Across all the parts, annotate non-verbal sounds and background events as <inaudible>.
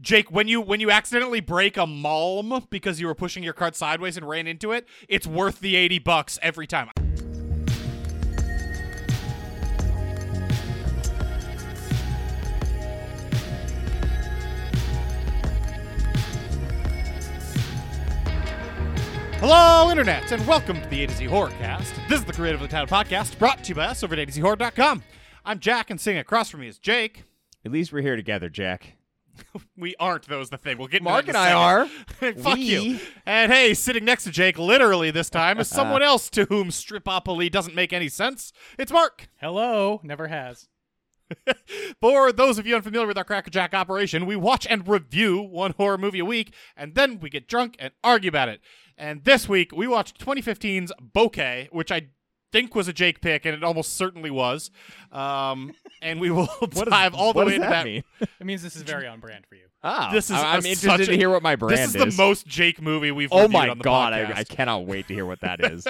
Jake, when you when you accidentally break a malm because you were pushing your cart sideways and ran into it, it's worth the 80 bucks every time. Hello, Internet, and welcome to the A to Z Horrorcast. This is the Creatively Town podcast brought to you by us over at A to Z Horror.com. I'm Jack, and sitting across from me is Jake. At least we're here together, Jack. We aren't, though, is the thing. We'll get into Mark that in and a I are. second. <laughs> Fuck you. We- And hey, sitting next to Jake, literally this time, <laughs> is someone else to whom stripopoly doesn't make any sense. It's Mark. Hello, never has. For those of you unfamiliar with our Crackerjack operation, we watch and review one horror movie a week, and then we get drunk and argue about it. And this week, we watched 2015's Bokeh, which I think was a Jake pick, and it almost certainly was. <laughs> Um, and we will What does- dive all the what way does into that mean? It means this is very on brand for you. Ah, This is I- I'm a- such interested a- to hear what my brand This is the most Jake movie we've oh reviewed my on the god, podcast. I, I cannot wait to hear what that <laughs> is.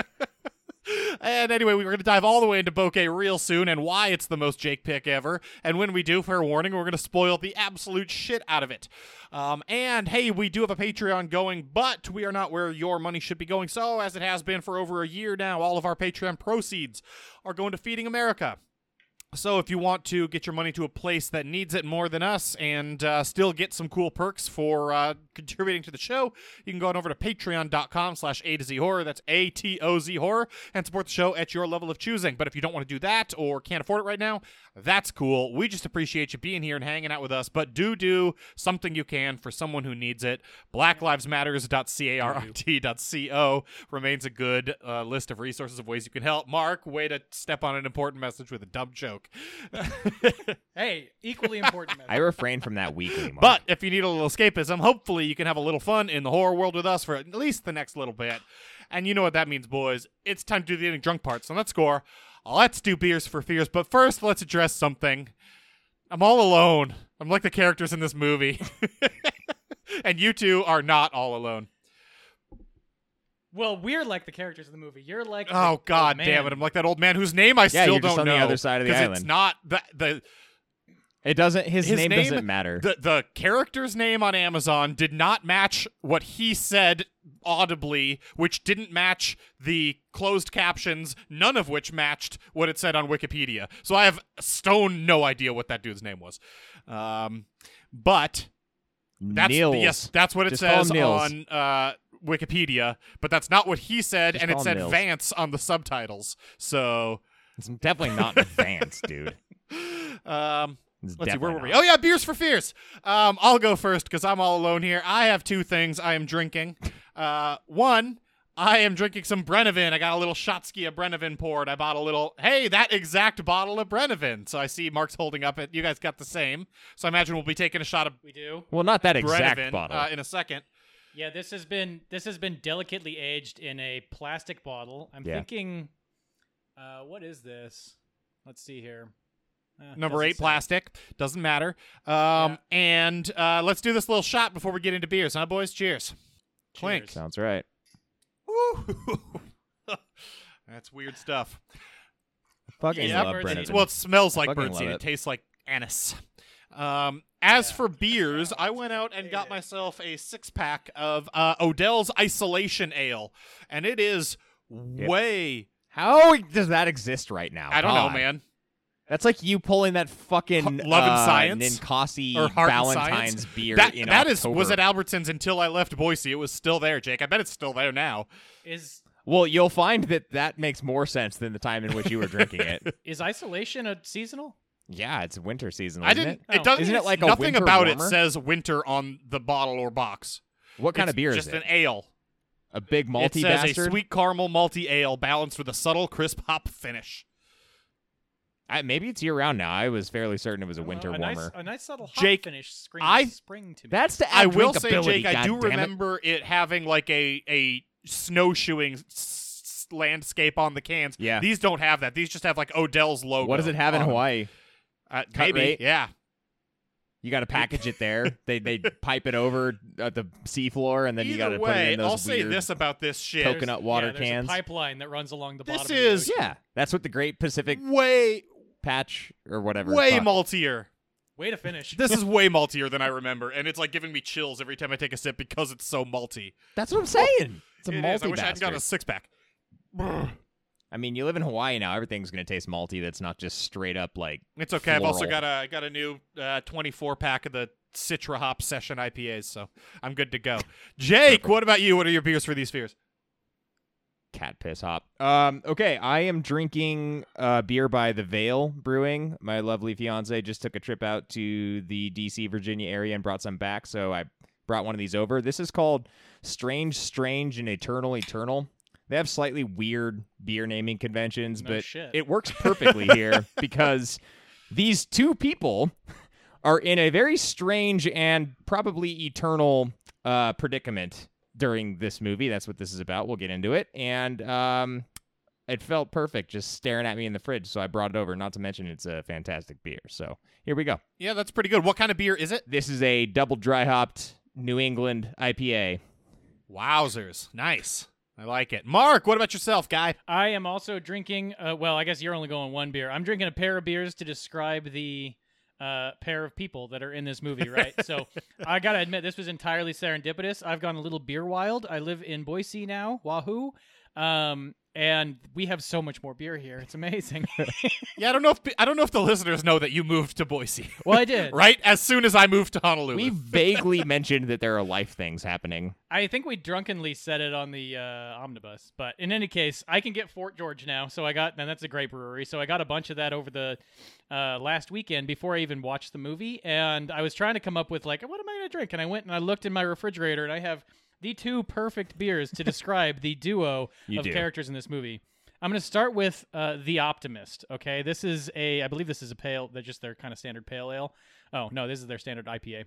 And anyway, we're going to dive all the way into Bokeh real soon and why it's the most Jake pick ever. And when we do, fair warning, we're going to spoil the absolute shit out of it. Um, and hey, we do have a Patreon going, but we are not where your money should be going. So, as it has been for over a year now, all of our Patreon proceeds are going to Feeding America. So, if you want to get your money to a place that needs it more than us and uh, still get some cool perks for uh, contributing to the show, you can go on over to patreon.com slash A to Z horror. That's A T O Z horror and support the show at your level of choosing. But if you don't want to do that or can't afford it right now, that's cool. We just appreciate you being here and hanging out with us. But do do something you can for someone who needs it. BlackLivesMatters.cart.co remains a good uh, list of resources of ways you can help. Mark, way to step on an important message with a dumb joke. Hey, equally important. I refrain from that weekly. Mark. But if you need a little escapism, hopefully you can have a little fun in the horror world with us for at least the next little bit. And you know what that means, boys. It's time to do the getting drunk part. So let's score. Let's do beers for fears. But first, let's address something. I'm all alone. I'm like the characters in this movie. <laughs> and you two are not all alone. well, we're like the characters in the movie. You're like. the- Oh God, man. damn it! I'm like that old man whose name I still you're just don't on the know. other side of the 'cause It's island. not the the it doesn't. His, his name, name- doesn't matter. The the character's name on Amazon did not match what he said audibly, which didn't match the closed captions, none of which matched what it said on Wikipedia. So I have stone no idea what that dude's name was. Um, but that's Nils. yes, that's what it Just call him says Nils. on uh, Wikipedia, but that's not what he said, Just and it call him said Nils. Vance on the subtitles. So It's definitely <laughs> not advanced, dude. um, It's Let's see, where definitely were we? not. Oh yeah, beers for fears. Um, I'll go first because I'm all alone here. I have two things I am drinking. Uh, one, I am drinking some Brenovan. I got a little Shotsky of Brenovan poured. I bought a little. Hey, that exact bottle of Brenovan. So I see Mark's holding up it. You guys got the same. So I imagine we'll be taking a shot of We do. Well, not that exact Brenovan bottle. uh, in a second. Yeah, this has been this has been delicately aged in a plastic bottle. I'm Yeah. thinking, uh, what is this? Let's see here. Uh, Number doesn't eight, say. plastic. Doesn't matter. Um, Yeah. and uh, let's do this little shot before we get into beers, huh, boys? Cheers. Clink. Cheers. Sounds right. Woo. <laughs> That's weird stuff. Fucking Yeah, love or Brennan. it's- Well, it smells like fucking birdseed. love It. it. tastes like anise. Um, as Yeah. for beers, I went out and got myself a six pack of uh, Odell's Isolation Ale, and it is way. how does that exist right now? I don't know, God. man. That's like you pulling that fucking H- Love and uh, Science? Ninkasi Or Heart and Valentine's Science? beer. That in that is- October. was at Albertsons until I left Boise. It was still there, Jake. I bet it's still there now. Is Well, you'll find that that makes more sense than the time in which you were <laughs> drinking it. is isolation a seasonal? yeah, it's winter season. I Isn't didn't. It? It, Oh. doesn't. Isn't it like a nothing winter about it warmer? says winter on the bottle or box. What kind It's of beer just is it? an ale. a big it malty says bastard. a sweet caramel malty ale balanced with a subtle crisp hop finish. I, maybe it's year round now. I was fairly certain it was a Well, winter Uh, a warmer. Nice, a nice little hop Jake, finish. Screams I- spring to me. That's to add I will say, drinkability, Jake, I do goddammit. remember it. having like a a snowshoeing s- s- landscape on the cans. Yeah. these don't have that. These just have like Odell's logo. What does it have in on 'em. Hawaii? Uh, Cut maybe, rate? yeah. You got to package <laughs> it there. They they pipe it over at the seafloor, and then Either you got to way, put it in those I'll say weird. this about this shit: There's- coconut water yeah, there's cans. A pipeline that runs along the This bottom. of the is- ocean. Yeah, that's what the Great Pacific way, Patch or whatever. way fuck. maltier. Way to finish. This <laughs> is way maltier than I remember, and it's like giving me chills every time I take a sip because it's so malty. That's what I'm saying. It's a It malty is. I wish I had bastard. gotten a six pack. I mean, you live in Hawaii now. Everything's gonna taste malty. That's not just straight up like. It's okay. I've also Floral. got a I got a new uh, 24 pack of the Citra Hop Session IPAs, so I'm good to go. Jake, what about you? What are your beers for these beers? cat piss hop. Um, okay, I am drinking uh, beer by the Vale Brewing. My lovely fiance just took a trip out to the D.C. Virginia area and brought some back, so I brought one of these over. This is called Strange, Strange, and Eternal, Eternal. They have slightly weird beer naming conventions, No but shit. it <laughs> works perfectly here because these two people are in a very strange and probably eternal uh, predicament during this movie. That's what this is about. We'll get into it. And um, it felt perfect just staring at me in the fridge, so I brought it over. Not to mention, it's a fantastic beer. So here we go. Yeah, that's pretty good. What kind of beer is it? This is a double dry hopped New England IPA. Wowzers, nice. I like it. Mark, what about yourself, guy? I am also drinking. Uh, well, I guess you're only going one beer. I'm drinking a pair of beers to describe the uh, pair of people that are in this movie, right? so I gotta admit, this was entirely serendipitous. I've gone a little beer wild. I live in Boise now. Wahoo! Um, and we have so much more beer here. It's amazing. <laughs> Yeah, I don't know if I don't know if the listeners know that you moved to Boise, <laughs> well, I did. right? As soon as I moved to Honolulu. <laughs> We vaguely mentioned that there are life things happening. I think we drunkenly said it on the uh, omnibus, but in any case, I can get Fort George now. So I got, and that's a great brewery. So I got a bunch of that over the uh, last weekend before I even watched the movie, and I was trying to come up with like, what am I gonna drink? And I went and I looked in my refrigerator, and I have the two perfect beers <laughs> to describe the duo You of do. characters in this movie. I'm going to start with uh, the Optimist. Okay, this is a, I believe this is a pale. They're just their kind of standard pale ale. Oh no, this is their standard IPA.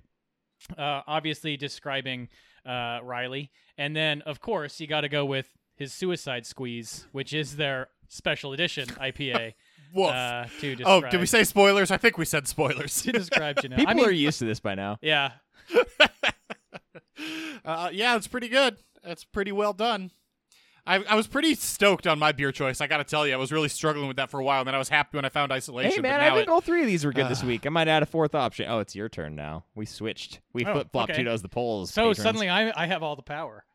Uh, obviously describing uh, Riley, and then of course you got to go with his Suicide Squeeze, which is their special <laughs> edition IPA. Woof. uh, to oh, describe, did we say spoilers? I think we said spoilers. <laughs> <laughs> <laughs> to describe Janelle? People I mean, are used to this by <laughs> now. yeah, uh, yeah, it's pretty good. It's pretty well done. I, I was pretty stoked on my beer choice. I got to tell you, I was really struggling with that for a while, and then I was happy when I found isolation. Hey but man, now I think it- all three of these were good this week. I might add a fourth option. Oh, it's your turn now. We switched. We Oh, flip flopped okay. who knows the polls. so patrons. suddenly I, I have all <laughs> the power.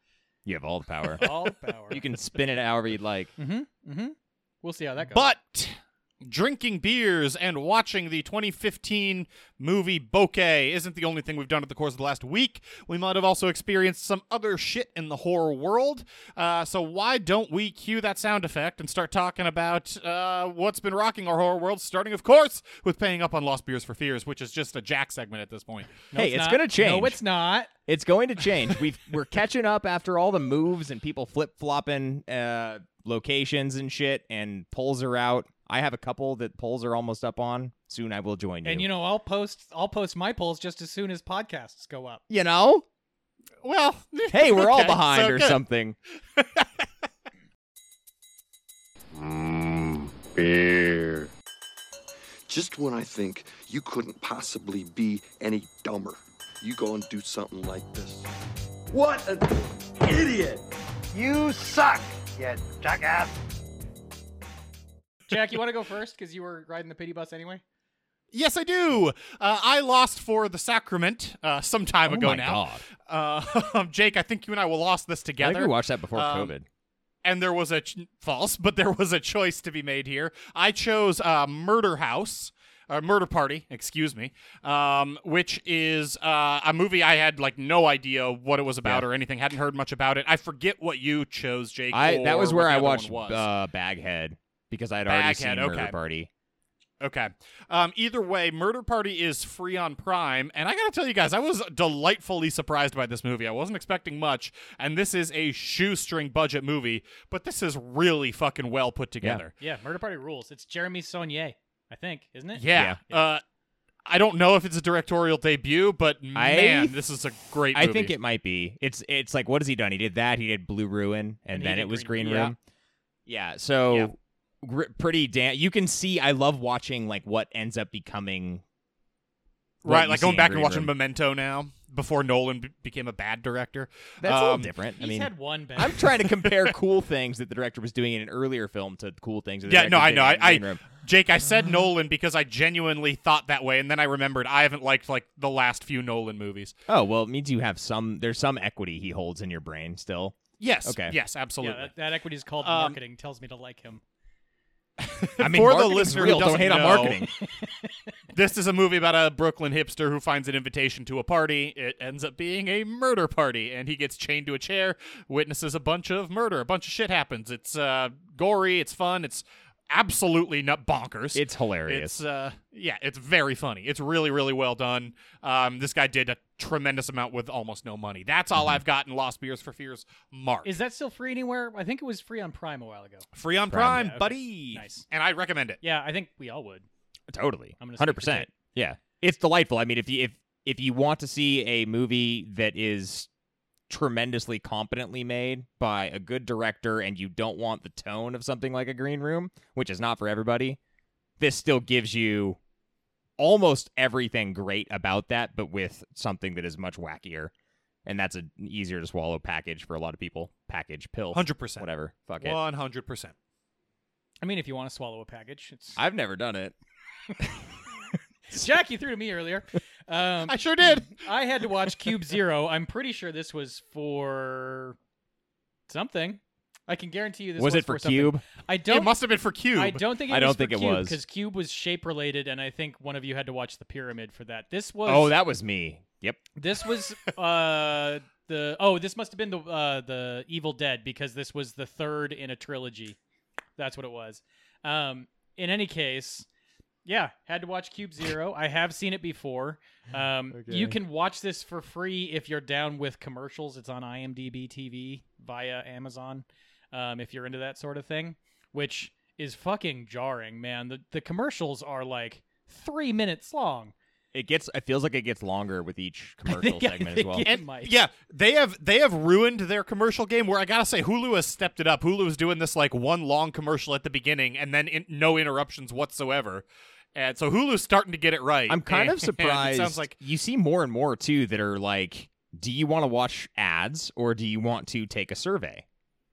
you have all the power. <laughs> All the power. you can spin it however you'd like. Mm-hmm. Mm-hmm. We'll see how that goes. But drinking beers and watching the 2015 movie Bokeh isn't the only thing we've done at the course of the last week. We might have also experienced some other shit in the horror world. Uh, so why don't we cue that sound effect and start talking about uh, what's been rocking our horror world, starting, of course, with paying up on Lost Beers for Fears, which is just a Jack segment at this point. No, hey, it's, not. gonna change. No, it's not. It's going to change. We've we're catching up after all the moves and people flip flopping uh, locations and shit. And polls are out. I have a couple that polls are almost up on. Soon I will join you. And you know, I'll post I'll post my polls just as soon as podcasts go up. you know, Well, <laughs> hey, we're all okay, behind so or good. something. Mmm, beer. Just when I think you couldn't possibly be any dumber, you go and do something like this. What an idiot! You suck, you jackass! Jack, you want to go first because you were riding the pity bus anyway. Yes, I do. Uh, I lost for the sacrament uh, some time oh ago my now. god! Uh, <laughs> Jake, I think you and I will lost this I together. think we watched that before Um, COVID. and there was a ch- false, but there was a choice to be made here. I chose uh, Murder House. Uh, Murder Party, excuse me, um, which is uh, a movie I had like no idea what it was about or anything. Hadn't heard much about it. I forget what you chose, Jake. I that or was what where the I other one watched was. Uh, Baghead because I had already Baghead, seen Murder okay. Party. Okay. Um, either way, Murder Party is free on Prime, and I gotta tell you guys, I was delightfully surprised by this movie. I wasn't expecting much, and this is a shoestring budget movie, but this is really fucking well put together. Yeah, Murder Party rules. It's Jeremy Saunier, I think, isn't it? Yeah. Uh, I don't know if it's a directorial debut, but man, this is a great. I movie. think it might be. It's it's like what has he done? He did that. He did Blue Ruin, and, And he then did it was Green, Green Room. Room. Yeah. so gr- pretty damn. You can see. I love watching like what ends up becoming. what right, you like see going in back and Green watching Room. Memento now before Nolan be- became a bad director. That's a little Um, different. He's I mean, <laughs> had one bad. I'm trying to compare cool things that the director was doing in an earlier film to cool things. That the Yeah, no, director I did know. in I- I- Green Room. Jake, I said Mm. Nolan because I genuinely thought that way, and then I remembered I haven't liked like the last few Nolan movies. Oh well, it means you have some. There's some equity he holds in your <laughs> brain still. Yes. Okay. Yes, Yeah, absolutely. that, that equity is called Um, marketing. Tells me to like him. I mean, For the marketing's listener who real, don't doesn't hate on know- marketing. this is a movie about a Brooklyn hipster who finds an invitation to a party. It ends up being a murder party, and he gets chained to a chair, witnesses a bunch of murder. A bunch of shit happens. It's uh, gory. It's fun. It's absolutely nut bonkers. It's hilarious. <laughs> It's uh, yeah, it's very funny. It's really, really well done. Um, this guy did a tremendous amount with almost no money. That's Mm-hmm. all I've got in Lost Beers for Fears. Mark Is that still free anywhere? I think it was free on Prime a while ago. free on Prime, Prime. Yeah, okay. buddy. Nice. and I recommend it. Yeah, I think we all would. Totally. I'm gonna speak for Hundred percent. Yeah, it's delightful. I mean, if you if if you want to see a movie that is tremendously competently made by a good director, and you don't want the tone of something like a Green Room, which is not for everybody, this still gives you almost everything great about that, but with something that is much wackier, and that's an easier to swallow package for a lot of people. Package pill, Hundred percent. whatever. Fuck it. One hundred percent. I mean, if you want to swallow a package, it's I've never done it. <laughs> Jack. You threw to me earlier. Um, I sure did. I had to watch Cube Zero. I'm pretty sure this was for something. I can guarantee you this was it for for something. Cube? I It don't. must have been for Cube. I don't think. It I was don't think it was. because Cube was shape related, and I think one of you had to watch the pyramid for that. This was. Oh, that was me. Yep. This was uh the oh this must have been the uh the Evil Dead because this was the third in a trilogy. That's what it was. Um in any case, yeah, had to watch Cube Zero. I have seen it before. Um you can watch this for free if you're down with commercials. It's on IMDb TV via Amazon. Um if you're into that sort of thing, which is fucking jarring, man. The the commercials are like 3 minutes long. It gets. It feels like it gets longer <laughs> with each commercial think- I segment as think well. <laughs> it- and Mike. yeah, they have they have ruined their commercial game. Where I gotta say, Hulu has stepped it up. Hulu is doing this like one long commercial at the beginning and then in, no interruptions whatsoever. And so Hulu's starting to get it right. I'm kind <laughs> of And It surprised. sounds like you see more and more too that are like, do you want to watch ads or do you want to take a survey?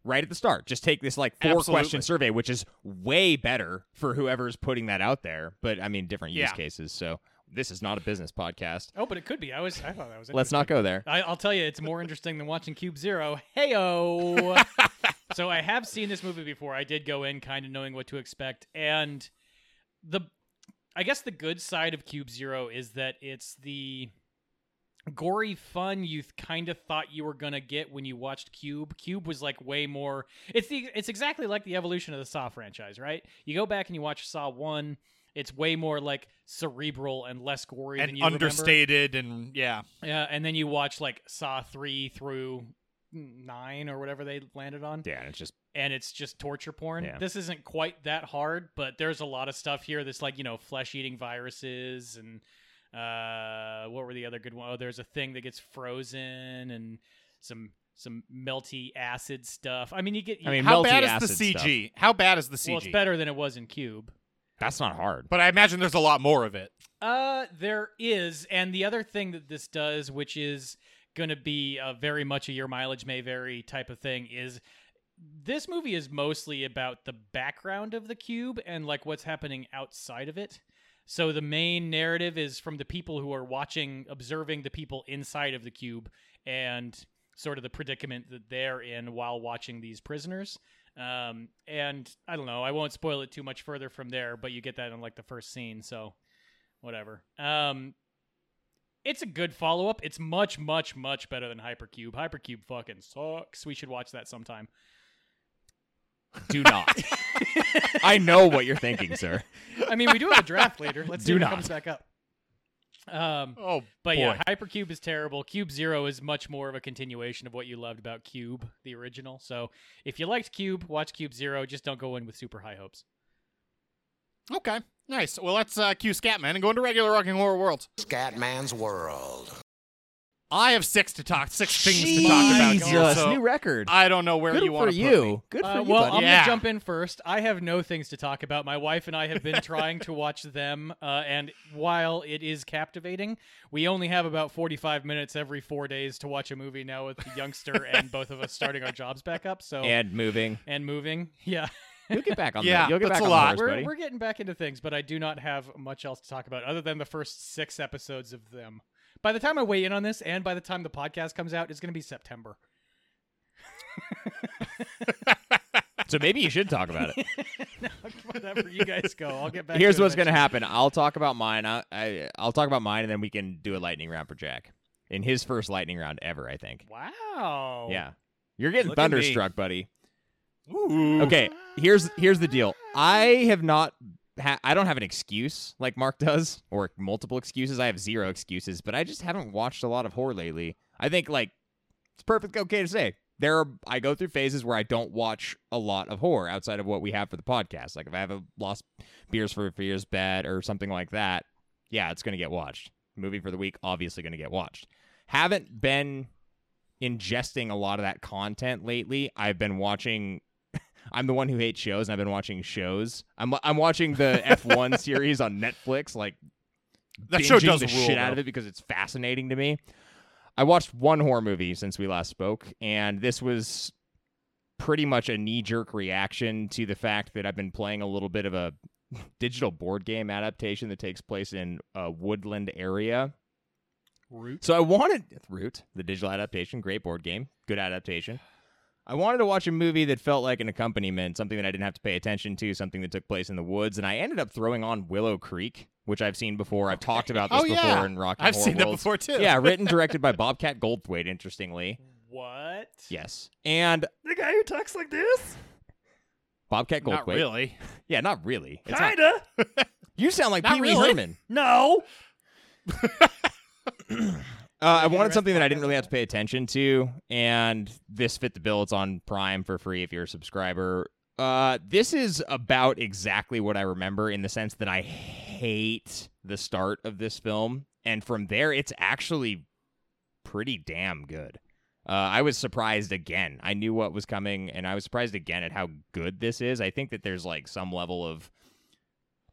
Right at the start, just take this like four Absolutely. question survey, which is way better for whoever's putting that out there. But I mean, different use Yeah. cases. So this is not a business podcast. Oh, but it could be. I was. I thought that was. Let's not <laughs> go there. I, I'll tell you, it's more interesting than watching Cube Zero. <laughs> Heyo. so I have seen this movie before. I did go in kind of knowing what to expect, and the, I guess the good side of Cube Zero is that it's the gory fun you kind of thought you were gonna get when you watched Cube. Cube was like way more. It's the. It's exactly like the evolution of the Saw franchise, right? You go back and you watch Saw One. It's way more like cerebral and less gory than and you remember. understated and yeah. Yeah, and then you watch like Saw three through nine or whatever they landed on, Yeah, it's just and it's just torture porn. Yeah. This isn't quite that hard, but there's a lot of stuff here that's like you know flesh eating viruses and uh, what were the other good one? Oh, there's a thing that gets frozen and some some melty acid stuff. I mean, you get. I mean, How melty bad is acid the stuff. CG? How bad is the CG? well, it's better than it was in Cube. That's not hard. But I imagine there's a lot more of it. Uh, there is, and the other thing that this does, which is going to be a very much a your mileage may vary type of thing, is this movie is mostly about the background of the cube and like what's happening outside of it. So the main narrative is from the people who are watching, observing the people inside of the cube, and sort of the predicament that they're in while watching these prisoners. Um, and I don't know, I won't spoil it too much further from there, but you get that in like the first scene, so whatever. Um, it's a good follow up. It's much, much, much better than Hypercube. Hypercube fucking sucks. We should watch that sometime. <laughs> Do not. I know what you're thinking, sir. I mean, we do have <laughs> a draft later. Let's see Do if it not. comes back up. Um, <laughs> Oh, but boy. yeah, Hypercube is terrible. Cube Zero is much more of a continuation of what you loved about Cube, the original. So if you liked Cube, watch Cube Zero. Just don't go in with super high hopes. Okay. Nice. Well, let's uh, cue Scatman and go into regular rocking horror worlds. Scatman's World. I have six to talk, six <laughs> things to talk about. Here, Jesus, so new record. I don't know where Good you for want to you. Good for Uh, you. well, buddy. I'm Yeah. gonna jump in first. I have no things to talk about. My wife and I have been trying to watch them, uh, and while it is captivating, we only have about 45 minutes every four days to watch a movie <laughs> now with the youngster and both of us starting our jobs back up. So and moving. and moving, yeah. You'll get back on Yeah, that. You'll get that's back a on lot. the horse, We're, buddy. we're getting back into things, but I do not have much else to talk about other than the first six episodes of them. By the time I weigh in on this, and by the time the podcast comes out, it's going to be <laughs> September. <laughs> So maybe you should talk about it. Whatever you guys go, I'll get <laughs> back. Here's to it what's going to eventually. happen. I'll talk about mine. I, I, I'll talk about mine, and then we can do a lightning round for Jack in his first lightning round ever. I think. Wow. Yeah, you're getting Look at me. thunderstruck, buddy. Ooh. Okay, here's here's the deal. I have not. Ha- I don't have an excuse like Mark does, or multiple excuses. I have zero excuses, but I just haven't watched a lot of horror lately. I think like it's perfectly okay to say there. Are, I go through phases where I don't watch a lot of horror outside of what we have for the podcast. Like if I have a Lost Beers for Fears bed or something like that, yeah, it's gonna get watched. Movie for the week, obviously gonna get watched. Haven't been ingesting a lot of that content lately. I've been watching I'm the one who hates shows, and I've been watching shows. I'm I'm watching the <laughs> F1 series on Netflix, like That show binging does the rule, shit out of though. it because it's fascinating to me. I watched one horror movie since we last spoke, and this was pretty much a knee jerk reaction to the fact that I've been playing a little bit of a <laughs> digital board game adaptation that takes place in a woodland area. Root. So I wanted Root, the digital adaptation, great board game, good adaptation. I wanted to watch a movie that felt like an accompaniment, something that I didn't have to pay attention to, something that took place in the woods, and I ended up throwing on Willow Creek, which I've seen before. I've talked about this Oh, before yeah. in Rock and I've Horror seen that Worlds. before too. Yeah, <laughs> written directed by Bobcat Goldthwait, interestingly. What? Yes. And The guy who talks like this? Bobcat Goldthwait. Not really. Yeah, not really. It's not- Kinda. you sound like Not Pee Wee really. Herman. No. Uh, I the wanted rest something that I podcast didn't really have to about? pay attention to, and this fit the bill. It's on Prime for free if you're a subscriber. Uh, this is about exactly what I remember in the sense that I hate the start of this film, and from there, it's actually pretty damn good. Uh, I was surprised again. I knew what was coming, and I was surprised again at how good this is. I think that there's like some level of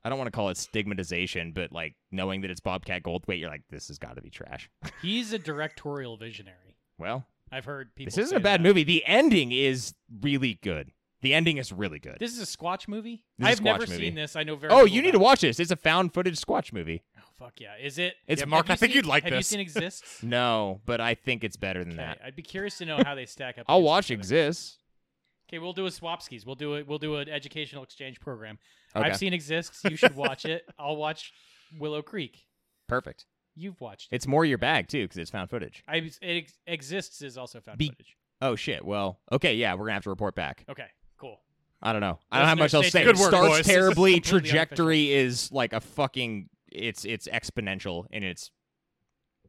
I don't want to call it stigmatization, but like knowing that it's Bobcat Goldthwait, you're like, this has got to be trash. He's a directorial visionary. Well, I've heard people. this isn't say a bad that. movie. The ending is really good. The ending is really good. This is a Squatch movie. This is a I've never Squatch movie. seen this. I know very. oh, little you need to about watch this. It's a found footage Squatch movie. it. Oh, fuck yeah! Is it? It's Yeah, Mark, Have you I think seen- you'd like have this. you seen <laughs> Exists? no, but I think it's better than Okay, that. I'd be curious to know how they stack up. I'll against watch each other. Exists. Okay, we'll do a swap skis. We'll do it. We'll do an educational exchange program. Okay. I've seen exists. You should <laughs> watch it. I'll watch Willow Creek. Perfect. You've watched it. It's more your bag too because it's found footage. I it ex- exists is also found Be- footage. Oh shit. Well, okay, yeah, we're gonna have to report back. Okay, cool. I don't know. I don't have Listeners, much else to stay say. tuned. It Good work, starts boys. This is terribly. completely unofficial. Trajectory is like a fucking. It's it's exponential in its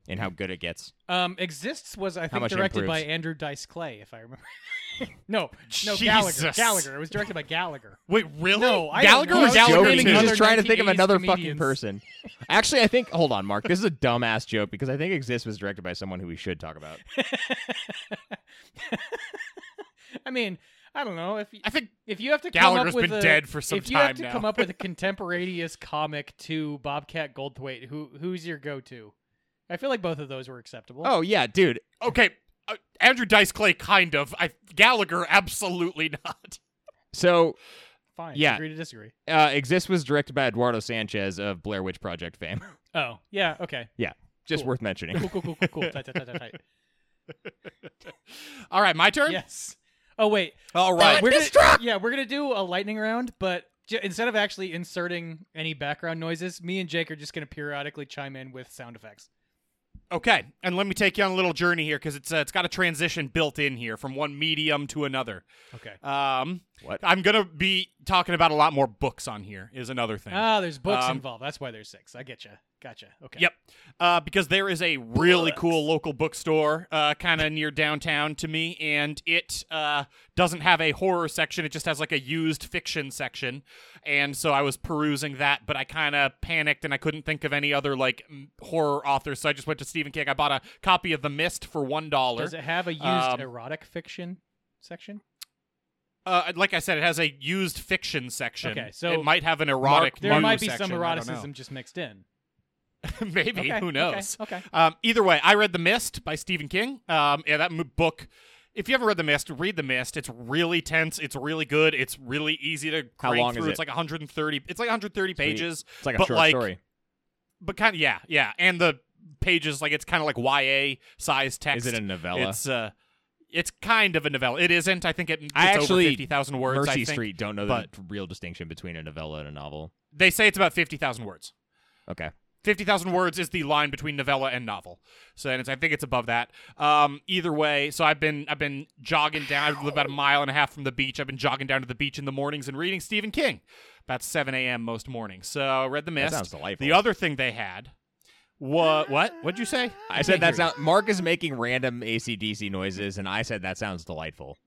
in how good it gets. Um, exists was I think much it directed by improves. Andrew Dice Clay, if I remember. <laughs> no, no <laughs> Gallagher. Jesus. Gallagher. It was directed by Gallagher. <laughs> Wait, really? No, I Gallagher am or not Gallagher joking. too? He's Another just trying to think of 1980s another fucking comedians. person. Actually, I think. Hold on, Mark. This is a dumbass joke because I think Exist was directed by someone who we should talk about. I mean, I don't know if you, I think if you have to come Gallagher's up with been a, dead for some if you have time to now. come up with <laughs> a contemporaneous comic to Bobcat Goldthwait, who who's your go-to? I feel like both of those were acceptable. Oh yeah, dude. okay. Uh, Andrew Dice Clay, kind of. I, Gallagher, absolutely <laughs> not. So fine. yeah. agree to disagree. uh, Exist was directed by Eduardo Sanchez of Blair Witch Project fame. <laughs> Oh yeah, okay. Just Cool. worth mentioning. Cool, cool, cool, cool, cool. Tight, tight, tight, tight, <laughs> tight. All right, my turn. Yes. Oh wait. All Uh, right. we're gonna, Yeah, we're gonna do a lightning round, but j- instead of actually inserting any background noises, me and Jake are just gonna periodically chime in with sound effects. Okay, and let me take you on a little journey here because it's uh, it's got a transition built in here from one medium to another. Okay. Um, What? I'm gonna be talking about a lot more books on here is another thing. Ah, there's books Um, involved. That's why there's six. I get you. Gotcha. Okay. Yep. Uh, because there is a really cool local bookstore uh, kind of near downtown to me, and it uh, doesn't have a horror section. It just has like a used fiction section. And so I was perusing that, but I kind of panicked and I couldn't think of any other like m- horror authors. So I just went to Stephen King. I bought a copy of The Mist for $1. Does it have a used Um, erotic fiction section? Uh, like I said, it has a used fiction section. Okay, so it might have an erotic. There new might be section, I some don't know. eroticism just mixed in. <laughs> Maybe Okay, who <laughs> okay, knows? okay. Um, either way, I read The Mist by Stephen King. Um, yeah, that m- book If you haven't read The Mist, read The Mist. It's really tense. It's really good. It's really easy to How crank long is through. It's it? like 130. It's like 130 pages. It's like a but short like, story. But kind of yeah, yeah. And the pages like it's kind of like YA size text. Is it a novella? It's uh, it's kind of a novella. It isn't. I think it, it's I actually- over 50,000 words. Mercy I think. Street don't know but- the real distinction between a novella and a novel. They say it's about 50,000 words. Okay. 50,000 words is the line between novella and novel. So and it's, I think it's above that. Um, either way, so I've been I've been jogging down I live about a mile and a half from the beach. I've been jogging down to the beach in the mornings and reading Stephen King about 7 a.m. most mornings. So I read The Mist. sounds delightful. The other thing they had what what? What'd you say? I said <laughs> that that's sound. Mark is making random ACDC noises, and I said that sounds delightful.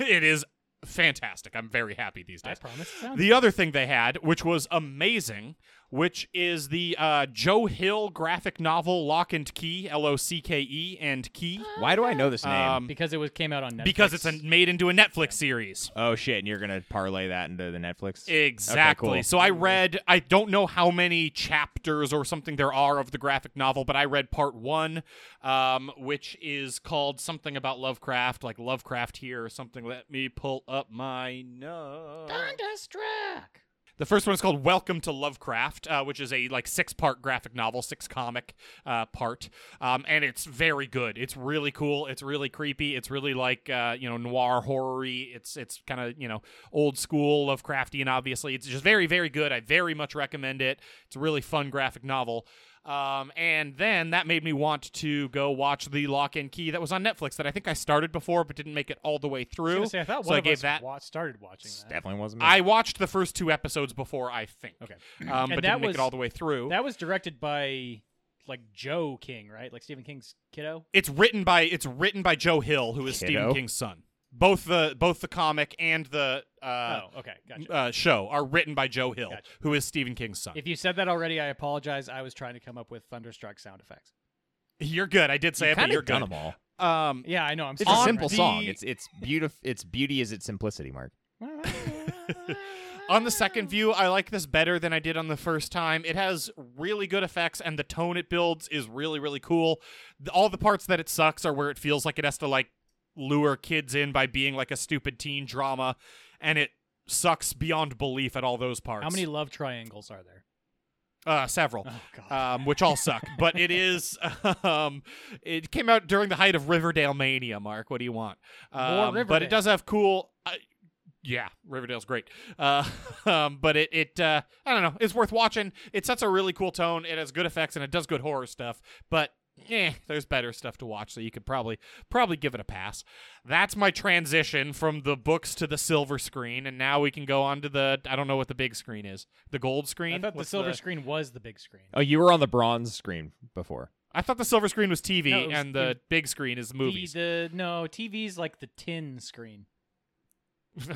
it is fantastic. I'm very happy these I days. promise. it sounds- The other thing they had, which was amazing, which is the uh, Joe Hill graphic novel Lock and Key, L O C K E and Key. Why do I know this name? Um, because it was came out on Netflix. because it's a, made into a Netflix series. oh shit! And you're gonna parlay that into the Netflix. Exactly. Okay, cool. So I read, I don't know how many chapters or something there are of the graphic novel, but I read part one, um, which is called something about Lovecraft, like Lovecraft here or something. Let me pull up my notes. Thunderstruck. The first one is called Welcome to Lovecraft, uh, which is a like six part graphic novel, six comic uh, part, um, and it's very good. It's really cool. It's really creepy. It's really like uh, you know noir horror-y. It's it's kind of you know old school Lovecraftian. Obviously, it's just very very good. I very much recommend it. It's a really fun graphic novel. Um, and then that made me want to go watch the Lock and Key that was on Netflix that I think I started before but didn't make it all the way I was through. gonna say, I thought so one I of gave us that wa- started watching that. Definitely wasn't. me. I watched the first two episodes before I think. Okay. Um, And but that didn't make was- it all the way through. That was directed by like Joe King, right? Like Stephen King's kiddo. it's written by it's written by Joe Hill, who is Stephen Kiddo. King's son. Both the both the comic and the uh, oh, okay, gotcha. uh, show are written by Joe Hill, Gotcha. who is Stephen King's son. If you said that already, I apologize. I was trying to come up with thunderstruck sound effects. you're good. I did say you it, but kinda you're done good. them all. Um, Yeah, I know. I'm It's On a simple the- song. It's it's beautiful. It's beauty is its simplicity, Mark. on the second view, I like this better than I did on the first time. It has really good effects, and the tone it builds is really, really cool. The- All the parts that it sucks are where it feels like it has to like lure kids in by being like a stupid teen drama, and it sucks beyond belief at all those parts. How many love triangles are there? Uh, several. Oh god. um, which all suck. But it is. <laughs> Um, it came out during the height of Riverdale mania. Mark, what do you want? More Um, But Riverdale. it does have cool. Uh, yeah, Riverdale's great. Uh, <laughs> um, but it it uh, I don't know. It's worth watching. It sets a really cool tone. It has good effects and it does good horror stuff. But. Eh, there's better stuff to watch, so you could probably probably give it a pass. That's my transition from the books to the silver screen, and now we can go on to the I don't know what the big screen is, the gold screen. I thought the What's Uh, silver screen was the big screen. Oh, you were on the bronze screen before. I thought the silver screen was TV No, it was- and it the was- big screen is movies. The, the no TV's like the tin screen. <laughs>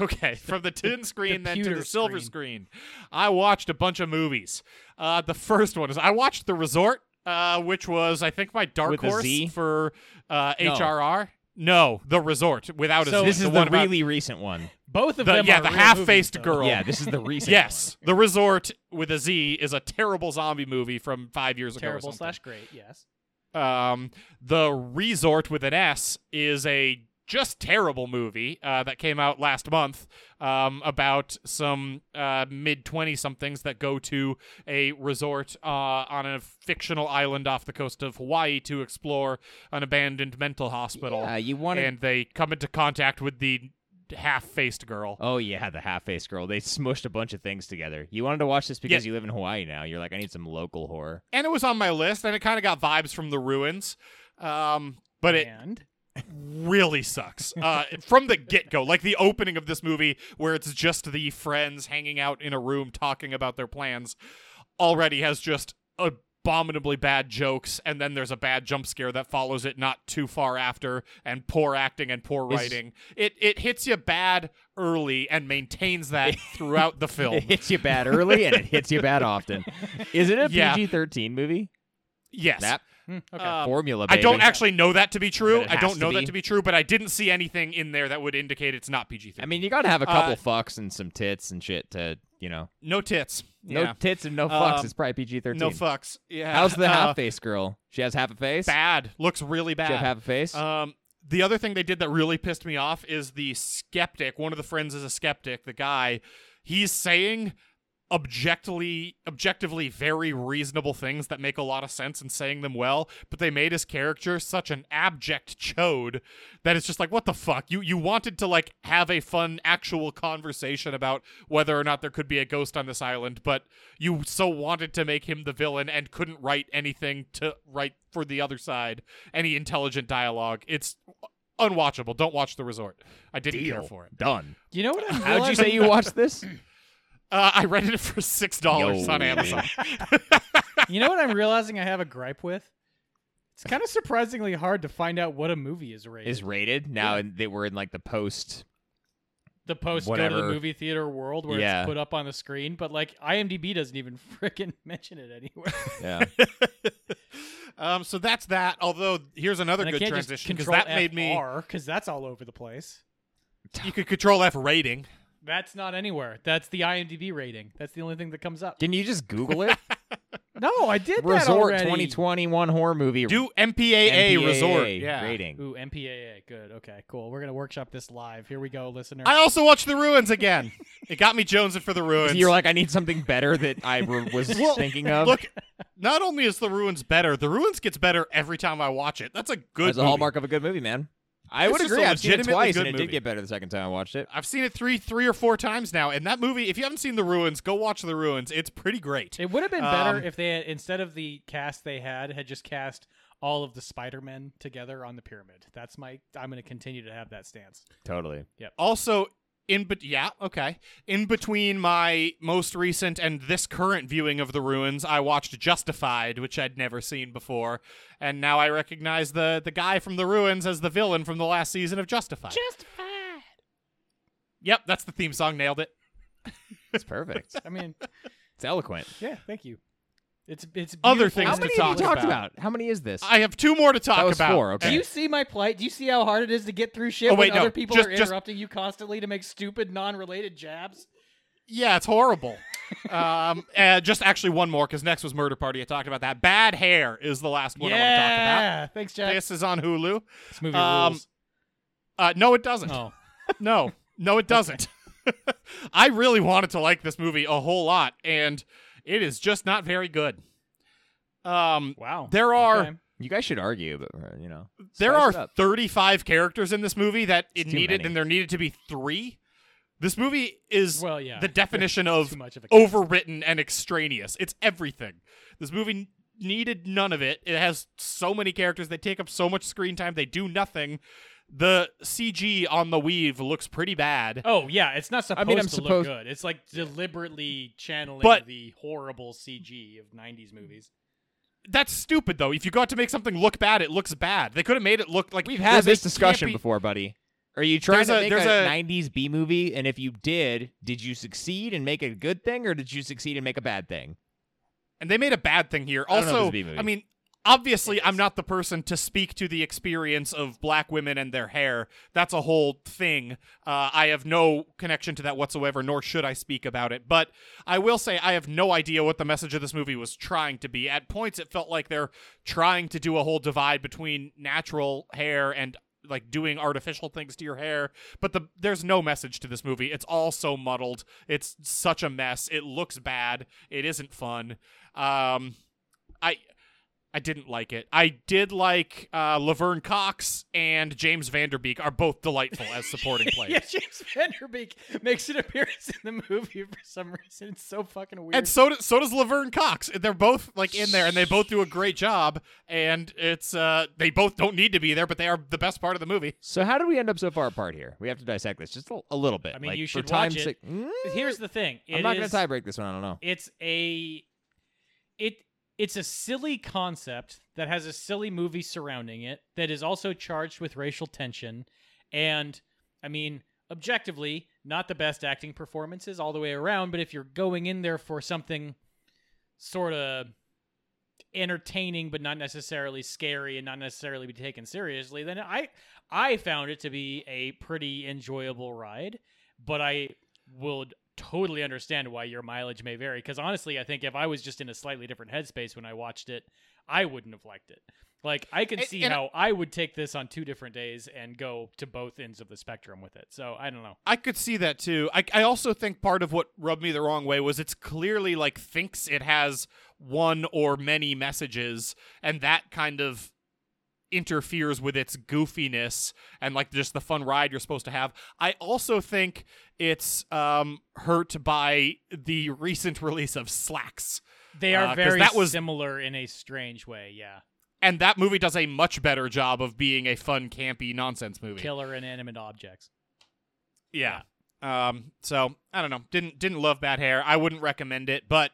okay, from the tin screen then to pewter the silver screen. screen. I watched a bunch of movies. Uh, the first one is I watched The Resort, uh, which was I think my dark With a horse Z? for uh, No. HRR. No, The Resort without a So Z. this is the, one about- really recent one. Both of The- them. yeah, are the real half-faced movies, though. girl. Yeah, <laughs> this is the recent. yes, The Resort with a Z is a terrible zombie movie from five years ago. or Terrible something. slash great. Yes. Um, the Resort with an S is a just terrible movie uh, that came out last month um, about some uh, mid 20 somethings that go to a resort uh, on a fictional island off the coast of Hawaii to explore an abandoned mental hospital. Yeah, Uh, you wanted. and they come into contact with the half faced girl. oh yeah, the half-faced girl. They smushed a bunch of things together. You wanted to watch this because Yeah. you live in Hawaii now. You're like, I need some local <laughs> horror. And it was on my list, and it kind of got vibes from the ruins. Um, but it and <laughs> really sucks uh, from the get go. Like the opening of this movie, where it's just the friends hanging out in a room talking about their plans, already has just abominably bad jokes, and then there's a bad jump scare that follows it not too far after, and poor acting and poor Is- writing. It it hits you bad early and maintains <laughs> that throughout the It film. hits you bad early and it hits you bad often. Is it a <laughs> Yeah. PG-13 movie? Yes. That Hmm, okay. Um, formula. I don't baby. actually know that to be true. But it I has don't to know be. that to be true, but I didn't see anything in there that would indicate it's not PG-13. I mean, you gotta have a couple Uh, fucks and some tits and shit to, you know, no tits. no yeah. tits and no fucks. Um, it's probably PG thirteen. No fucks. Yeah. How's the <laughs> Uh, half face girl? She has half a face. Bad. Looks really She have bad. half a face. Um, the other thing they did that really pissed me off is the skeptic. One of the friends is a skeptic. The guy, he's saying objectively objectively very reasonable things that make a lot of sense and saying them well but they made his character such an abject chode that it's just like what the fuck you you wanted to like have a fun actual conversation about whether or not there could be a ghost on this island but you so wanted to make him the villain and couldn't write anything to write for the other side any intelligent dialogue it's unwatchable don't watch the resort i didn't care for it Done. You know what I'm How'd you realizing? say you <laughs> watched this? uh, i rented it for six dollars Yo. on amazon You know what I'm realizing I have a gripe with? It's kind of surprisingly hard to find out what a movie is rated. Is rated now, and they were in like the post. the post go to whatever. the movie theater world where Yeah. it's put up on the screen, but like IMDb doesn't even <laughs> freaking mention it anywhere. <laughs> Yeah. <laughs> um, so that's that. Although here's another and I good can't transition just because that made me because that's all over the place. you could control F rating. That's not anywhere. That's the IMDb rating. That's the only thing that comes up. Didn't you just Google <laughs> it? no, I did that Resort already. 2021 horror movie. Do MPAA, MPAA resort. Yeah. rating. Ooh, MPAA. Good. Okay. Cool. We're gonna workshop this live. Here we go, listener. I also watched the ruins again. it got me jonesing for the ruins. You're like, um, I need something better that <laughs> I re- was Well, thinking of. Look, not only is the ruins better, the ruins gets better every time I watch it. That's a good. That's a movie. hallmark of a good movie, man. I It's would just a agree. I've seen it legitimately twice, good and it movie. did get better the second time I watched it. I've seen it three, three or four times now, and that movie. If you haven't seen the ruins, go watch the ruins. It's pretty great. <laughs> it would have been better Um, if they had, instead of the cast they had had just cast all of the Spider Men together on the pyramid. That's my. I'm gonna continue to have that stance. Totally. also in but yeah okay in between my most recent and this current viewing of the ruins i watched justified which i'd never seen before and now i recognize the the guy from the ruins as the villain from the last season of justified justified yep that's the theme song nailed it It's perfect. I mean, it's eloquent. yeah. Thank you. It's it's Other beautiful things How to when many it's talk have you talked talked about? How many is this? i have two more to talk that was about four. Do Okay. you see my plight? Do you see how hard it is to get through shit Oh, when wait, no. other people Just- are just- interrupting you constantly to make stupid non-related jabs? Yeah, it's <laughs> horrible. um, uh, just actually one more because next was Murder Party. I talked about that. Bad Hair is the last one I want to talk yeah, thanks, about. Jack. This is on Hulu. This movie um, rules. Uh, no, it doesn't. <laughs> Oh, No, no, it doesn't. <laughs> I really wanted to like this movie a whole lot, and it is just not very good. Um, wow. there are Okay. You guys should argue, but uh, you know, there spice are it up. 35 characters in this movie that it It's too needed, many. and there needed to be three. This movie is Well, yeah. the definition of Too much of a cast. overwritten and extraneous. It's everything. This movie n- needed none of it. It has so many characters. They take up so much screen time. They do nothing. The CG on the weave looks pretty bad. Oh yeah, it's not I supposed mean, I'm to look supposed- good. It's like deliberately channeling But- the horrible CG of '90s movies. That's stupid though. If you got to make something look bad, it looks bad. They could have made it look like We've had there's a this discussion campy- before, buddy. Are you trying There's to a- make there's a- 90s B movie? And if you did, did you succeed and make a good thing, or did you succeed and make a bad thing? and they made a bad thing here. I don't know if Also, it's a B-movie. I mean, obviously, I'm not the person to speak to the experience of black women and their hair. That's a whole thing. Uh, I have no connection to that whatsoever, nor should I speak about it. But I will say, I have no idea what the message of this movie was trying to be. At points, it felt like they're trying to do a whole divide between natural hair and like doing artificial things to your hair but the there's no message to this movie it's all so muddled it's such a mess it looks bad it isn't fun um i i didn't like it i did like uh laverne cox and james vanderbeek are both delightful as supporting players <laughs> Yeah, James Vanderbeek makes an appearance in the movie for some reason. It's so fucking weird. and so do, so does laverne cox they're both like in there and they both do a great job and it's uh they both don't need to be there but they are the best part of the movie So how did we end up so far apart here? We have to dissect this just a, a little bit. I mean, Like, you for should time's watch it. sake- Mm, Here's the thing. I'm It not going is- to tie break this one. I don't know. It's a it it's a silly concept that has a silly movie surrounding it that is also charged with racial tension and I mean objectively not the best acting performances all the way around but if you're going in there for something sort of entertaining but not necessarily scary and not necessarily be taken seriously then I I found it to be a pretty enjoyable ride but I would totally understand why your mileage may vary. Because honestly, I think if I was just in a slightly different headspace when I watched it, I wouldn't have liked it. Like I can And- see and- how I would take this on two different days and go to both ends of the spectrum with it. So I don't know. I could see that too. I, I also think part of what rubbed me the wrong way was it's clearly like thinks it has one or many messages, and that kind of interferes with its goofiness and like just the fun ride you're supposed to have. I also think it's um hurt by the recent <laughs> release of Slacks. They are Uh, 'cause very that was- similar in a strange way. Yeah, And that movie does a much better job of being a fun, campy nonsense movie. killer inanimate objects. Yeah. Um. So I don't know. Didn't didn't love bad hair. I wouldn't recommend it, but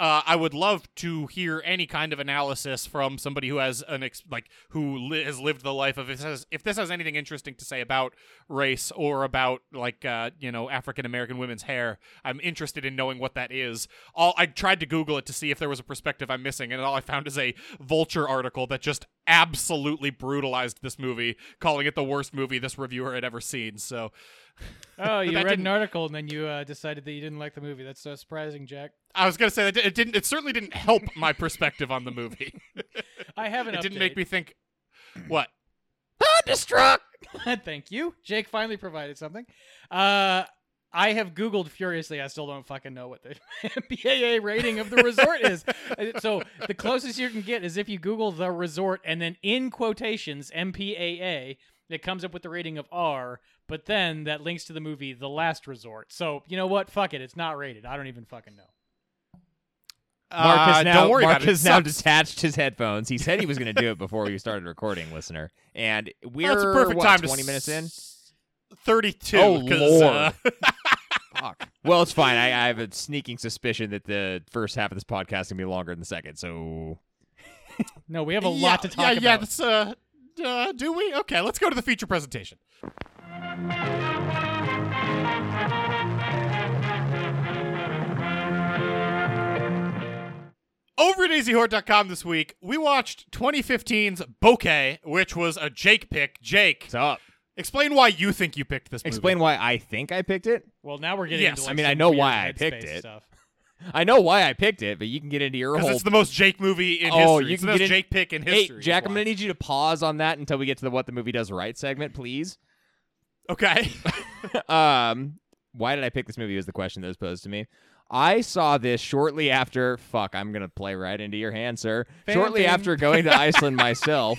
uh, I would love to hear any kind of analysis from somebody who has an ex- like who li- has lived the life of if this has, if this has anything interesting to say about race or about like uh you know African American women's hair. I'm interested in knowing what that is. All I tried to Google it to see if there was a perspective I'm missing, and all I found is a Vulture article that just absolutely brutalized this movie, calling it the worst movie this reviewer had ever seen. So. Oh, you that read didn't- an article and then you uh, decided that you didn't like the movie. That's so surprising, Jack. I was gonna say that it didn't. It certainly didn't help my perspective on the movie. I have <laughs> an it update. didn't make me think. What? <laughs> Thank you. Jake finally provided something. Uh, I have Googled furiously. I still don't fucking know what the <laughs> BAA rating of the resort <laughs> is. Uh, So the closest you can get is if you Google the resort and then in quotations, MPAA, it comes up with the rating of R, but then that links to the movie The Last Resort. So you know what? Fuck it. It's not rated. I don't even fucking know. Mark Uh, has now, don't worry Mark about it. has now Sucks. detached his headphones. He said he was going to do it before we started recording, listener. And we're That's a perfect what, time. to 20 minutes in. s- Thirty-two. Oh, 'cause, Lord. uh, Fuck. Well, it's fine. I, I have a sneaking suspicion that the first half of this podcast is going to be longer than the second. So No, we have a yeah, lot to talk yeah, about. Yeah, that's, uh, uh, do we? Okay, let's go to the feature presentation. Over at easyhorde.com this week, we watched 2015's Bokeh, which was a Jake pick. Jake, it's up. explain why you think you picked this movie. Explain why I think I picked it. Well, now we're getting Yes. into I like, mean, I some know weird why I picked headspace it. Stuff. I know why I picked it, but you can get into your Because whole it's the most Jake movie in Oh, history. you it's can the get most in- Jake pick in Hey, history. is Jack, I'm why. going to need you to pause on that until we get to the what the movie does right segment, please. Okay. <laughs> um, why did I pick this movie? Was the question that was posed to me. I saw this shortly after. Fuck, I'm gonna play right into your hand, sir. Shortly Phantom. after <laughs> going to Iceland myself,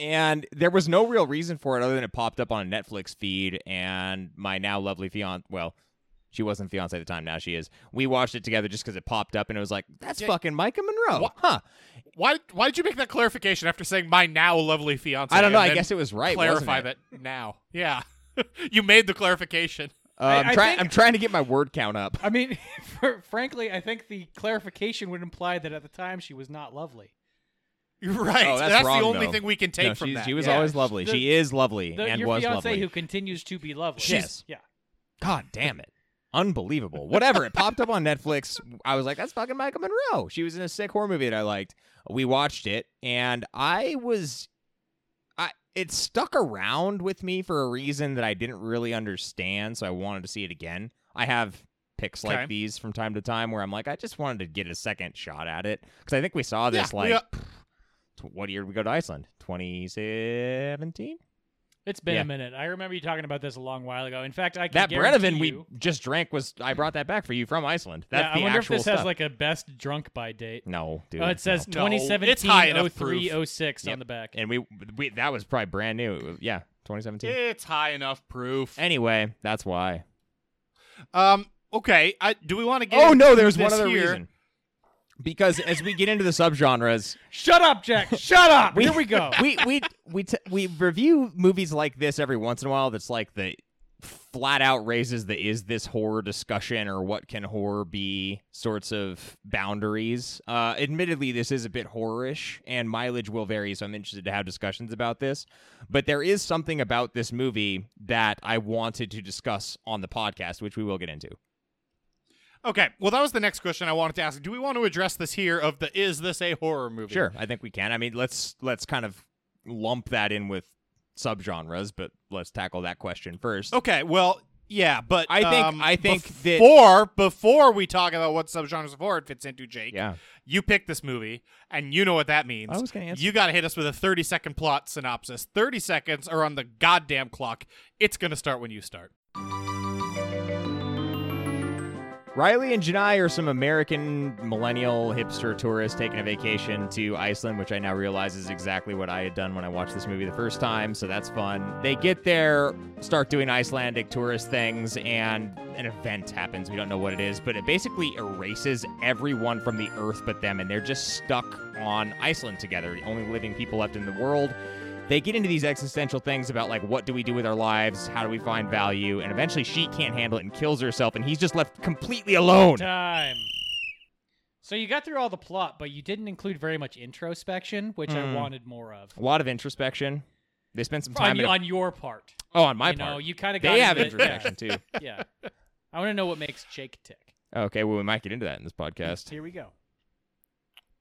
and there was no real reason for it other than it popped up on a Netflix feed, and my now lovely fiance. Well. She wasn't fiance at the time. Now she is. We watched it together just because it popped up, and it was like, "That's Yeah. fucking Micah Monroe, Wha- huh?" why, why did you make that clarification after saying my now lovely fiance? I don't know. and I then- guess it was right. clarify wasn't it? that now. Yeah. <laughs> you made the clarification. <laughs> Uh, I- I'm, I trying. think- I'm trying to get my word count up. I mean, <laughs> fr- frankly, I think the clarification would imply that at the time she was not lovely. You're right. Oh, that's wrong, the only though. thing we can take no, from she's- that. She was Yeah. always lovely. The- she is lovely The, and your was fiance lovely. who continues to be lovely. She's- yeah. God damn it. Unbelievable. Whatever. It popped up on Netflix. I was like, that's fucking Michael Monroe. She was in a sick horror movie that I liked. We watched it and I was I it stuck around with me for a reason that I didn't really understand, so I wanted to see it again. I have picks Okay. like these from time to time where I'm like, I just wanted to get a second shot at it. Because I think we saw Yeah, this we like got- <laughs> tw- what year did we go to Iceland? Twenty seventeen? It's been Yeah. a minute. I remember you talking about this a long while ago. In fact, I can That guarantee Brenovan we you- just drank was I brought that back for you from Iceland. That's yeah, the I wonder if actual this stuff. has like a best drunk by date. No, dude. oh, it says no. No, it's 2017 high enough proof. 0306 Yep. on the back. and we we that was probably brand new. It was- Yeah, 2017. It's high enough proof. Anyway, that's why. Um. Okay. I, do we want to get? Oh no, into there's one this other here? reason. Because as we get into the subgenres, Shut <laughs> up, Jack. Shut up. Here we go. we we we t- we review movies like this every once in a while. That's like the flat out raises the is this horror discussion or what can horror be sorts of boundaries. Uh, admittedly, this is a bit horrorish and mileage will vary, so I'm interested to have discussions about this. But there is something about this movie that I wanted to discuss on the podcast, which we will get into. Okay. Well, that was the next question I wanted to ask. Do we want to address this here? Of the is this a horror movie? Sure, I think we can. I mean, let's let's kind of lump that in with subgenres, but let's tackle that question first. Okay. Well, Yeah, but I think- um, I think that- before before we talk about what subgenres before it fits into, Jake. Yeah. you picked this movie, and you know what that means. I was gonna answer- You got to hit us with a thirty second plot synopsis. Thirty seconds are on the goddamn clock. It's gonna start when you start. Riley and Janai are some American millennial hipster tourists taking a vacation to Iceland, which I now realize is exactly what I had done when I watched this movie the first time, so that's fun. They get there, start doing Icelandic tourist things, and an event happens. We don't know what it is, but it basically erases everyone from the earth but them, and they're just stuck on Iceland together, the only living people left in the world they get into these existential things about like what do we do with our lives how do we find value and eventually she can't handle it and kills herself and he's just left completely alone Time. So you got through all the plot, but you didn't include very much introspection, which Hmm. I wanted more of. a lot of introspection they spend some time On, in a- on your part. oh on my you part know, you kind of got they have into it- introspection too <laughs> Yeah. yeah. I want to know what makes Jake tick. okay well we might get into that in this podcast Here we go.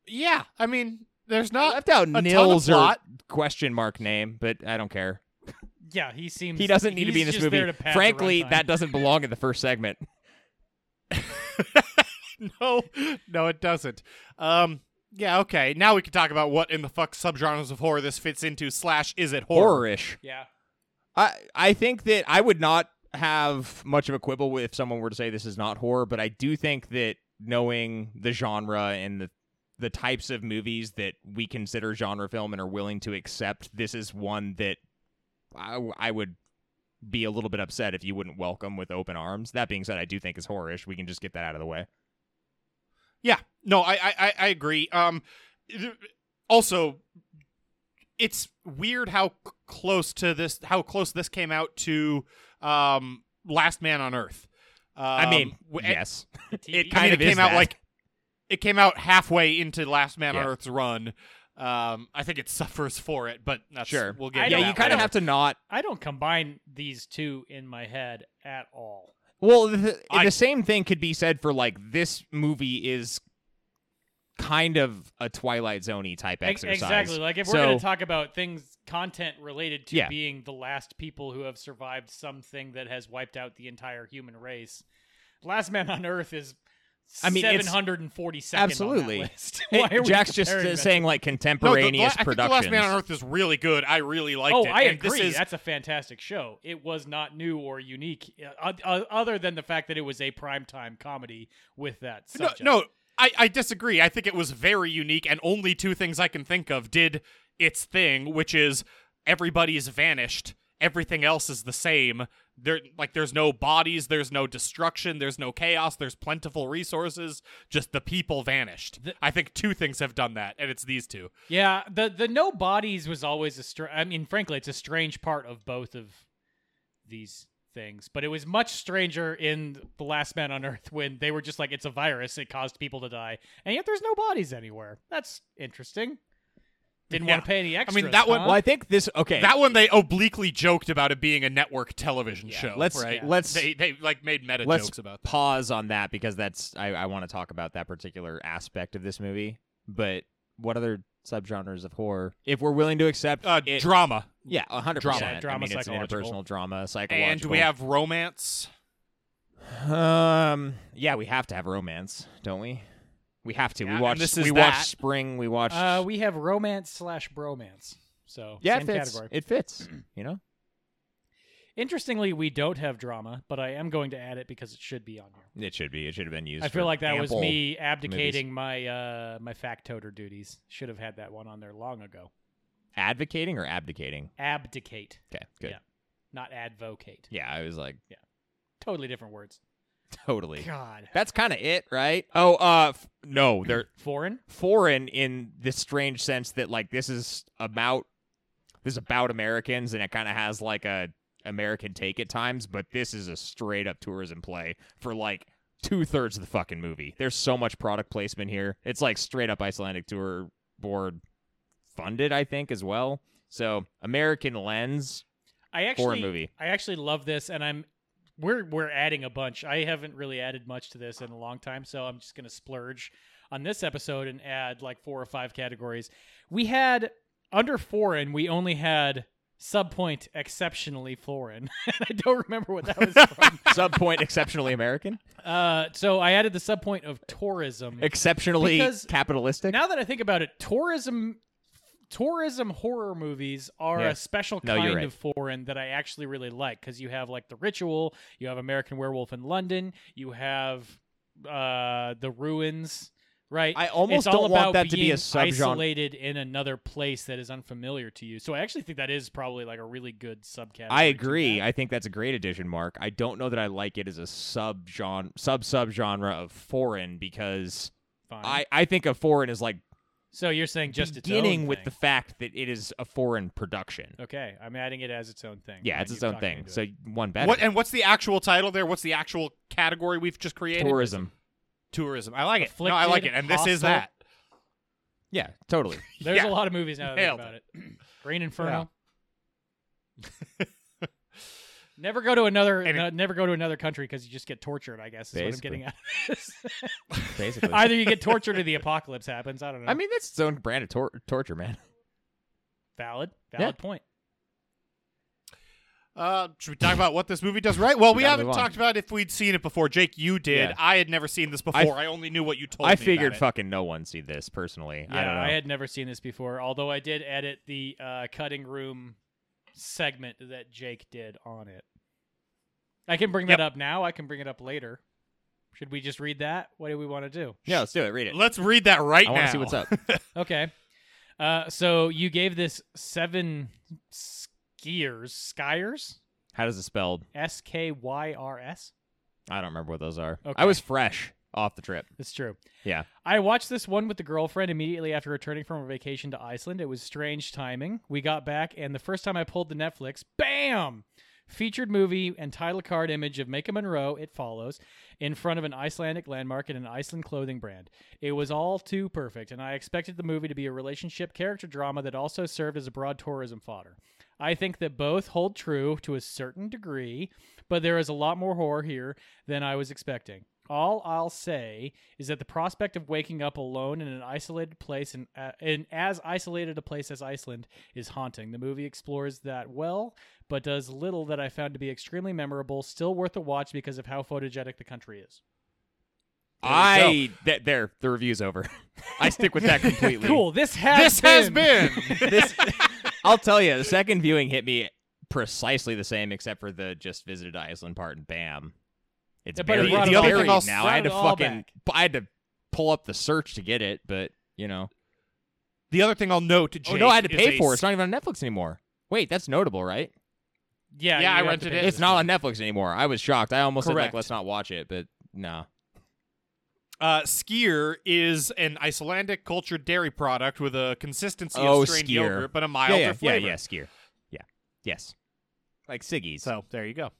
Yeah, I mean, there's I not left out Uh, a ton of nils or plot. question mark name but i don't care Yeah, he seems he doesn't need to be in he's this just there movie to pad the frankly runtime. that doesn't belong in the first <laughs> segment <laughs> no, no, it doesn't. Um, yeah, okay. Now we can talk about what in the fuck subgenres of horror this fits into. Slash, is it horror? horror-ish Yeah. <laughs> I I think that I would not have much of a quibble with if someone were to say this is not horror, but I do think that knowing the genre and the the types of movies that we consider genre film and are willing to accept, this is one that I, I would be a little bit upset if you wouldn't welcome with open arms. That being said, I do think it's horror-ish. We can just get that out of the way. Yeah. No, I, I, I- I agree. Um, th- also, it's weird how c- close to this, how close this came out to, um, Last Man on Earth. Um, I mean, w- yes, TV. it I kind mean, of it is came out that. like it came out halfway into Last Man on Yeah. Earth's run. Um, I think it suffers for it, but that's, sure. We'll get I into yeah, don't- you that kind of later. have to not I don't combine these two in my head at all. Well, the, I- the same thing could be said for like this movie is kind of a Twilight Zoney type Ex- exercise. Exactly. Like if we're So, going to talk about things content related to Yeah. being the last people who have survived something that has wiped out the entire human race, Last Man on Earth is I mean, it's- 742nd Absolutely. on that list. <laughs> it- Why are we Jack's just comparing uh, that? saying like No, the- the- contemporaneous I think the productions. Last Man on Earth is really good. I really liked Oh, it. I and agree. This is, That's a fantastic show. It was not new or unique, uh, uh, other than the fact that it was a primetime comedy with that No, subject. no I, I disagree. I think it was very unique, and only two things I can think of did its thing, which is everybody's vanished, everything else is the same. There, like, there's no bodies, there's no destruction, there's no chaos, there's plentiful resources. Just the people vanished. The- I think two things have done that, and it's these two. Yeah, the the no bodies was always a str- I mean, frankly, it's a strange part of both of these things, but it was much stranger in The Last Man on Earth when they were just like, it's a virus, it caused people to die, and yet there's no bodies anywhere. That's interesting. Didn't want Yeah. to pay any mean, extra. that one- well, I think this okay. That one they obliquely joked about it being a network television show. let's- right? yeah. let's- they they like made meta Let's jokes about that. pause on that because that's I, I want to talk about that particular aspect of this movie. But what other subgenres of horror, if we're willing to accept Uh, it, drama. yeah, hundred Drama. Yeah, percent. I drama, mean, it's an psychological. interpersonal drama, psychological, And we have romance. Um. Yeah, we have to have romance, don't we? We have to. Yeah, we and watched. this is we that. watched Spring. We watched. Uh, we have romance slash bromance. So yeah, it same fits. category. It fits. You know. Interestingly, we don't have drama, but I am going to add it because it should be on here. It should be. It should have been used. I feel for like that was ample- me abdicating my uh my factoter duties. Should have had that one on there long ago. advocating or abdicating. Abdicate, Okay. Good. Yeah. Yeah. not advocate. I was like <laughs> Totally different words. totally. God. That's kind of it, right? Oh, uh, f- no, they're Foreign? foreign in this strange sense that like this is about this is about Americans and it kind of has like a American take at times, but this is a straight up tourism play for like two thirds of the fucking movie. There's so much product placement here. It's like straight up Icelandic tour board funded, I think, as well. So American lens. I actually movie. I actually love this and I'm we're we're adding a bunch. I haven't really added much to this in a long time, so I'm just going to splurge on this episode and add like four or five categories. We had under foreign, we only had Subpoint exceptionally foreign. <laughs> I don't remember what that was from. Subpoint <laughs> exceptionally American, uh, so I added the subpoint of tourism. exceptionally Because capitalistic. now that I think about it, tourism tourism horror movies are Yeah. a special No, you're kind right. of foreign that I actually really like because you have like the ritual, you have American Werewolf in London, you have uh, the ruins, right? I almost It's all don't want about that to be being a subgenre. Isolated in another place that is unfamiliar to you, so I actually think that is probably like a really good subcategory. I to agree. that. I think that's a great addition, Mark. I don't know that I like it as a subgenre, sub subgenre of foreign because Fine. I, I think of foreign as like so you're saying just its beginning own with thing. the fact that it is a foreign production. Okay, I'm adding it as its own thing. Yeah, Fine, it's you its own talked me thing. into it. So one better. What and what's the actual title there? What's the actual category we've just created? tourism? Tourism. I like it. no, I like it. Afflicted, And this is hostile. that. Yeah, totally. There's Yeah. a lot of movies now that think Nailed about it. Green Inferno. never go to another And it- no- never go to another country because you just get tortured. I guess is Basically. what I'm getting at. of this. Basically. I, <laughs> Either you get tortured or the apocalypse happens. I don't know. mean, that's its own brand of tor- torture, man. valid, Yeah. valid point. Uh, should we talk about what this movie does right? Well, we, gotta haven't move on. talked about if we'd seen it before. Jake, you did. Yeah. I had never seen this I- before. I, only knew what you told me. I about figured it. fucking no one see this personally. Yeah, I don't know. had never seen this before. Although I did edit the uh, cutting room segment that Jake did on it. I can bring that up now. I can bring it up later. Should we just read that? What do we want to do? yeah, let's do it. Read it. Let's read that right now. I want to see what's up. Okay. Uh, so you gave this seven skiers, skiers, How does it spelled? S K Y R S. I don't remember what those are. Okay. I was fresh off the trip. That's true. Yeah. I watched this one with the girlfriend immediately after returning from a vacation to Iceland. It was strange timing. We got back, and the first time I pulled the Netflix, bam! Featured movie and title card image of Micah Monroe, it follows, in front of an Icelandic landmark and an Iceland clothing brand. It was all too perfect, and I expected the movie to be a relationship character drama that also served as a broad tourism fodder. I think that both hold true to a certain degree, but there is a lot more horror here than I was expecting. All I'll say is that the prospect of waking up alone in an isolated place and uh, in as isolated a place as Iceland is haunting. The movie explores that well, but does little that I found to be extremely memorable, still worth a watch because of how photogenic the country is. I th- there the review's over. <laughs> I stick with that completely. <laughs> Cool. This has This has been been. <laughs> This I'll tell you, the second viewing hit me precisely the same except for the just visited Iceland part and bam. It's Yeah, but it buried, brought it's it all buried back. now. Brought I had it to all fucking back. I had to pull up the search to get it, but you know. The other thing I'll note, Jake, oh no, I had to is pay a for it. It's not even on Netflix anymore. Wait, that's notable, right? Yeah, Yeah, I you have rented to it. pay It's for not this. on Netflix anymore. I was shocked. I almost said like Correct. let's not watch it, but no. Uh, skyr is an Icelandic cultured dairy product with a consistency Oh, of strained skyr. yogurt, but a yeah, milder yeah, yeah, flavor. yeah, skier. Yeah. Yes. Like Siggy's. So there you go.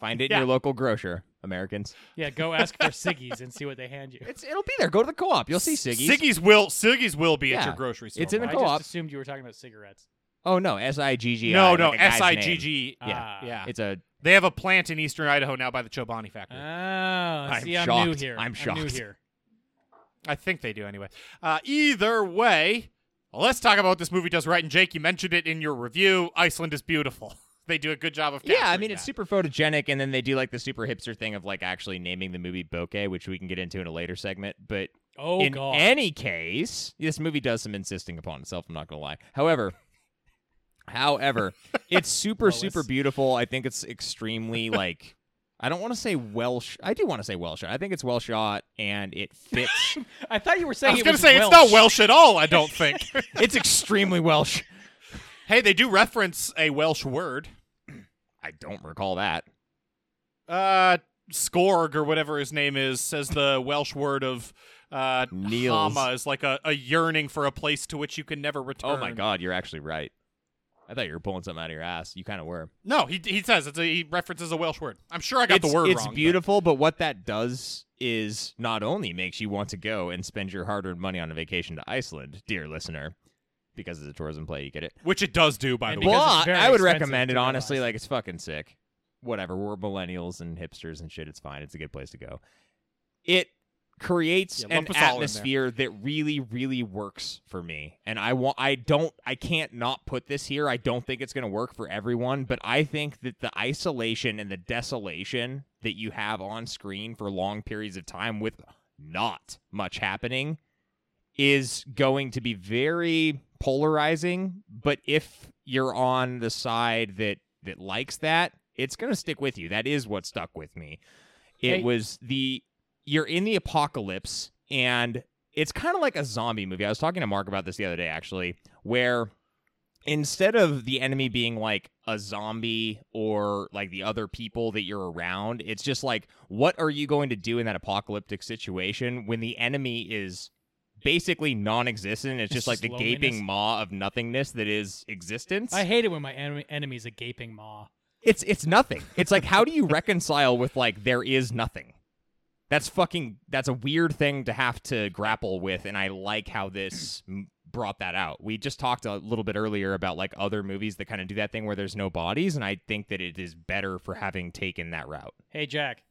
Find it in yeah. your local grocer, Americans. Yeah, go ask for Siggy's and see what they hand you. It's it'll be there. Go to the co-op. You'll see Siggy's. Siggy's will Siggy's will be at Yeah. your grocery store. It's in the Mike. I co-op. just assumed you were talking about cigarettes. Oh no, S I G G. No, like no, a guy's S I G G. name. Yeah, Ah. Yeah, it's a they have a plant in eastern Idaho now by the Chobani Oh, factory. Uh. I'm Ah, see, I'm new shocked. here. I'm new shocked. here. I think they do anyway. Uh, either way, let's talk about what this movie does right. And Jake, you mentioned it in your review. Iceland is beautiful. <laughs> They do a good job of yeah. I capturing mean, it's that. super photogenic, and then they do like the super hipster thing of like actually naming the movie Bokeh, which we can get into in a later segment. But Oh in god. any case, this movie does some insisting upon itself. I'm not gonna lie. However, <laughs> however, it's super Lois. super beautiful. I think it's <laughs> extremely like. I don't want to say well. Sh- I do want to say well shot. I think it's well shot, and it fits. <laughs> I thought you were saying I was it gonna was say Welsh. it's not Welsh at all. I don't think. <laughs> it's extremely Welsh. hey, they do reference a Welsh word. I don't recall that. uh Skorg or whatever his name is says the Welsh word of uh Niels. Hama is like a, a yearning for a place to which you can never return. Oh my god, you're actually right. I thought you were pulling something out of your ass. You kind of were. No, he he says it's a, he references a Welsh word. I'm sure I got it's, the word It's wrong. but- beautiful, but... what that does is not only makes you want to go and spend your hard-earned money on a vacation to Iceland, dear listener, because it's a tourism play, you get it. which it does do by And the way. because- it's But very I would expensive recommend to it go to honestly. Iceland. Like it's fucking sick. Whatever. We're millennials and hipsters and shit. It's fine. It's a good place to go. It creates Yeah, an lump us all in there. atmosphere that really, really works for me. And I want, I don't, I can't not put this here. I don't think it's going to work for everyone, but I think that the isolation and the desolation that you have on screen for long periods of time with not much happening is going to be very polarizing. But if you're on the side that that likes that, it's going to stick with you. That is what stuck with me. It Hey. was the you're in the apocalypse and it's kind of like a zombie movie. I was talking to Mark about this the other day actually, where instead of the enemy being like a zombie or like the other people that you're around, it's just like what are you going to do in that apocalyptic situation when the enemy is basically non-existent? It's, It's just like just the loneliness. gaping maw of nothingness that is existence. I hate it when my en- enemy's a gaping maw. It's it's nothing. It's like how do you <laughs> reconcile with like there is nothing? That's fucking that's a weird thing to have to grapple with and I like how this m- brought that out. We just talked a little bit earlier about like other movies that kind of do that thing where there's no bodies and I think that it is better for having taken that route. Hey, Jack.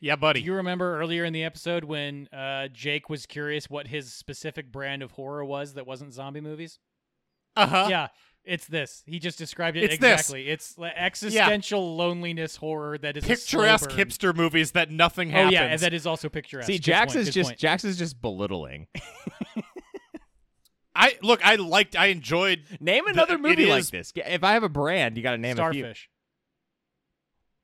Yeah, buddy. Do you remember earlier in the episode when uh, Jake was curious what his specific brand of horror was that wasn't zombie movies? uh-huh. yeah, it's this. He just described it It's this. exactly. It's like existential loneliness horror that is a slow Picturesque burn. hipster movies that nothing Oh happens. yeah, and that is also picturesque. See, Good Jax point, is good just point. Jax is just <laughs> belittling. I look. I liked. I enjoyed. Name The- another it movie like is- this. If I have a brand, you got to name a few. Starfish,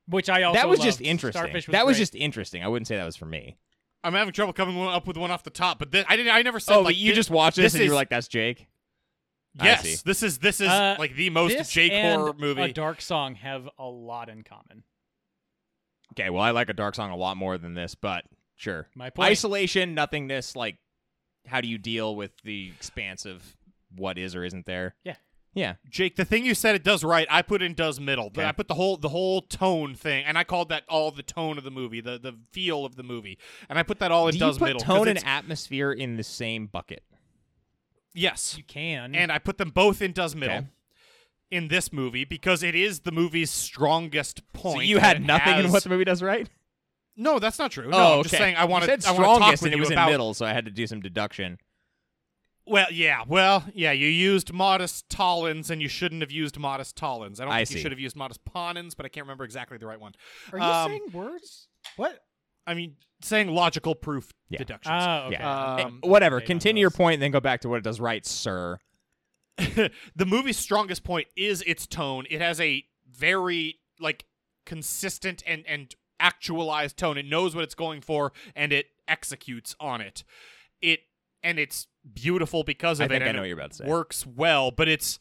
which I also That was just loved. interesting. Starfish was that was great. just interesting. I wouldn't say that was for me. I'm having trouble coming one- up with one off the top, but th- I didn't. I never said. oh, like, but you thi- just watched this, this and you were is- like, "That's Jake." I see. Yes, this is this is Uh, like the most this Jake and horror movie. A Dark Song have a lot in common. Okay, well, I like a dark song a lot more than this, but sure. My point. Isolation, nothingness, like how do you deal with the expanse of what is or isn't there? Yeah. Yeah. Jake, the thing you said it does right, I put in does middle. But Okay. I put the whole the whole tone thing, and I called that all the tone of the movie, the the feel of the movie, and I put that all in do you does put middle. 'cause tone and it's- atmosphere in the same bucket? yes, You can. and I put them both in does middle. Okay. In this movie, because it is the movie's strongest point. So you and had it nothing in has- what the movie does <laughs> right? No, that's not true. No, oh, I'm just okay. saying I want You to. said I want to talk strongest, with and it you was about. in middle, so I had to do some deduction. Well, yeah, well, yeah. You used modest Tollins, and you shouldn't have used modest Tollins. I don't I think see. you should have used modest Ponins, but I can't remember exactly the right one. Are you um, saying words? What? I mean, saying logical proof Yeah. deductions. Oh, okay. Yeah. Um, Eh, Whatever. okay, no, Continue your those- point, and then go back to what it does right, sir. <laughs> the movie's strongest point is its tone. It has a very like consistent and and actualized tone. It knows what it's going for and it executes on it. It and it's beautiful because I of think it. I and know what it you're about to say. works well, but it's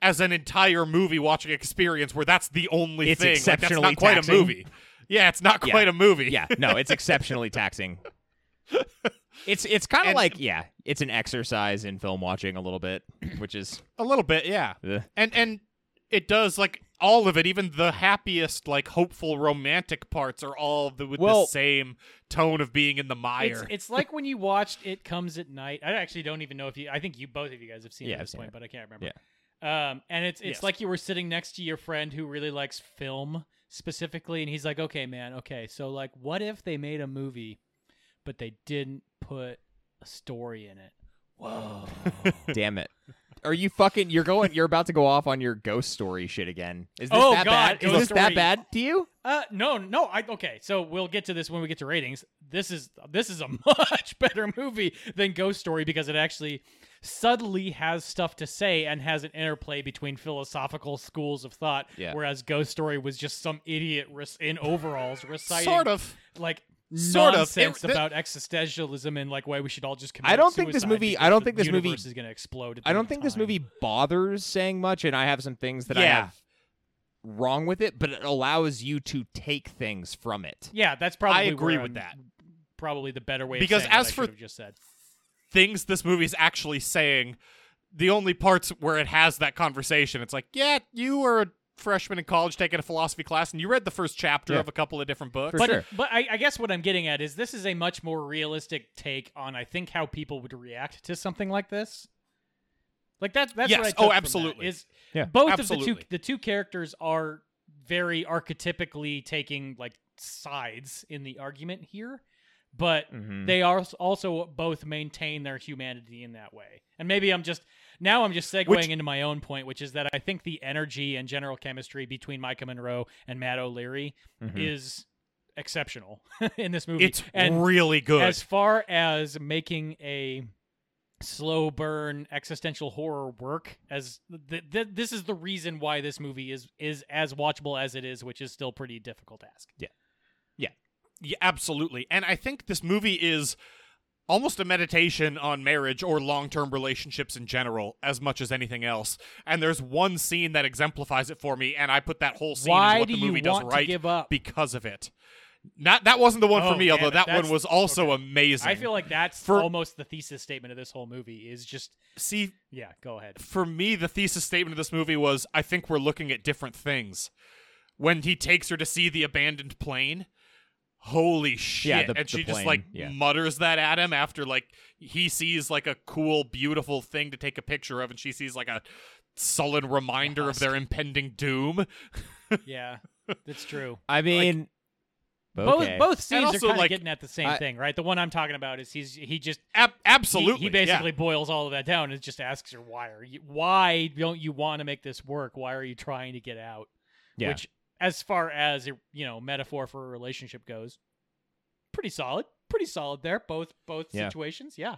as an entire movie watching experience where that's the only It's thing. exceptionally like, that's not quite taxing. a movie. Yeah, it's not Yeah. quite a <laughs> movie. yeah, no, it's exceptionally taxing. It's it's kind of And- like yeah, it's an exercise in film watching a little bit, <clears throat> which is a little bit. Yeah. ugh. and and it does like all of it even the happiest like hopeful romantic parts are all the, with Well- the same tone of being in the It's, mire it's like when you watched It Comes at Night. I actually don't even know if you. I think you both of you guys have seen Yeah, it I've at this seen point, it. but I can't remember. Um, and it's it's Yes. like you were sitting next to your friend who really likes film specifically, and he's like, "Okay, man, okay, so like, what if they made a movie, but they didn't put a story <laughs> in it?" Whoa! damn it. Are you fucking? You're going. You're about to go off on your ghost story shit again. Is this Oh, that God, bad? Is ghost this that story. bad to you? uh, no, no, I okay. So we'll get to this when we get to ratings. This is this is a <laughs> much better movie than Ghost Story because it actually subtly has stuff to say and has an interplay between philosophical schools of thought. Yeah. Whereas Ghost Story was just some idiot res- in overalls reciting sort of like Sort of. nonsense It- th- about existentialism and like why we should all just commit I don't think this suicide movie- I because don't the think this movie- universe is going to explode. At the I end don't of think this time. movie bothers saying much, and I have some things that I Yeah. have wrong with it, but it allows you to take things from it. Yeah, that's probably. I agree where with I'm- that. Probably the better way. Because of saying what as I for- should have just said, things this movie's actually saying the only parts where it has that conversation it's like yeah you were a freshman in college taking a philosophy class and you read the first chapter Yeah. of a couple of different books For but sure. but I, I guess what I'm getting at is this is a much more realistic take on I think how people would react to something like this. Like that. That's Yes. what Oh, I took from that, absolutely. is Yeah. both of the Absolutely. two the two characters are very archetypically taking like sides in the argument here but Mhm. they are also both maintain their humanity in that way. And maybe I'm just now I'm just segueing into my own point, which is that I think the energy and general chemistry between Micah Monroe and Matt O'Leary Mm-hmm. is exceptional <laughs> in this movie. Mm-hmm. It's and really good. as far as making a slow burn existential horror work as th- th- this is the reason why this movie is is as watchable as it is which is still pretty difficult task Yeah, absolutely. And I think this movie is almost a meditation on marriage or long-term relationships in general as much as anything else. And there's one scene that exemplifies it for me and I put that whole scene why in what do the you movie does want right to give up because of it. Not that wasn't the one Oh, for me, damn although it. that one That's- was also okay. amazing. i feel like that's For- almost the thesis statement of this whole movie is just see yeah go <laughs> ahead for me, the thesis statement of this movie was I think we're looking at different things. When he takes her to see the abandoned plane, holy shit. Yeah, the- and she the just plane, like yeah. mutters that at him after like he sees like a cool, beautiful thing to take a picture of, and she sees like a sullen reminder of their impending doom. yeah that's true I mean, okay. both both scenes also, are kind of like, getting at the same I- thing right the one i'm talking about is he's he just Ab- he- absolutely. He, yeah. basically boils all of that down and just asks her, why are you, why don't you want to make this work? Why are you trying to get out? Yeah. Which, as far as, you know, metaphor for a relationship goes, pretty solid. Pretty solid there. Both, both Yeah. situations. Yeah.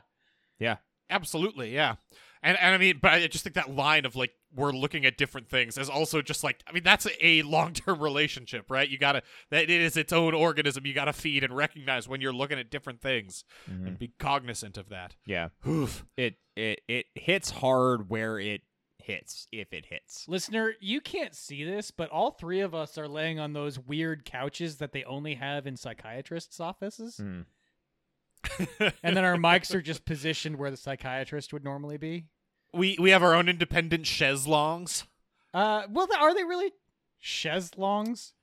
Absolutely, yeah. And and I mean, but I just think that line of like we're looking at different things is also just like I mean that's a long term <laughs> relationship, right? You gotta that it is its own organism. You gotta feed and recognize when you're looking at different things Mhm. and be cognizant of that. yeah, Oof. it it it hits hard where it hits if it hits. Listener, you can't see this, but all three of us are laying on those weird couches that they only have in psychiatrists' offices. Mm. And <laughs> then our mics are just positioned where the psychiatrist would normally be. We we have our own independent chaiselongs. Uh, well, th- are they really chaise longs?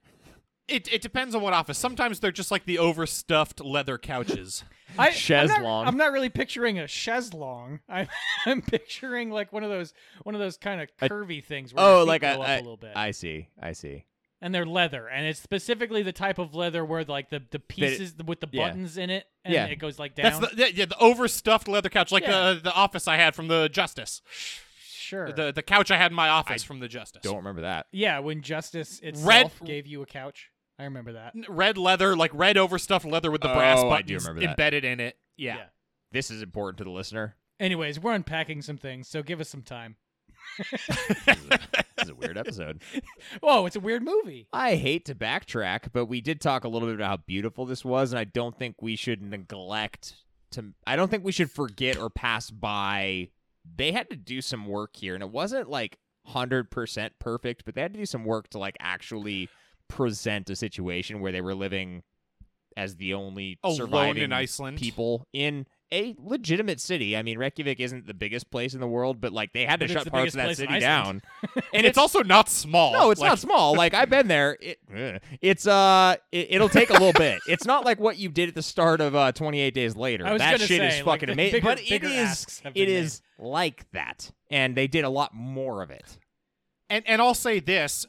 It it depends on what office. Sometimes they're just like the overstuffed leather <laughs> couches. I, Chaise I'm not, long. I'm not really picturing a chaise long. <laughs> I'm, I'm picturing like one of those one of those kind of A- curvy things. Where your Oh, feet like go I, up I, a little bit, I see, I see. and they're leather, and it's specifically the type of leather where like the the pieces with the yeah. buttons in it, and Yeah. it goes like down. That's the yeah, yeah, the overstuffed leather couch, like Yeah. the the office I had from the Justice, sure. the the couch I had in my office from the Justice. Don't remember that. yeah, when justice itself gave you a couch, I remember that. n- red leather, like red overstuffed leather with the Oh, brass I buttons do remember that. embedded in it. Yeah. Yeah. This is important to the listener. Anyways, we're unpacking some things, so give us some time. This is a <laughs> weird episode. Whoa, Oh, it's a weird movie. I hate to backtrack, but we did talk a little bit about how beautiful this was, and I don't think we should neglect to. I don't think we should forget or pass by. They had to do some work here, and it wasn't like hundred percent perfect, but they had to do some work to like actually present a situation where they were living as the only <laughs> Alone surviving in Iceland. people in a legitimate city. I mean, Reykjavik isn't the biggest place in the world, but like they had to But it's shut the parts biggest of that place in city down. Iceland. <laughs> And it's also not small. No, it's Like, not small. Like I've been there. <laughs> It, eh. it's uh, it, it'll take a little bit. It's not like what you did at the start of uh, 28 Days Later. I was That gonna shit is say, like, fucking the amazing. bigger- But it bigger is, asks have it been is like that, and they did a lot more of it. And and I'll say this,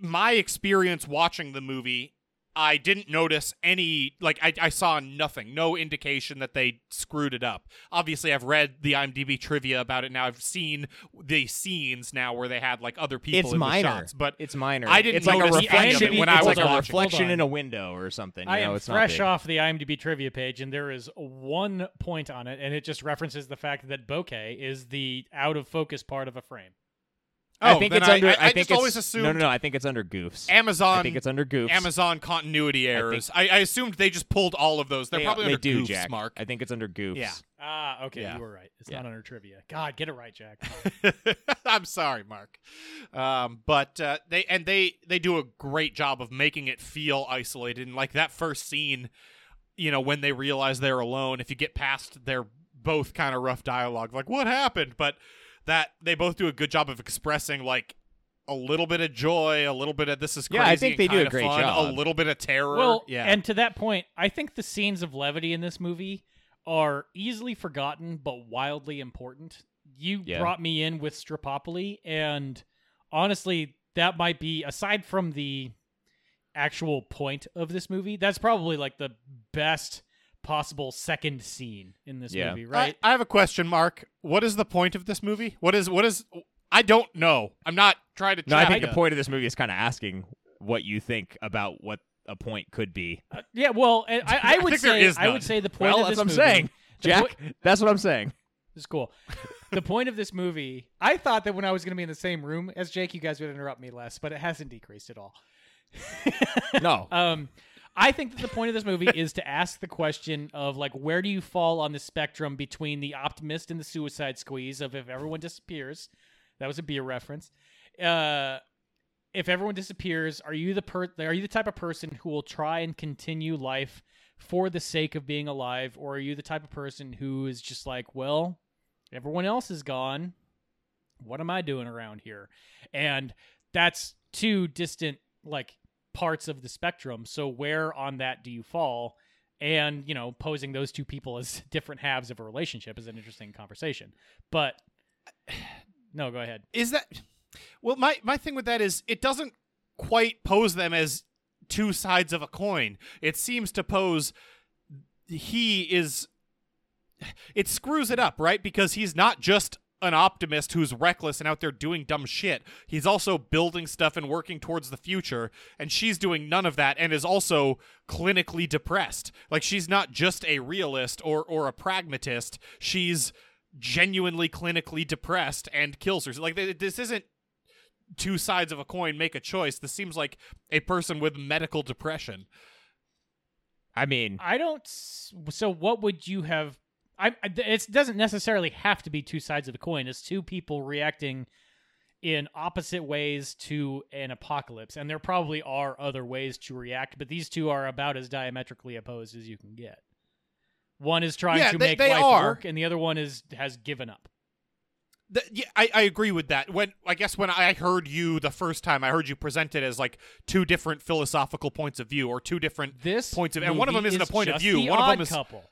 my experience watching the movie, I didn't notice any like I, I saw nothing, no indication that they screwed it up. Obviously, I've read the IMDb trivia about it now. I've seen the scenes now where they had like other people it's in minor, the shots, but it's minor. I didn't It's like a notice any of reflection it when it's I like was a watching. reflection Hold in on. a window or something. You I know, am it's fresh not off the IMDb trivia page, and there is one point on it, and it just references the fact that bokeh is the out of focus part of a frame. big. Oh, I think then it's under. I, I just think always it's- assumed No, no, no. I think it's under goofs. Amazon I think it's under goofs. Amazon continuity think- errors. I, I, assumed they just pulled all of those. They're They- probably they under do, goofs, Jack. Mark. <laughs> I think it's under goofs. Yeah. Ah, okay, Yeah. you were right. It's Yeah. not under trivia. God, get it right, Jack. I'm sorry, Mark. Um, but uh, they and they they do a great job of making it feel isolated. And like that first scene, you know, when they realize they're alone. If you get past their both kind of rough dialogue, like what happened, but that they both do a good job of expressing like a little bit of joy, a little bit of this is crazy. Yeah, I think and they do a kinda great fun, A job. little bit of terror. well, yeah, and to that point, I think the scenes of levity in this movie are easily forgotten but wildly important. You Yeah. brought me in with Stripopoli, and honestly, that might be aside from the actual point of this movie, that's probably like the best possible second scene in this Yeah. movie, right? I, I have a question mark. What is the point of this movie? What is what is? I don't know. I'm not trying to. No, I trap think ya. the point of this movie is kind of asking what you think about what a point could be. Uh, yeah, well, and I, I would think there say is I none. would say the point Well, of that's this what I'm movie- saying, the Jack. point- That's what I'm <laughs> saying. This is cool. the point of this movie, I thought that when I was going to be in the same room as Jake, you guys would interrupt me less, but it hasn't decreased at all. No, Um, I think that the point of this movie is to ask the question of like, where do you fall on the spectrum between the optimist and the suicide squeeze of if everyone disappears? That was a beer reference. Uh, if everyone disappears, are you the per- are you the type of person who will try and continue life for the sake of being alive, or are you the type of person who is just like, well, everyone else is gone, what am I doing around here? And that's two distant like parts of the spectrum. So where on that do you fall? And you know, posing those two people as <laughs> different halves of a relationship is an interesting conversation. But <sighs> no, go ahead. is that well my my thing with that is it doesn't quite pose them as two sides of a coin it seems to pose he is it screws it up right because he's not just an optimist who's reckless and out there doing dumb shit he's also building stuff and working towards the future and she's doing none of that and is also clinically depressed like she's not just a realist or or a pragmatist she's genuinely clinically depressed and kills her. Like th- this isn't two sides of a coin make a choice. This seems like a person with medical depression. I mean, I don't. s- So what would you have? I I- it doesn't necessarily have to be two sides of the coin. It's two people reacting in opposite ways to an apocalypse, and there probably are other ways to react, but these two are about as diametrically opposed as you can get. One is trying Yeah, to they- make they life are. work, and the other one is has given up. Th- yeah, I, I agree with that. When I guess when I heard you the first time, I heard you present it as like two different philosophical points of view or two <laughs> different <laughs> This points of, and one of them movie isn't is a point of just view. the One of Odd them is couple.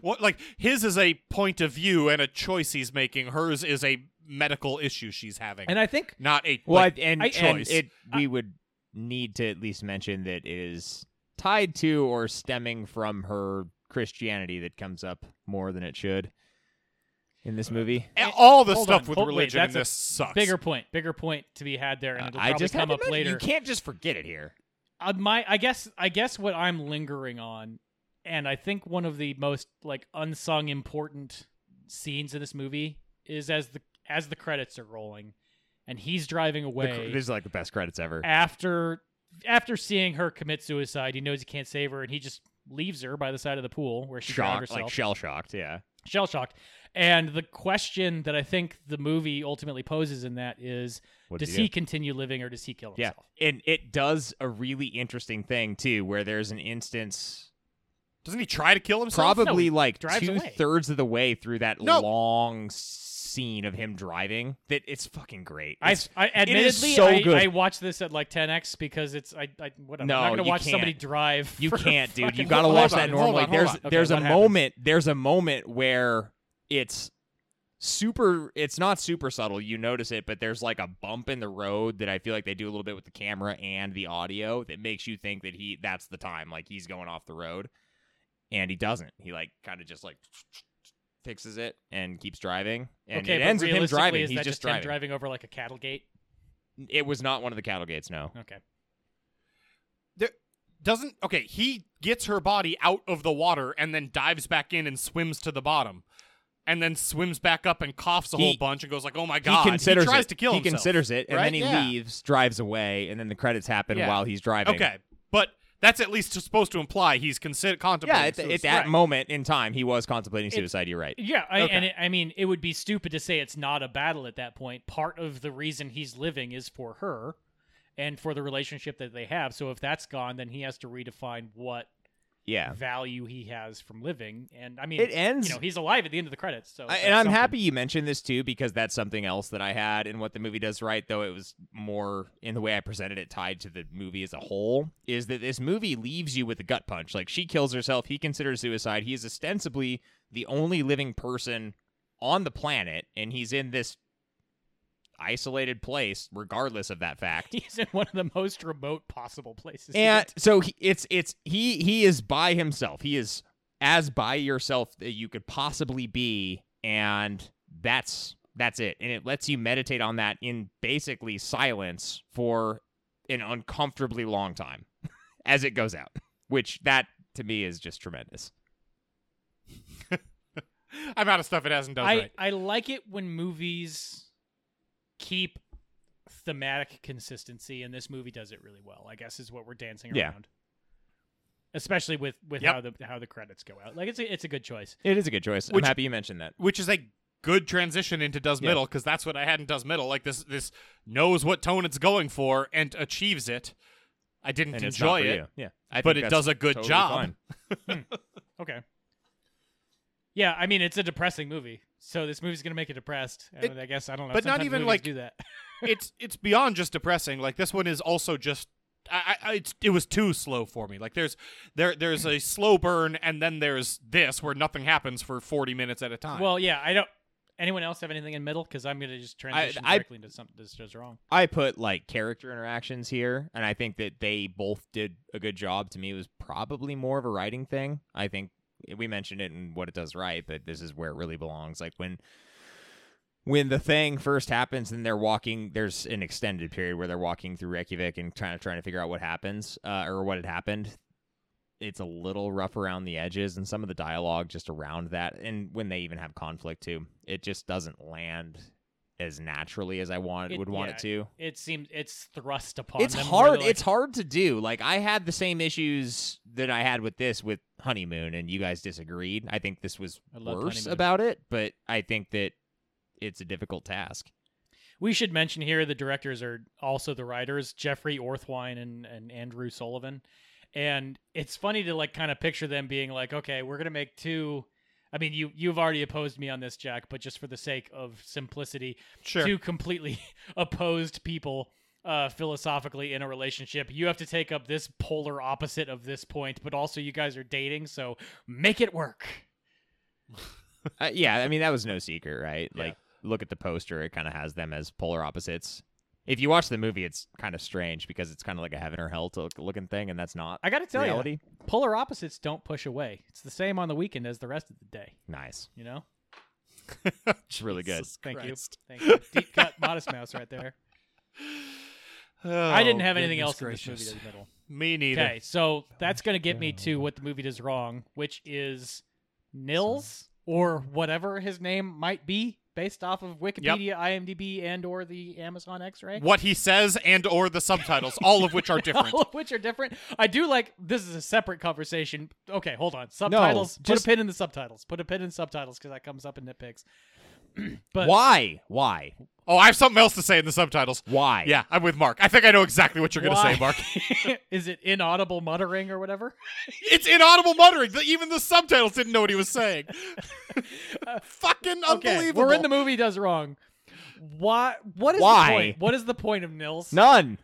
what like his is a point of view and a choice he's making. Hers is a medical issue she's having, and I think not a well, like, I- and, I- and choice. it we would need to at least mention that it is tied to or stemming from her Christianity that comes up more than it should in this movie. all the Hold stuff on, with hold- wait, religion in that's a this sucks. bigger point, bigger point to be Uh, had there, and it'll Uh, I probably just had come to up mention- later. You can't just forget it here. uh, my I guess I guess what I'm lingering on, and I think one of the most like unsung important scenes in this movie is as the as the credits are rolling, and he's driving The cr- away This is like the best credits ever. after after seeing her commit suicide. He knows he can't save her, and he just leaves her by the side of the pool where she drowned Shocked, herself like shell shocked. Yeah. shell shocked. And the question that I think the movie ultimately poses in that is: What did Does he do? he continue living, or does he kill Yeah. himself? And it does a really interesting thing too, where there's an instance Doesn't he try to kill himself? probably like drives two away. thirds of the way through that No. long scene of him driving that it's fucking great. I, It's- I it is admittedly so I, good. I watch this at like 10x because it's I, I whatever. No, I'm not you gonna watch somebody can't. drive. you for can't, dude. You fucking- gotta hold watch on, that hold normally. on, hold there's on. Okay, there's a what happens? moment. There's a moment where it's super. It's not super subtle. You notice it, but there's like a bump in the road that I feel like they do a little bit with the camera and the audio that makes you think that he that's the time, like he's going off the road, and he doesn't. He like kind of just like fixes it and keeps driving, and okay, it but ends with him realistically, driving. Is He's that just just driving. him driving over like a cattle gate. It was not one of the cattle gates. No. Okay. there doesn't okay he gets her body out of the water and then dives back in and swims to the bottom and then swims back up and coughs a He- whole bunch and goes like oh my god he considers tries it. to kill he himself considers it, and right? then he Yeah. leaves, drives away, and then the credits happen Yeah. while he's driving. okay but that's at least supposed to imply he's consider contemplating Yeah, at, at suicide. that Right. moment in time, he was contemplating suicide. you're right. Yeah, I, Okay. and it, I mean, it would be stupid to say it's not a battle at that point. Part of the reason he's living is for her, and for the relationship that they have. So if that's gone, then he has to redefine what Yeah. value he has from living. And I mean, It ends- You know, he's alive at the end of the credits. So I, that's and I'm something. happy you mentioned this too because that's something else that I had and what the movie does right though it was more in the way I presented it tied to the movie as a whole is that this movie leaves you with a gut punch like she kills herself he considers suicide he is ostensibly the only living person on the planet and he's in this isolated place, regardless of that fact. He's in one of the most remote possible places. to and get so he, it's it's he he is by himself. He is as by yourself that you could possibly be, and that's that's it. And it lets you meditate on that in basically silence for an uncomfortably long time <laughs> as it goes out, which that to me is just tremendous. I'm out of stuff it hasn't to. done I, right. I like it when movies keep thematic consistency, and this movie does it really well. I guess is what we're dancing Yeah. around. Especially with with Yep. how the how the credits go out. Like it's a, it's a good choice. It is a good choice. Which- I'm happy you mentioned that. Which is a good transition into Does Yeah. Middle because that's what I had in Does Middle. Like this this knows what tone it's going for and achieves it. I didn't And it's not enjoy for it. you. Yeah. I but think it that's does a good totally job. fine. Okay. Yeah, I mean it's a depressing movie, so this movie's gonna make you depressed. It- and I guess I don't know. but not sometimes even, movies like- do that. it's it's beyond just depressing. Like this one is also just I, I I- it's it was too slow for me. Like there's there there's a slow burn and then there's this where nothing happens for 40 minutes at a time. Well, yeah, I don't. Anyone else have anything in middle? Because I'm gonna just transition I- directly into something that's just wrong. I put like character interactions here, and I think that they both did a good job. To me, it was probably more of a writing thing. I think we mentioned it in what it does right, but this is where it really belongs. Like when when the thing first happens and they're walking, there's an extended period where they're walking through Reykjavik and trying to trying to figure out what happens uh, or what had happened. It's a little rough around the edges, and some of the dialogue just around that, and when they even have conflict too, it just doesn't land as naturally as I want It- would want it to It seems it's thrust upon. it's them where hard they're like- it's hard to do like i had the same issues that i had with this with honeymoon and you guys disagreed i think this was I loved worse Honeymoon. about it but i think that it's a difficult task We should mention here the directors are also the writers, Jeffrey Orthwine and, and Andrew Sullivan. And it's funny to like kind of picture them being like, okay, we're gonna make two. I mean, you you've already opposed me on this, Jack, but just for the sake of simplicity, sure. two completely <laughs> opposed people uh, philosophically in a relationship. You have to take up this polar opposite of this point, but also you guys are dating, so make it work. uh, yeah i mean that was no secret right Yeah. like look at the poster it kind of has them as polar opposites if you watch the movie it's kind of strange because it's kind of like a heaven or hell to looking thing and that's not I gotta tell reality you, polar opposites don't push away. It's the same on the weekend as the rest of the day. nice You know. it's really good Thank Christ. you. <laughs> Thank you. Deep cut Modest Mouse right there. I didn't Oh, have anything goodness else in gracious. this movie to the middle. Me neither. Oh. Okay, so that's going to get me to what the movie does wrong, which is Nils or whatever his name might be based off of Wikipedia, IMDb and or the Amazon X-ray. <laughs> What he says and or the subtitles, all of which are different. All of which are different. I do like this is a separate conversation. Okay, hold on. Subtitles. just- Put a pin in the subtitles. Put a pin in subtitles because that comes up in nitpicks. <clears throat> but why why Oh, I have something else to say in the subtitles. why Yeah, I'm with Mark. I think I know exactly what you're going to why- say, Mark. <laughs> <laughs> is it inaudible muttering or whatever? It's inaudible muttering. The- Even the subtitles didn't know what he was <laughs> saying. Fucking Uh, Okay, unbelievable. we're in the movie does wrong. Why? What is Why? the point? What is the point of Nils? <laughs> none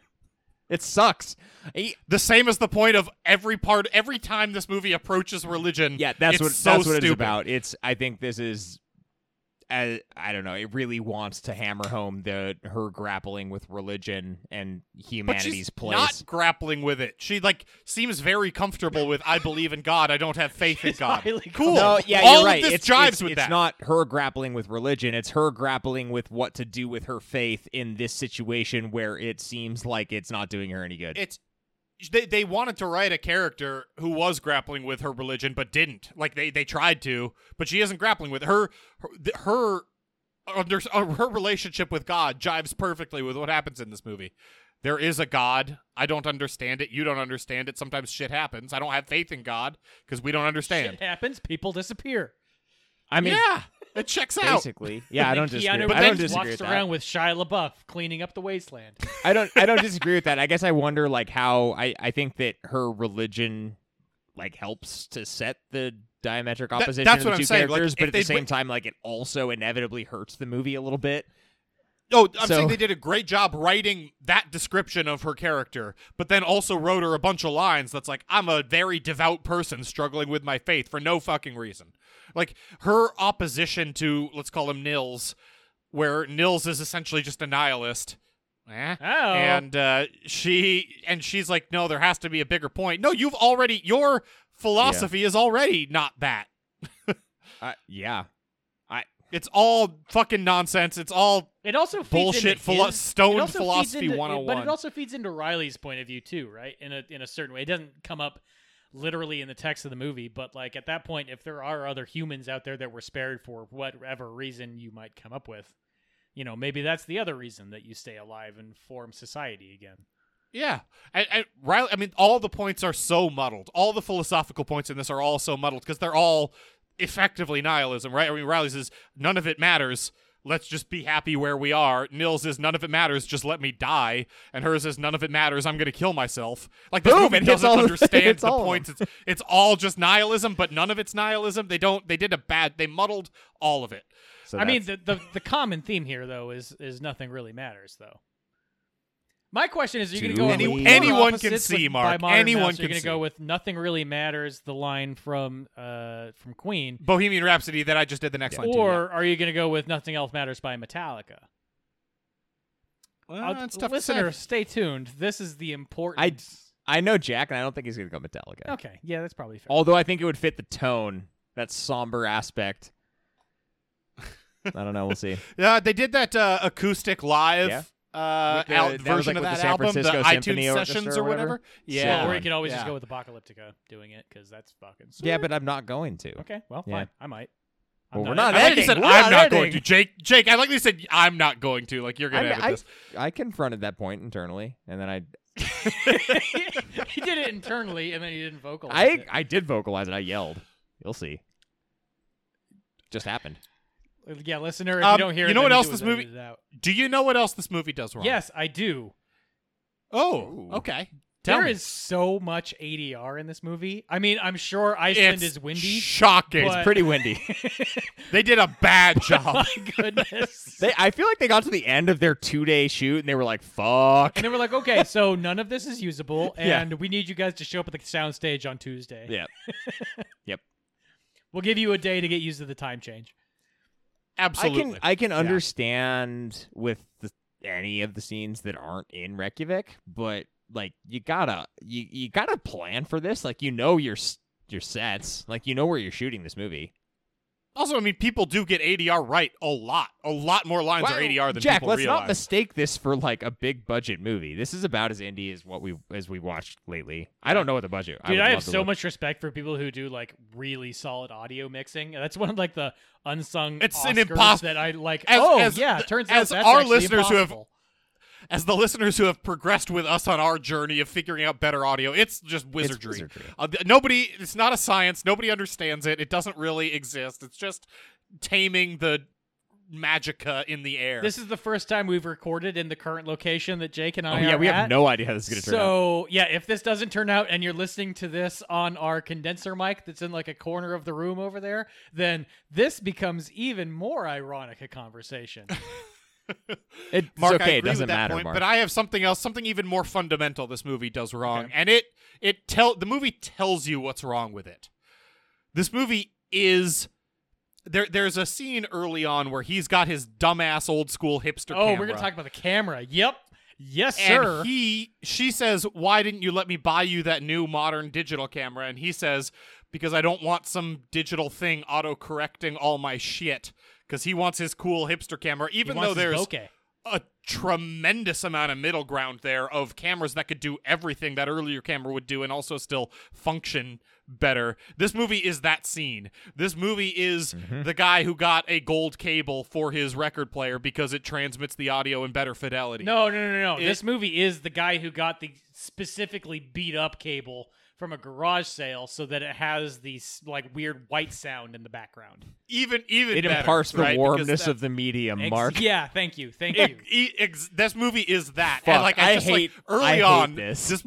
it sucks He- The same as the point of every part, every time this movie approaches religion. Yeah, that's it's what so that's what stupid. it's about. It's I think this is I, I don't know. It really wants to hammer home the her grappling with religion and But humanity's she's place. not grappling with it. She like seems very comfortable with "I believe in God. I don't have faith <laughs> in She's God." highly Cool. No, yeah, All you're of right. this it's, jives it's- with it's that. not her grappling with religion. It's her grappling with what to do with her faith in this situation where it seems like it's not doing her any good. it's they, they wanted to write a character who was grappling with her religion but didn't like they they tried to but she isn't grappling with her her th- her, under, uh, her relationship with god jives perfectly with what happens in this movie there is a god i don't understand it you don't understand it sometimes shit happens i don't have faith in god because we don't understand Shit happens. People disappear. I mean, yeah it checks out basically, yeah, I don't Keanu disagree. Reeves I don't Reeves disagree with walks that. around with Shia LaBeouf cleaning up the wasteland. I don't I don't disagree with that. I guess I wonder like how I I think that her religion like helps to set the diametric That- opposition that's of the what I'm two saying, like, characters, if but at the they'd same wi- time like it also inevitably hurts the movie a little bit. No, Oh, I'm So- saying they did a great job writing that description of her character, but then also wrote her a bunch of lines that's like, I'm a very devout person struggling with my faith for no fucking reason. Like, her opposition to, let's call him Nils, where Nils is essentially just a nihilist. Eh? Oh. And uh, she and she's like, no, there has to be a bigger point. No, you've already your philosophy is already not that. Uh, yeah. It's all fucking nonsense. It's all Oh, It also feeds bullshit into philo- his- stoned it also feeds philosophy into- it- 101. But it also feeds into Riley's point of view too, right? In a in a certain way, it doesn't come up literally in the text of the movie, but like at that point, if there are other humans out there that were spared for whatever reason you might come up with, you know, maybe that's the other reason that you stay alive and form society again. Yeah, and, and Riley. I mean, all the points are so muddled. All the philosophical points in this are all so muddled because they're all effectively nihilism, right? I mean, Riley says none of it matters. Let's just be happy where we are. Nils is none of it matters. Just let me die. And hers is none of it matters. I'm gonna kill myself. Like this Boom, movie it hits doesn't all the- <laughs> understand hits the all of them. points. It's, it's all just nihilism, but none of it's nihilism. They don't. They did a bad. They muddled all of it. So I mean, that's- the, the the common theme here though is is nothing really matters though. My question is: Are you going to Do go Any- with polar anyone can opposites see, with, By Mark. Modern Anyone Mouse, or can You're see. to go with "Nothing really matters." The line from uh from Queen, Bohemian Rhapsody that I just did the next line. to, or are you going to go with "Nothing Else Matters" by Metallica? yeah. I'll- Well, Uh, it's tough to say. uh, listener, stay tuned. This is the I important. I know Jack, and I don't think he's gonna go Metallica. Okay, yeah, that's probably fair. Although I think it would fit the tone, that somber <laughs> aspect. I don't know. We'll see. Yeah, they did that uh, acoustic live Yeah. uh, With the- out that was, version like, of with that the San album, Francisco the Symphony iTunes Orchestra sessions or or whatever. whatever. Yeah, or one. you could always just Yeah. go with Apocalyptica doing it because that's fucking. yeah, but I'm not going to. okay, well, Yeah. fine, I might. I'm Well, we're I not like that he editing. said, We're "I'm not not going to." editing. Jake, Jake, I like that he said, "I'm not going to." Like you're gonna I, edit I, this. I confronted that point internally, and then I <laughs> he did it internally, and then he didn't vocalize. I it. I did vocalize it. I yelled. You'll see. Just happened. Yeah, listener, if Um, you don't hear you it, know what then else do this it, movie- edit it out. Do you know what else this movie does wrong? Yes, I do. Oh, okay. Tell there me. is so much ADR in this movie. I mean, I'm sure Iceland It's is windy. <laughs> Shocking. but- Pretty <laughs> windy. They did a bad job. My goodness. they I feel like they got to the end of their two day shoot and they were like, "Fuck." and they were like, okay, so none of this is usable, Yeah. and we need you guys to show up at the soundstage on Tuesday. <laughs> Yeah. We'll give you a day to get used to the time change. Absolutely. I can I can understand with the, any of the scenes that aren't in Reykjavik, but like you gotta you you gotta plan for this. Like you know your s- your sets, like you know where you're shooting this movie. also, I mean, people do get ADR right a lot. A lot more lines are Well, ADR than Jack, people let's realize. not mistake this for like a big budget movie. This is about as indie as what we as we watched lately. I don't know what the budget. Dude, would I, love have to so look. much respect for people who do like really solid audio mixing. That's one of like the unsung It's an Oscars impos- that I like. as- oh as yeah, the- turns as out that's our actually listeners who have- impossible. as the listeners who have progressed with us on our journey of figuring out better audio, it's just wizardry. wizardry. Uh, th- nobody, it's not a science. Nobody understands it. It doesn't really exist. It's just taming the magica in the air. This is the first time we've recorded in the current location that Jake and Oh I yeah, are we have Uh, at. no idea how this is gonna turn out. so yeah, if this doesn't turn out and you're listening to this on our condenser mic that's in like a corner of the room over there, then this becomes even more ironic <laughs> a conversation. It's Mark, I okay. agree it doesn't with that matter, point, Mark. but I have something else, something even more fundamental. This movie does wrong, Okay. and it it tell the movie tells you what's wrong with it. This movie is. There, there's a scene early on where he's got his dumbass old school hipster. oh, we're camera. gonna talk about the camera. Yep. Yes, And sir. he she says, "Why didn't you let me buy you that new modern digital camera?" And he says, "Because I don't want some digital thing auto-correcting all my shit." Because he wants his cool hipster camera, even though there's <laughs> okay. a tremendous amount of middle ground there of cameras that could do everything that earlier camera would do and also still function better. This movie is that scene. This movie is the guy who got a gold cable for his record player because it transmits the audio in better fidelity. No, no, no, no. no. It- this movie is the guy who got the specifically beat up cable from a garage sale so that it has these like weird white sound in the background. even even it better, imparts the right? Because warmness that- of the medium, Ex- Mark. Yeah, thank you. Thank e- you. e- ex- this movie is that, Fuck, and like I I, just hate- like early I hate on, this. this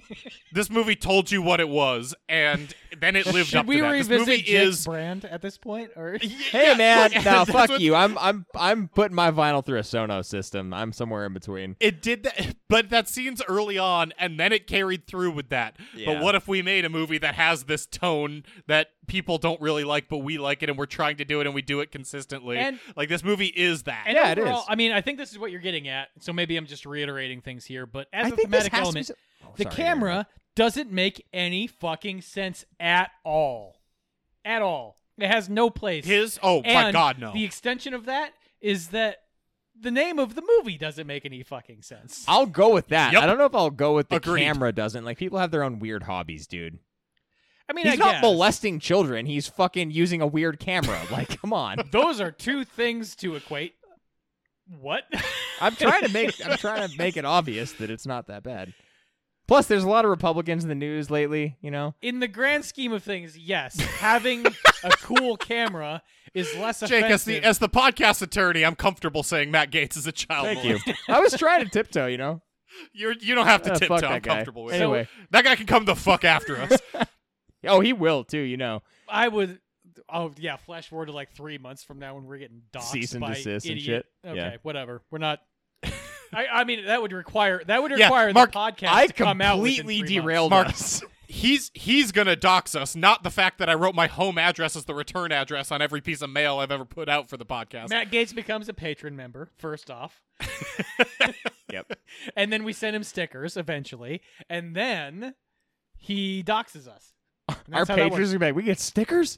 this movie told you what it was, and then it lived Should up we to that. This revisit movie Jake's is brand at this point or Hey <laughs> Yeah, man, look, no, that's fuck what- you. I'm I'm I'm putting my vinyl through a Sonos system. I'm somewhere in between. It did that, but that scene's early on, and then it carried through with that. Yeah. But what if we made made a movie that has this tone that people don't really like, but we like it, and we're trying to do it, and we do it consistently. And- like this movie is that. And Yeah, it overall, is. I mean, I think this is what you're getting at. So maybe I'm just reiterating things here, but as I a think this has thematic to be element, so- Oh, sorry, never the mind. camera doesn't make any fucking sense at all, at all. It has no place. His oh my And god no. The extension of that is that the name of the movie doesn't make any fucking sense. Uh, I'll go with that. Yep. I don't know if I'll go with the Agreed. camera doesn't. Like people have their own weird hobbies, dude. I mean, He's I not guess. molesting children. He's fucking using a weird camera. <laughs> Like, come on. Those are two things to equate. What? <laughs> I'm trying to make I'm trying to make it obvious that it's not that bad. Plus, there's a lot of Republicans in the news lately. You know, In the grand scheme of things, yes, having a cool camera is less Jake, as offensive. the as the podcast attorney, I'm comfortable saying Matt Gates is a child. thank you. I was trying to tiptoe. You know, You're, you don't have to Ah, tiptoe. fuck I'm that guy. comfortable with it. Anyway. That guy can come the fuck after <laughs> us. oh, he will too. You <laughs> know, I would. Oh yeah, flash forward to like three months from now when we're getting doxxed Cease and by desist and idiot. shit. Okay, Yeah. whatever. We're not. I, I mean that would require <laughs> that would Yeah, require Mark, the podcast I to come out within completely three months. derailed Mark, us. he's he's gonna dox us, not the fact that I wrote my home address as the return address on every piece of mail I've ever put out for the podcast. Matt Gates becomes a patron member first off. <laughs> Yep. <laughs> And then we send him stickers eventually, and then he doxes us. And Our that's how that works. patrons are like, we get <laughs> stickers.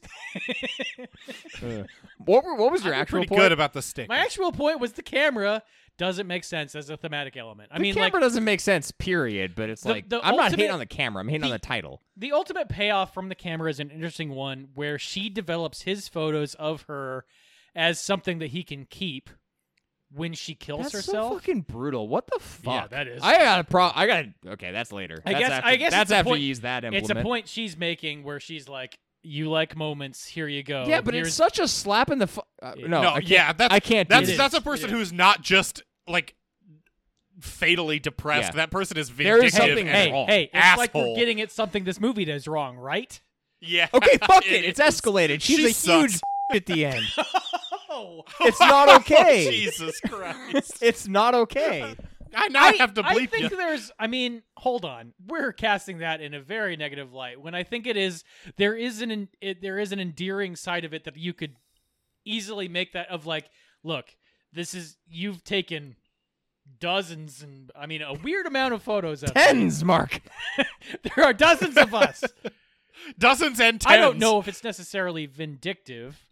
Uh, what were, what was your I'm actual pretty point? good about the stick. My actual point was the camera doesn't make sense as a thematic element. I the mean, camera like doesn't make sense. Period. But it's The- like the I'm not hating ultimate- on the camera. I'm hating on the- the title. the ultimate payoff from the camera is an interesting one where she develops his photos of her as something that he can keep when she That's kills so herself. fucking brutal. What the fuck? Yeah, that is I got a pro. I got. Okay, that's later. I That's guess- After, I guess that's it's a after point- you use that implement. it's a point she's making where she's like, "You like moments? Here you go." Yeah, but it's Here's- such a slap in the. Fu- uh, no, no, I can't- yeah, that's I can't. do That's this. is. that's a person It is. who's not just like fatally depressed. Yeah. That person is There vindictive. is something and hey, wrong. hey, it's like Asshole. we're getting at something this movie does <laughs> wrong, right? Yeah. <laughs> Okay, fuck it. It It's is. escalated. She's She a huge <laughs> sucks. at the end. Oh, <laughs> It's not okay. Jesus <laughs> Christ. it's not <laughs> okay. I now have to I bleep think you. there's. I mean, hold on. We're casting that in a very negative light. When I think it is, there is an en- it, there is an endearing side of it that you could easily make that of like, look, this is you've taken dozens and I mean a weird amount of photos of. me. Ends, Mark. <laughs> There are dozens of us. <laughs> Dozens and tens. I don't know if it's necessarily vindictive.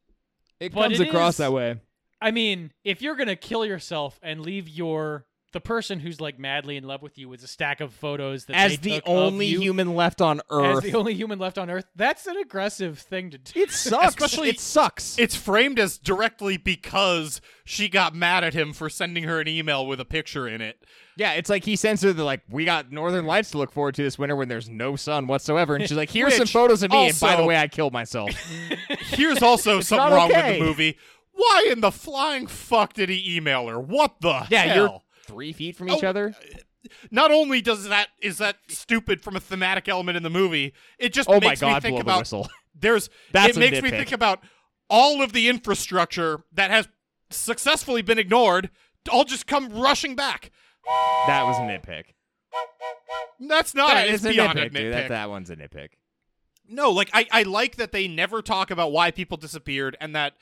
It But comes it across is- that way. I mean, if you're gonna kill yourself and leave your the person who's like madly in love with you with a stack of photos that As they the took of only you, human left on as Earth, <laughs> the only human left on Earth, that's an aggressive thing to do. it sucks. Especially- it sucks. It's framed as directly because she got mad at him for sending her an email with a picture in it. yeah, it's like he sends her the like, we got northern lights to look forward to this winter when there's no sun whatsoever, and she's like, here's some Which, photos of me. and by also- the way, I killed myself. Here's <laughs> also something not wrong okay. with the movie. Why in the flying fuck did he email her? What the yeah, hell? you're three feet from each Oh, other. Not only does that is that stupid from a thematic element in the movie, it just Oh my makes me god, think blow the about <laughs> whistle. There's That's it a makes me nitpick. think about all of the infrastructure that has successfully been ignored. All just come rushing back. That was <laughs> a nitpick. That's not that it. is It's a beyond nitpick, a nitpick. dude. That, that one's a nitpick. No, like I, I like that they never talk about why people disappeared and that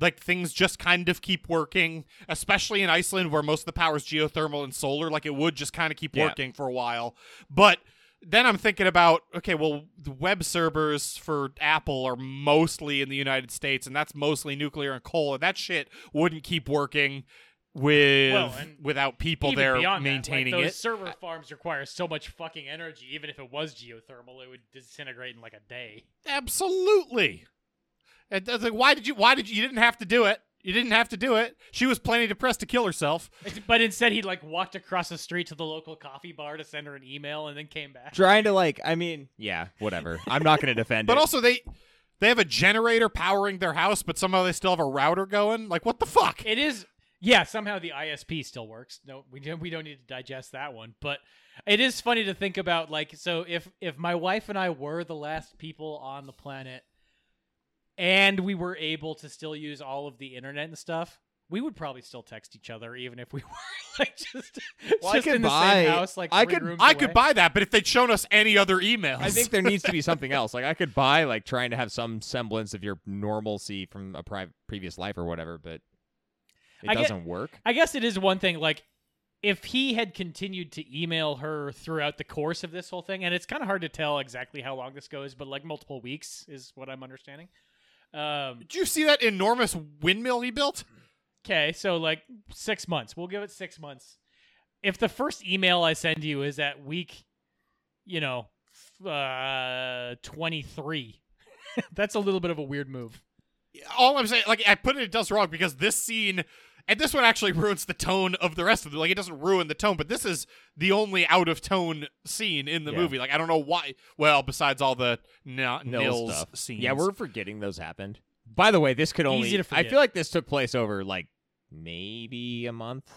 like things just kind of keep working, especially in Iceland where most of the power is geothermal and solar, like it would just kind of keep Yeah. working for a while. But then I'm thinking about okay, well, the web servers for Apple are mostly in the United States and that's mostly nuclear and coal and that shit wouldn't keep working with Well, and without people even there beyond maintaining that, like, those it. server farms require so much fucking energy. Even if it was geothermal, it would disintegrate in like <laughs> a day. Absolutely. And that's like, why did you? Why did you? You didn't have to do it. You didn't have to do it. She was planning to press to kill herself. But instead, he like walked across the street to the local coffee bar to send her an email, and then came back. Trying to like, I mean, yeah, <laughs> whatever. I'm not going to defend But it. also they they have a generator powering their house, but somehow they still have a router going. Like what the fuck? It is, yeah. Somehow the ISP still works. No, we don't. We don't need to digest that one. But it is funny to think about. Like, so if if my wife and I were the last people on the planet, and we were able to still use all of the internet and stuff, we would probably still text each other even if we <laughs> were like just, Well, I just could in the buy- same house. Like I three could- rooms I could away. buy that, but if they'd shown us any other emails, <laughs> I think there needs to be something else. Like I could buy like trying to have some semblance of your normalcy from a pri- previous life or whatever, but it I get- doesn't work. I guess it is one thing. Like, if he had continued to email her throughout the course of this whole thing, and it's kind of hard to tell exactly how long this goes, but like multiple weeks is what I'm understanding. Um, Did you see that enormous windmill he built? okay, so like six months. We'll give it six months. If the first email I send you is at week, you know, f- uh, 23, <laughs> that's a little bit of a weird move. All I'm saying, like I put it, it does wrong because this scene and this one actually <laughs> ruins the tone of the rest of it. Like it doesn't ruin the tone, but this is the only out of tone scene in the Yeah. movie. Like I don't know why. Well, besides all the na- Nil nils stuff. scenes. Yeah, we're forgetting those happened. By the way, this could only Easy to I forget. feel like this took place over like maybe a month.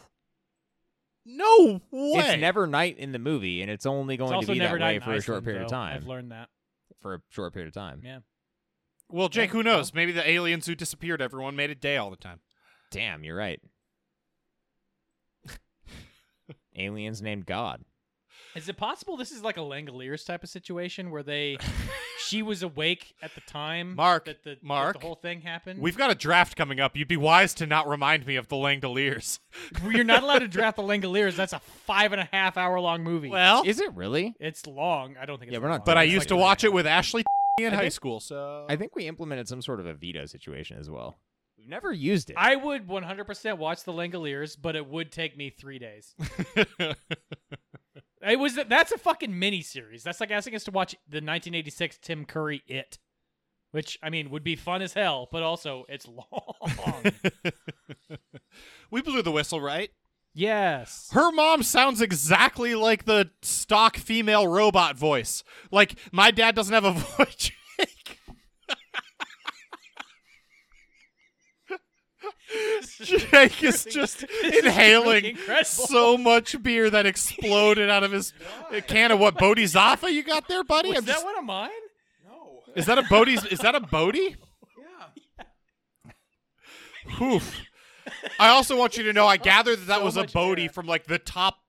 no way. It's never night in the movie and it's only going It's to also be never that died way in for a short Iceland, period of though. I've time. learned that. For a short period of time. Yeah. Well, Jake, Yeah, who knows? Maybe the aliens who disappeared everyone made it day all the time. Damn, you're <laughs> right. Aliens named God. Is it possible this is like a Langoliers type of situation <laughs> where they, she was awake at the time Mark, that the, that Mark, the whole thing happened? We've got a draft coming up. You'd be wise to not remind me of the <laughs> Langoliers. <laughs> You're not allowed to draft the Langoliers. That's a five and a half hour long movie. Well, Is it really? it's long. I don't think. It's Yeah, we're not long. but I It's used like to a- watch it with Ashley <laughs> in I high think- school, <laughs> so <laughs> I think we implemented some sort of a veto situation as well. We've never used it. <laughs> I would 100% watch the Langoliers, but it would take me three days. It was that's a fucking mini series. That's like asking us to watch the 1986 Tim Curry It, which I mean would be fun as hell, but also it's <laughs> <laughs> long. we blew the whistle, right? yes. Her mom sounds exactly like the stock female robot voice. Like my dad doesn't have a <laughs> voice. Jake. <laughs> Jake is just This is really inhaling incredible. so much beer that exploded out of his can of what Bodhisattva you got there, buddy? Was I'm that just- one of mine? Is that a Bodhi's? Is that a Bodhi? Yeah. Oof. I also want you to know. I gather that that So was a much Bodhi hair. from like the top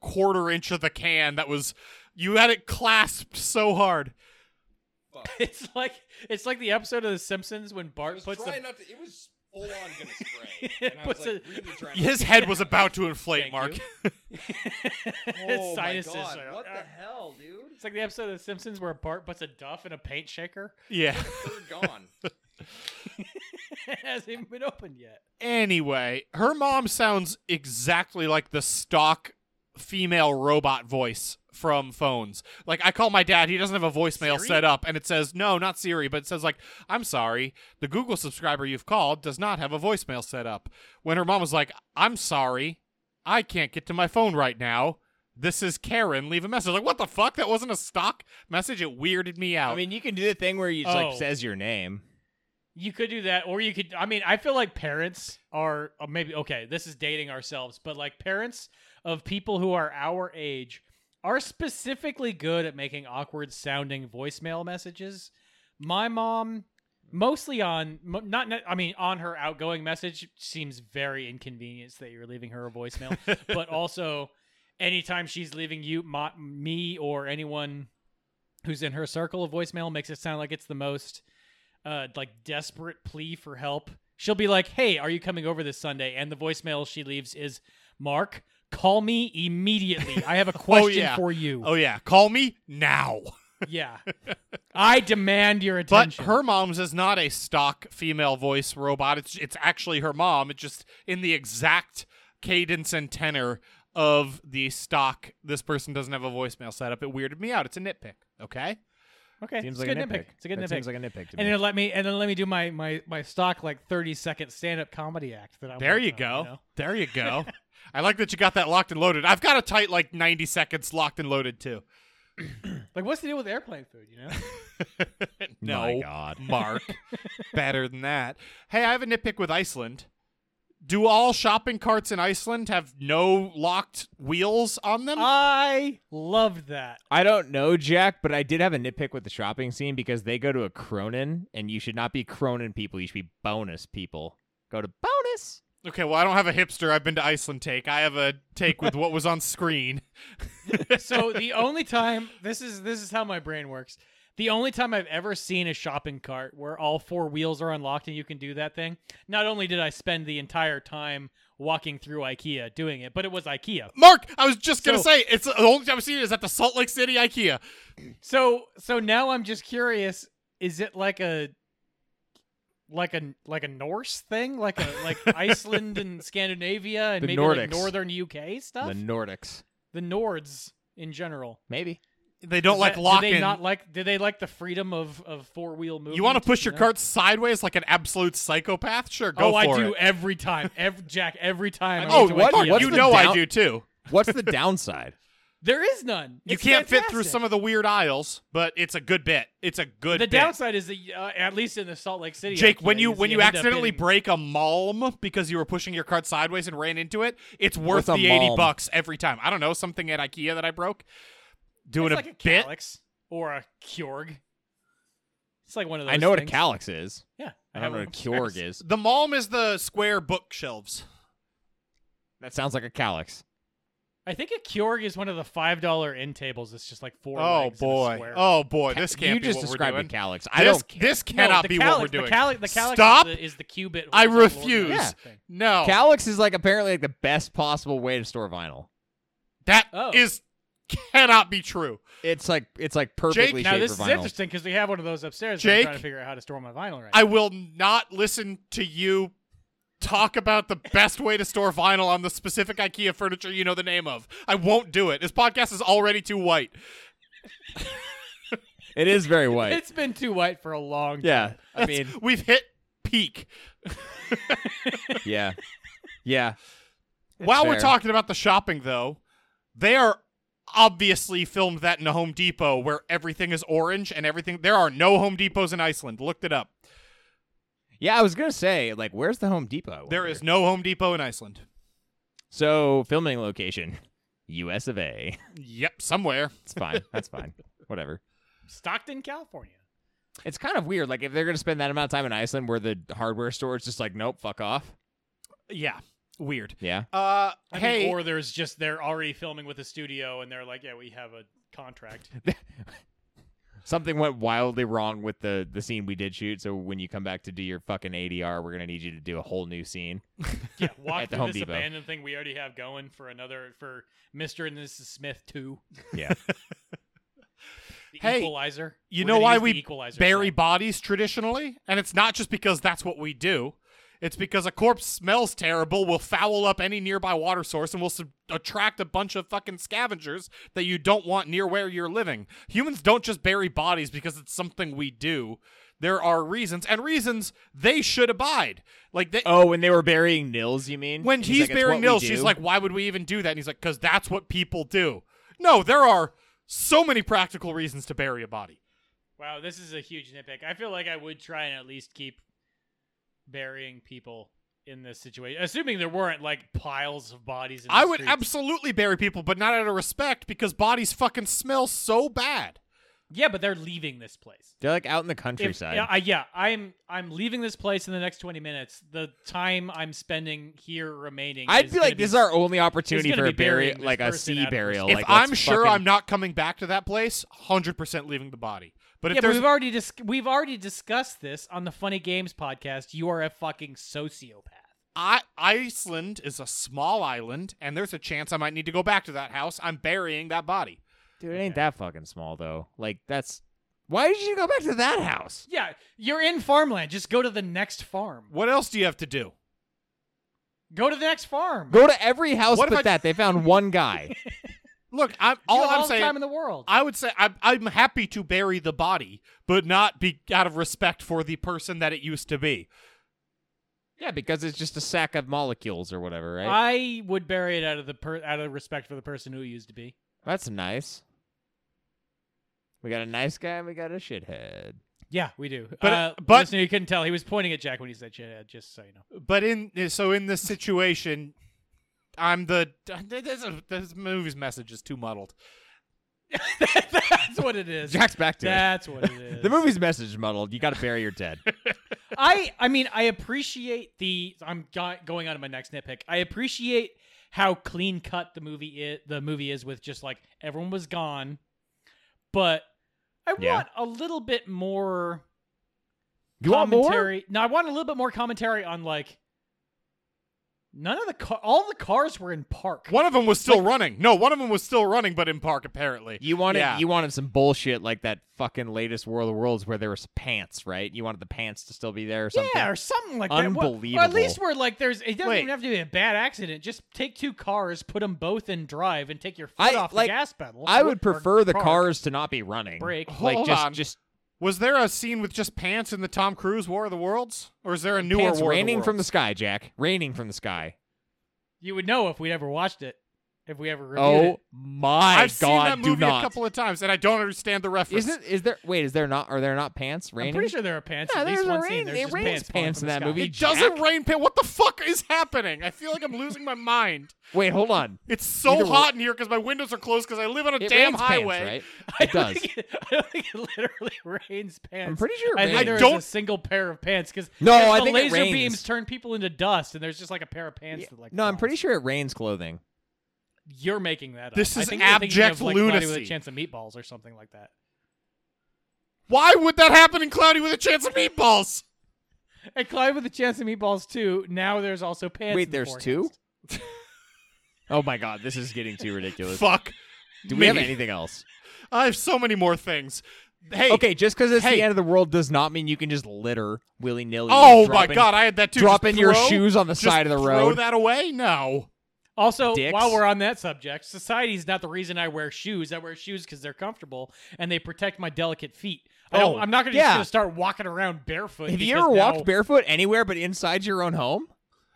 quarter inch of the can. That was you had it clasped so hard. <laughs> It's like it's like the episode of The Simpsons when Bart puts the not to. It was full on <laughs> gonna spray. and I was, Puts like, a- really trying. <laughs> His head was about to inflate, Thank Mark. you. <laughs> his Oh sinuses. are- uh, hell, dude? <laughs> It's like the episode of The Simpsons where Bart puts a duff in a paint shaker. <laughs> <laughs> Yeah. They're gone. it hasn't even been opened yet. Anyway, her mom sounds exactly like the stock female robot voice from phones. Like I call my dad, he doesn't have a voicemail set up and it says, "No, not Siri," but it says like, "I'm sorry, the Google subscriber you've called does not have a voicemail set up." When her mom was like, "I'm sorry, I can't get to my phone right now." This is Karen. Leave a message. Like, what the fuck? That wasn't a stock message. It weirded me out. I mean, you can do the thing where you just, like Oh. says your name. You could do that, or you could. I mean, I feel like parents are or maybe okay. This is dating ourselves, but like parents of people who are our age are specifically good at making awkward sounding voicemail messages. My mom, mostly on mo- not, not- I mean, on her outgoing message seems very inconvenienced that you're leaving her a <laughs> voicemail, but also anytime she's leaving you, my, me, or anyone who's in her circle of voicemail makes it sound like it's the most uh, like desperate plea for help. She'll be like, "Hey, are you coming over this Sunday?" And the voicemail she leaves is, "Mark, call me immediately. I <laughs> have a question Oh, yeah. for you. oh yeah, call me now. Yeah, I demand your But attention." her mom's is not a stock female voice robot. It's it's actually her mom. It's just in the exact cadence and tenor of the stock. This person doesn't have a voicemail setup. It weirded me out. It's a nitpick. Okay. okay, Seems it's like a a good nitpick. nitpick. It's a good That nitpick. seems like a nitpick to and me. then let me and then let me do my my my stock like thirty second stand up comedy act that I'm There you working on, go. know? There you <laughs> go. I like that you got that locked and loaded. I've got a tight like 90 seconds locked and loaded too. Like, what's the deal with airplane food? <laughs> You know, no, My God. <laughs> Mark. Better than that. Hey, I have a nitpick with Iceland. Do all shopping carts in Iceland have no locked wheels on Um, Oh, them? I loved that. I don't know, Jack, but I did have a nitpick with the shopping scene because they go to a Cronin, and you should not be Cronin people. You should be bonus people. Go to bonus. Okay, well, I don't have a hipster. I've been to Iceland take. I have a take with what was <laughs> on screen. <laughs> so the only time this is this is how my brain works. The only time I've ever seen a shopping cart where all four wheels are unlocked and you can do that thing. Not only did I spend the entire time walking through IKEA doing it, but it was IKEA. Mark, I was just gonna So- say it's the only time I've seen it is at the Salt Lake City IKEA. So so now I'm just curious, is it like a like a like a Norse thing? Like a <laughs> like Iceland and Scandinavia and The maybe Nordics. like northern UK stuff? The Nordics. the Nords in general. Maybe. They don't Is like that- locking. Do they not like? Do they like the freedom of of four wheel movement? you want to push your No. cart sideways like an absolute psychopath? Sure, go oh, for I it. do <laughs> every time. Every Jack, every time. I Oh, go to what- Mark, IKEA. what's you the know I down- do too. What's <laughs> the downside? There is none. You It's can't fit through fantastic. some of the weird aisles, but it's a good bit. It's a good The bit. downside is that uh, at least in the Salt Lake City, Jake, IKEA, when you when you end up accidentally in- break a malm because you were pushing your cart sideways and ran into it, it's worth What's a the eighty malm? bucks every time. I don't know something at IKEA that I broke. Doing it's a like a bit. calyx or a Kjorg. It's like one of those. I know what a things. calyx is. Yeah, I don't know what a Kjorg is. The malm is the square bookshelves. That sounds like a calyx. I think a Kjorg is one of the five dollar end tables. It's just like four. Oh legs and a boy. square. Oh boy. This can't you be just what described we're a doing. calyx. This, I don't. this No, cannot the be calyx- what we're doing. The calyx, the calyx Stop. Is, the, is the qubit. I horizontal organized refuse. thing. No. Calyx is like apparently like the best possible way to store vinyl. that Oh. is- cannot be true. It's like it's like perfectly Now shaped this for is vinyl. interesting because we have one of those upstairs. and I'm Jake? trying to figure out how to store my vinyl right. I will not listen to you talk about the best way to store vinyl on the specific IKEA furniture you know the name of. I won't do it. This podcast is already too white. It <laughs> is very now. white. It's been too white for a long time. yeah, I mean, We've hit peak. <laughs> yeah, yeah. While we're fair. talking about the shopping, though, they are obviously filmed that in a Home Depot where everything is orange and everything. There are no Home Depots in Iceland. Looked it up. Yeah, I was gonna say, like, where's the Home Depot? I There wonder? is no Home Depot in Iceland. So filming location, U.S. of A. Yep, somewhere. It's fine. That's fine. <laughs> Whatever. Stockton, California. It's kind of weird. Like, if they're gonna spend that amount of time in Iceland, where the hardware store is just like, nope, fuck off. Yeah, weird. Yeah. Uh, I hey, mean, or there's just they're already filming with a studio and they're like, yeah, we have a contract. Something went wildly wrong with the the scene we did shoot. So when you come back to do your fucking ADR, we're gonna need you to do a whole new scene. Yeah, <laughs> walk At the through Home this Depot. abandoned thing we already have going for another for Mister and Mrs. Smith two. Yeah. The Hey, Equalizer. you We're know gonna why use the we Equalizer bury song. bodies traditionally? And it's not just because that's what we do. It's because a corpse smells terrible, will foul up any nearby water source, and will sub- attract a bunch of fucking scavengers that you don't want near where you're living. Humans don't just bury bodies because it's something we do. There are reasons, and reasons they should abide. Like they, <laughs> oh, when they were burying Nils, you mean? when And he's, like, "It's burying what we Nils, she's do." like, "Why would we even do that?" And he's like, "Cause that's what people do." No, there are so many practical reasons to bury a body. Wow, this is a huge nitpick. I feel like I would try and at least keep burying people in this situation, assuming there weren't like piles of bodies. In the I would streets. absolutely bury people, but not out of respect because bodies fucking smell so bad. Yeah, but they're leaving this place. they're like out in the If- countryside. yeah, I, yeah, I'm I'm leaving this place in the next twenty minutes. The time I'm spending here remaining. I'd is be gonna like, this is our only opportunity gonna for a be burying burial, this like a person sea out of burial. respect. if like, I'm let's sure fucking- I'm not coming back to that place, 100% leaving the body. But if yeah, but there's we've already dis- we've already discussed this on the Funny Games podcast. You are a fucking sociopath. I, Iceland is a small island and there's a chance I might need to go back to that house, I'm burying that body. dude, it ain't that fucking small though. Like, that's why did you go back to that house? Yeah, you're in farmland. Just go to the next farm. What else do you have to do? Go to the next farm. Go to every house What if but I- that. They found one guy. <laughs> Look, I'm all You have I'm the saying time in the world. I would say I'm, I'm happy to bury the body, but not be out of respect for the person that it used to be. yeah, because it's just a sack of molecules or whatever, right? I would bury it out of the per- out of respect for the person who it used to be. that's nice. We got a nice guy. and We got a shithead. Yeah, we do. But- uh, but- listener, you couldn't tell he was pointing at Jack when he said shithead. Just so you know. But in eh, so in this situation, I'm the <laughs> this, this movie's message is too muddled. <laughs> That's what it is. Jack's back to That's what it <laughs> is. <laughs> it. The movie's message is muddled. You got to bury your dead. I I mean I appreciate the I'm go- going on to my next nitpick. I appreciate how clean cut the movie is, the movie is with just like everyone was gone, but I Yeah. want a little bit more You want more? commentary. No, I want a little bit more commentary on like none of the car all the cars were in park. One of them was still running. No, one of them was still running, but in park apparently. You wanted Yeah. you wanted some bullshit like that fucking latest World of Worlds where there was pants, right? You wanted the pants to still be there or something. Yeah, or something like that. Well, Or at Unbelievable. least we're like, there's. It doesn't Wait. even have to be a bad accident. Just take two cars, put them both in drive, and take your foot I- off like, the gas pedal. I Or would prefer the park. cars to not be running. Brake. Like Hold just on. just Was there a scene with just pants in the Tom Cruise War of the Worlds, or is there a newer pants War raining of the from the Worlds? sky, Jack. Raining from the sky. You would know if we'd ever watched it, if we ever reviewed Oh it. my I've god, seen that do movie not. a couple of times, and I don't understand the reference. Isn't is there wait, is there not are there not pants raining? I'm pretty sure there are pants. Yeah, at least there's a one rain- scene. There's it just rains pants, falling pants in from the that sky. movie. <laughs> It doesn't rain pants. What the fuck is happening? I feel like I'm losing my mind. Wait, hold on. It's so Either way- hot in here because my windows are closed because I live on a It damn rains highway. <laughs> pants, right? I It don't does. Think it, I don't think it literally <laughs> rains pants. pretty sure it I think rains. there I is don't- a single pair of pants because No, I the think it laser rains. beams turn people into dust, and there's just like a pair of pants. Yeah. That, like no, I'm falls. pretty sure it rains clothing. You're making that up. This I is think you're thinking abject of, like, Cloudy With lunacy. a chance of meatballs or something like that. Why would that happen in Cloudy with a Chance of Meatballs? And Cloudy with a chance of meatballs too. Now there's also pants. Wait, in the there's forecast. two? Oh my god, this is getting too ridiculous. Fuck. Do we have me. anything else? I have so many more things. Hey. Okay, just because it's Hey. the end of the world does not mean you can just litter willy nilly. Oh my god, I had that too. drop Just in your throw- shoes on the just side of the Throw road. that away? No. Also, Dicks. while we're on that subject, society's not the reason I wear shoes. I wear shoes because they're comfortable and they protect my delicate feet. I don't, Oh, I'm not gonna yeah. just gonna start walking around barefoot. Have you because ever now- walked barefoot anywhere but inside your own home?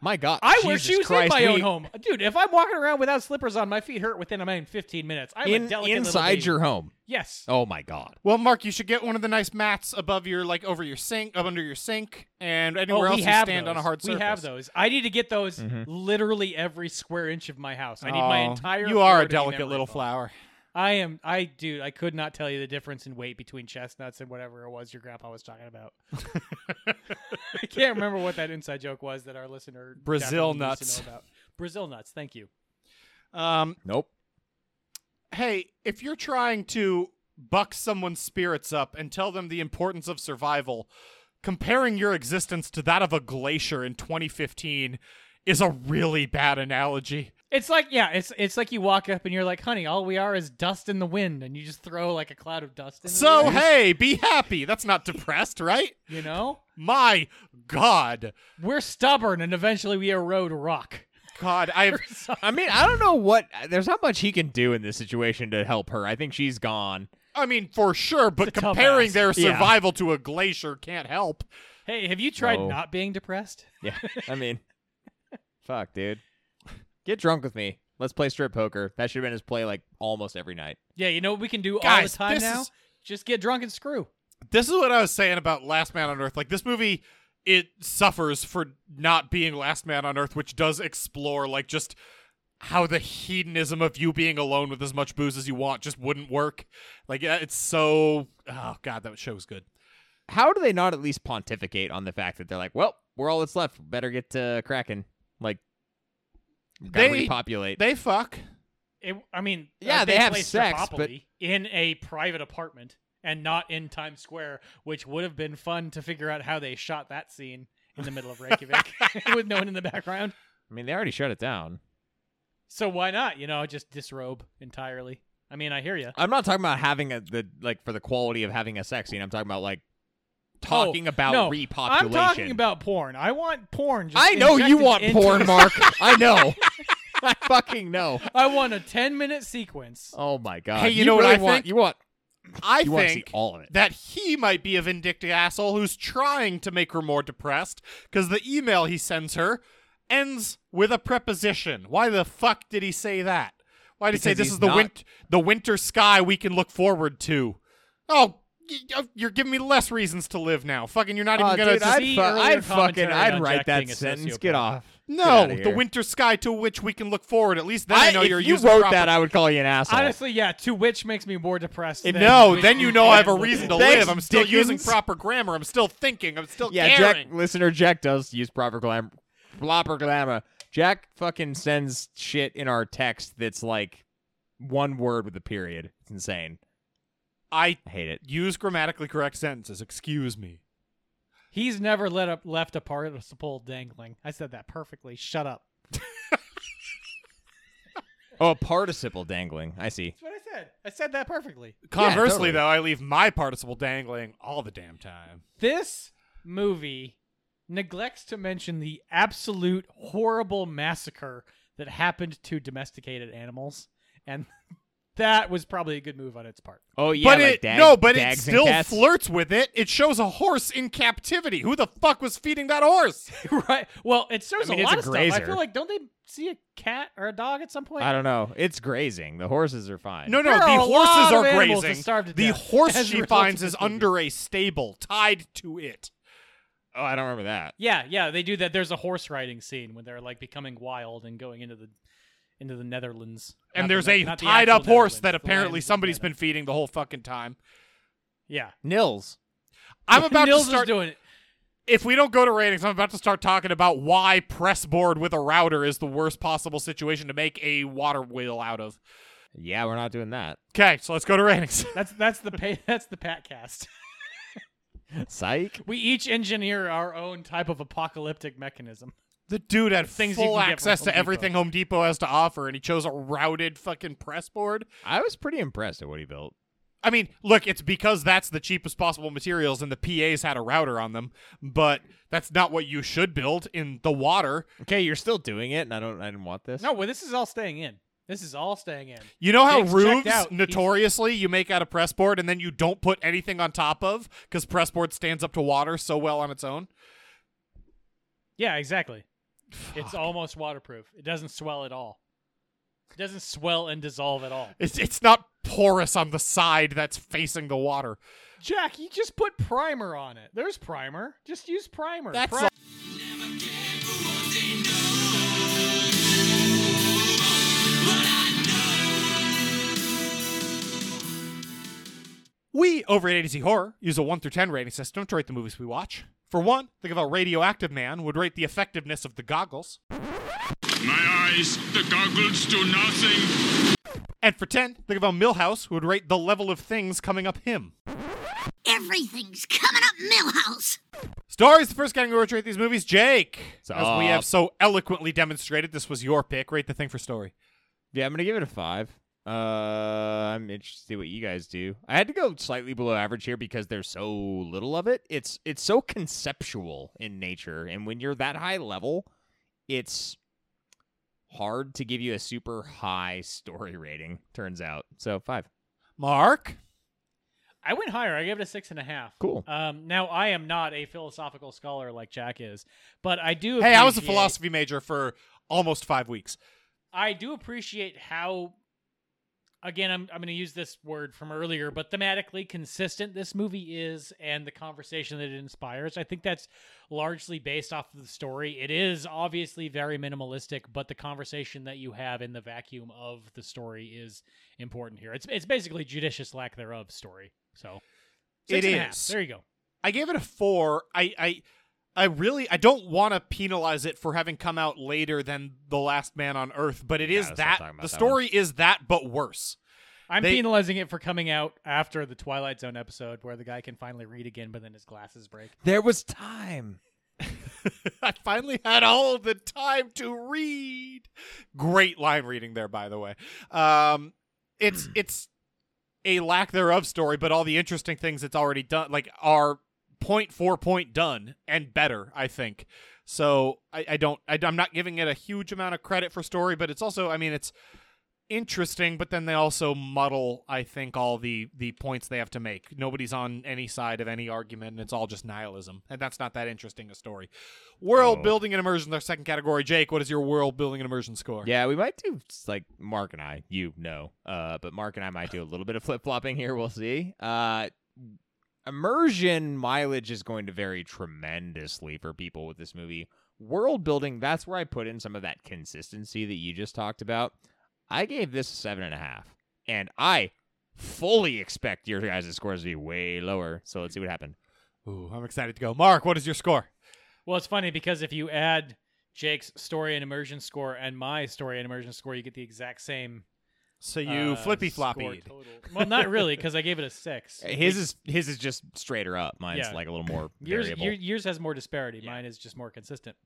My god, I wear Jesus shoes Christ, in my we- own home, dude. If I'm walking around without slippers on, my feet hurt within a minute, 15 minutes. I'm a In, delicate little inside baby. your home. yes. Oh my god. Well, Mark, you should get one of the nice mats above your like over your sink, up under your sink, and Oh, anywhere else we you have stand those. on a hard surface. Mm-hmm. We have those. I need to get those literally every square inch of my house. I need my Oh, entire. You are floor a to be delicate little memorable. flower. I am. I dude. I could not tell you the difference in weight between chestnuts and whatever it was your grandpa was <laughs> talking about. I can't remember what that inside joke was that our listener Brazil definitely needs to nuts. know about. Brazil nuts. Thank you. Um, Nope. hey, if you're trying to buck someone's spirits up and tell them the importance of survival, comparing your existence to that of a glacier in 2015 is a really bad analogy. It's like yeah. It's it's like you walk up and you're like, honey, all we are is dust in the wind, and you just throw like a cloud of dust. In the So, wind, hey, be happy. That's not depressed, right? you know, My God. we're stubborn, and eventually we erode rock. <laughs> God, I have. I mean, I don't know what. There's not much he can do in this situation to help her. I think she's gone. I mean, for sure, but It's a tough comparing ask. their Yeah. survival to a glacier can't help. Hey, have you tried No. not being depressed? Yeah. <laughs> I mean, fuck, dude. Get drunk with me. Let's play strip poker. That should have been his play like almost every night. Yeah, you know what we can do all Guys, the time this now? is- Just get drunk and screw. this is what I was saying about Last Man on Earth. Like this movie, it suffers for not being Last Man on Earth, which does explore like just how the hedonism of you being alone with as much booze as you want just wouldn't work. Like yeah, it's so oh god, that show's good. How do they not at least pontificate on the fact that they're like, well, we're all that's left. Better get to cracking. Like, gotta They- repopulate. They fuck. It, I mean, Yeah, uh, they have play sex, but- Stropopoly in a private apartment and not in Times Square, which would have been fun to figure out how they shot that scene in the middle <laughs> of Reykjavik <laughs> with no one in the background. I mean, they already shut it down. So why not? You know, just disrobe entirely. I mean, I hear you. I'm not talking about having a the like for the quality of having a sex scene. I'm talking about like talking about Oh, no, repopulation. I'm talking about porn. I want porn. Just I know you injected want into- porn, Mark. I know. <laughs> I fucking know. I want a ten-minute sequence. Oh my god. Hey, you know what really I want, think? You want I you want to see think all of it. that he might be a vindictive asshole who's trying to make her more depressed because the email he sends her ends with a preposition. Why the fuck did he say that? Why did he say Because this he's is the not- win- the winter sky we can look forward to? Oh, y- y- you're giving me less reasons to live now. Fucking, you're not even Oh, gonna. dude, just- I'd, see fu- earlier I'd fucking commentary I'd on write Jack that being a sentence. sociopath. Get off. No, outta the here. winter sky to which we can look forward. At least then I, know if you're you using wrote proper- that, I would call you an asshole. Honestly, yeah. To which makes me more depressed. And <laughs> than no, which then you know I <laughs> have a reason to Thanks, live. I'm still using Dickens. proper grammar. I'm still thinking. I'm still yeah, caring. Jack, listener Jack does use proper glamour, proper glamour. Jack fucking sends shit in our text that's like one word with a period. It's insane. I I hate it. use grammatically correct sentences. Excuse me. He's never let up left a participle dangling. I said that perfectly. Shut up. Oh, a participle dangling. I see. That's what I said. I said that perfectly. Conversely, totally. though, I leave my participle dangling all the damn time. This movie neglects to mention the absolute horrible massacre that happened to domesticated animals, and <laughs> that was probably a good move on its part. Oh yeah, but like it dag- no, but it dags and still cats. flirts with it. It shows a horse in captivity. Who the fuck was feeding that horse? <laughs> right. Well, it shows I mean, a it's lot a of stuff. grazer. I feel like don't they see a cat or a dog at some point? I don't know. It's grazing. The horses are fine. No, no, There the are a horses lot of are animals that grazing. starve to the death horse as a she result finds of is this movie. under a stable, tied to it. Oh, I don't remember that. Yeah, yeah, they do that. There's a horse riding scene when they're like becoming wild and going into the into the Netherlands. And Not there's the- a not the tied actual up horse Netherlands, that the apparently lands of somebody's been Canada. feeding the whole fucking time. Yeah, Nils. I'm about Nils to start. is doing it. if we don't go to ratings, I'm about to start talking about why press board with a router is the worst possible situation to make a water wheel out of. Yeah, we're not doing that. Okay, so let's go to ratings. <laughs> That's that's the pay, <laughs> that's the pat cast. Psych. We each engineer our own type of apocalyptic mechanism. The dude had Things you full can get from access Home to Depot. everything Home Depot has to offer, and he chose a routed fucking press board. I was pretty impressed at what he built. I mean, look, it's because that's the cheapest possible materials and the PAs had a router on them, but that's not what you should build in the water. Okay, you're still doing it, and I don't. I didn't want this. No, well, this is all staying in. This is all staying in. You know how Jake's checked roofs out. He's- notoriously you make out a press board and then you don't put anything on top of because press board stands up to water so well on its own? Yeah, exactly. It's almost waterproof. It doesn't swell at all. It doesn't swell and dissolve at all. It's, it's not porous on the side that's facing the water. Jack, you just put primer on it. There's primer. Just use primer. That's Pri- all- We over at ADC Horror use a 1 through 10 rating system to rate the movies we watch. For one, think of a radioactive man would rate the effectiveness of the goggles. My eyes, the goggles do nothing. And for 10, think of a Millhouse would rate the level of things coming up him. Everything's coming up Millhouse. Stories, the first category to rate these movies, Jake. As we up? have so eloquently demonstrated, this was your pick. Rate the thing for story. Yeah, I'm gonna give it a five. Uh, I'm interested to see what you guys do. I had to go slightly below average here because there's so little of it. It's it's so conceptual in nature, and when you're that high level, it's hard to give you a super high story rating. Turns out, so five. Mark? I went higher. I gave it a six and a half. Cool. Um, now I am not a philosophical scholar like Jack is, but I do. <laughs> Hey, I was a appreciate- philosophy major for almost five weeks. I do appreciate how. Again, I'm I'm going to use this word from earlier, but thematically consistent this movie is, and the conversation that it inspires. I think that's largely based off of the story. It is obviously very minimalistic, but the conversation that you have in the vacuum of the story is important here. It's it's basically judicious lack thereof story. So It six and a half. is. There you go. I gave it a four. I I I really I don't want to penalize it for having come out later than The Last Man on Earth, but it Yeah, is let's not that talk about the that story is that but worse. <laughs> I'm They- penalizing it for coming out after the Twilight Zone episode where the guy can finally read again, but then his glasses break. There was time. I finally had all the time to read. Great line reading there, by the way. Um, it's it's a lack thereof story, but all the interesting things it's already done, like are point for point done and better. I think. So I, I don't. I, I'm not giving it a huge amount of credit for story, but it's also. I mean, it's interesting, but then they also muddle. I think all the the points they have to make. Nobody's on any side of any argument, and it's all just nihilism, and that's not that interesting a story. World Oh. building and immersion, is our second category. Jake, what is your world building and immersion score? Yeah, we might do s- like Mark and I. You know, uh, but Mark and I might do a little bit of flip flopping here. We'll see. Uh, immersion mileage is going to vary tremendously for people with this movie. world building, that's where I put in some of that consistency that you just talked about. I gave this a seven and a half, and I fully expect your guys' scores to be way lower. So let's see what happened. Ooh, I'm excited to go. Mark, what is your score? Well, it's funny because if you add Jake's story and immersion score and my story and immersion score, you get the exact same. So you uh, flippy score floppy. total. Well, not really, because I gave it <laughs> a six. His is his is just straighter up. Mine's Yeah. like a little more Yours, variable. your- yours has more disparity. Mine is just more consistent.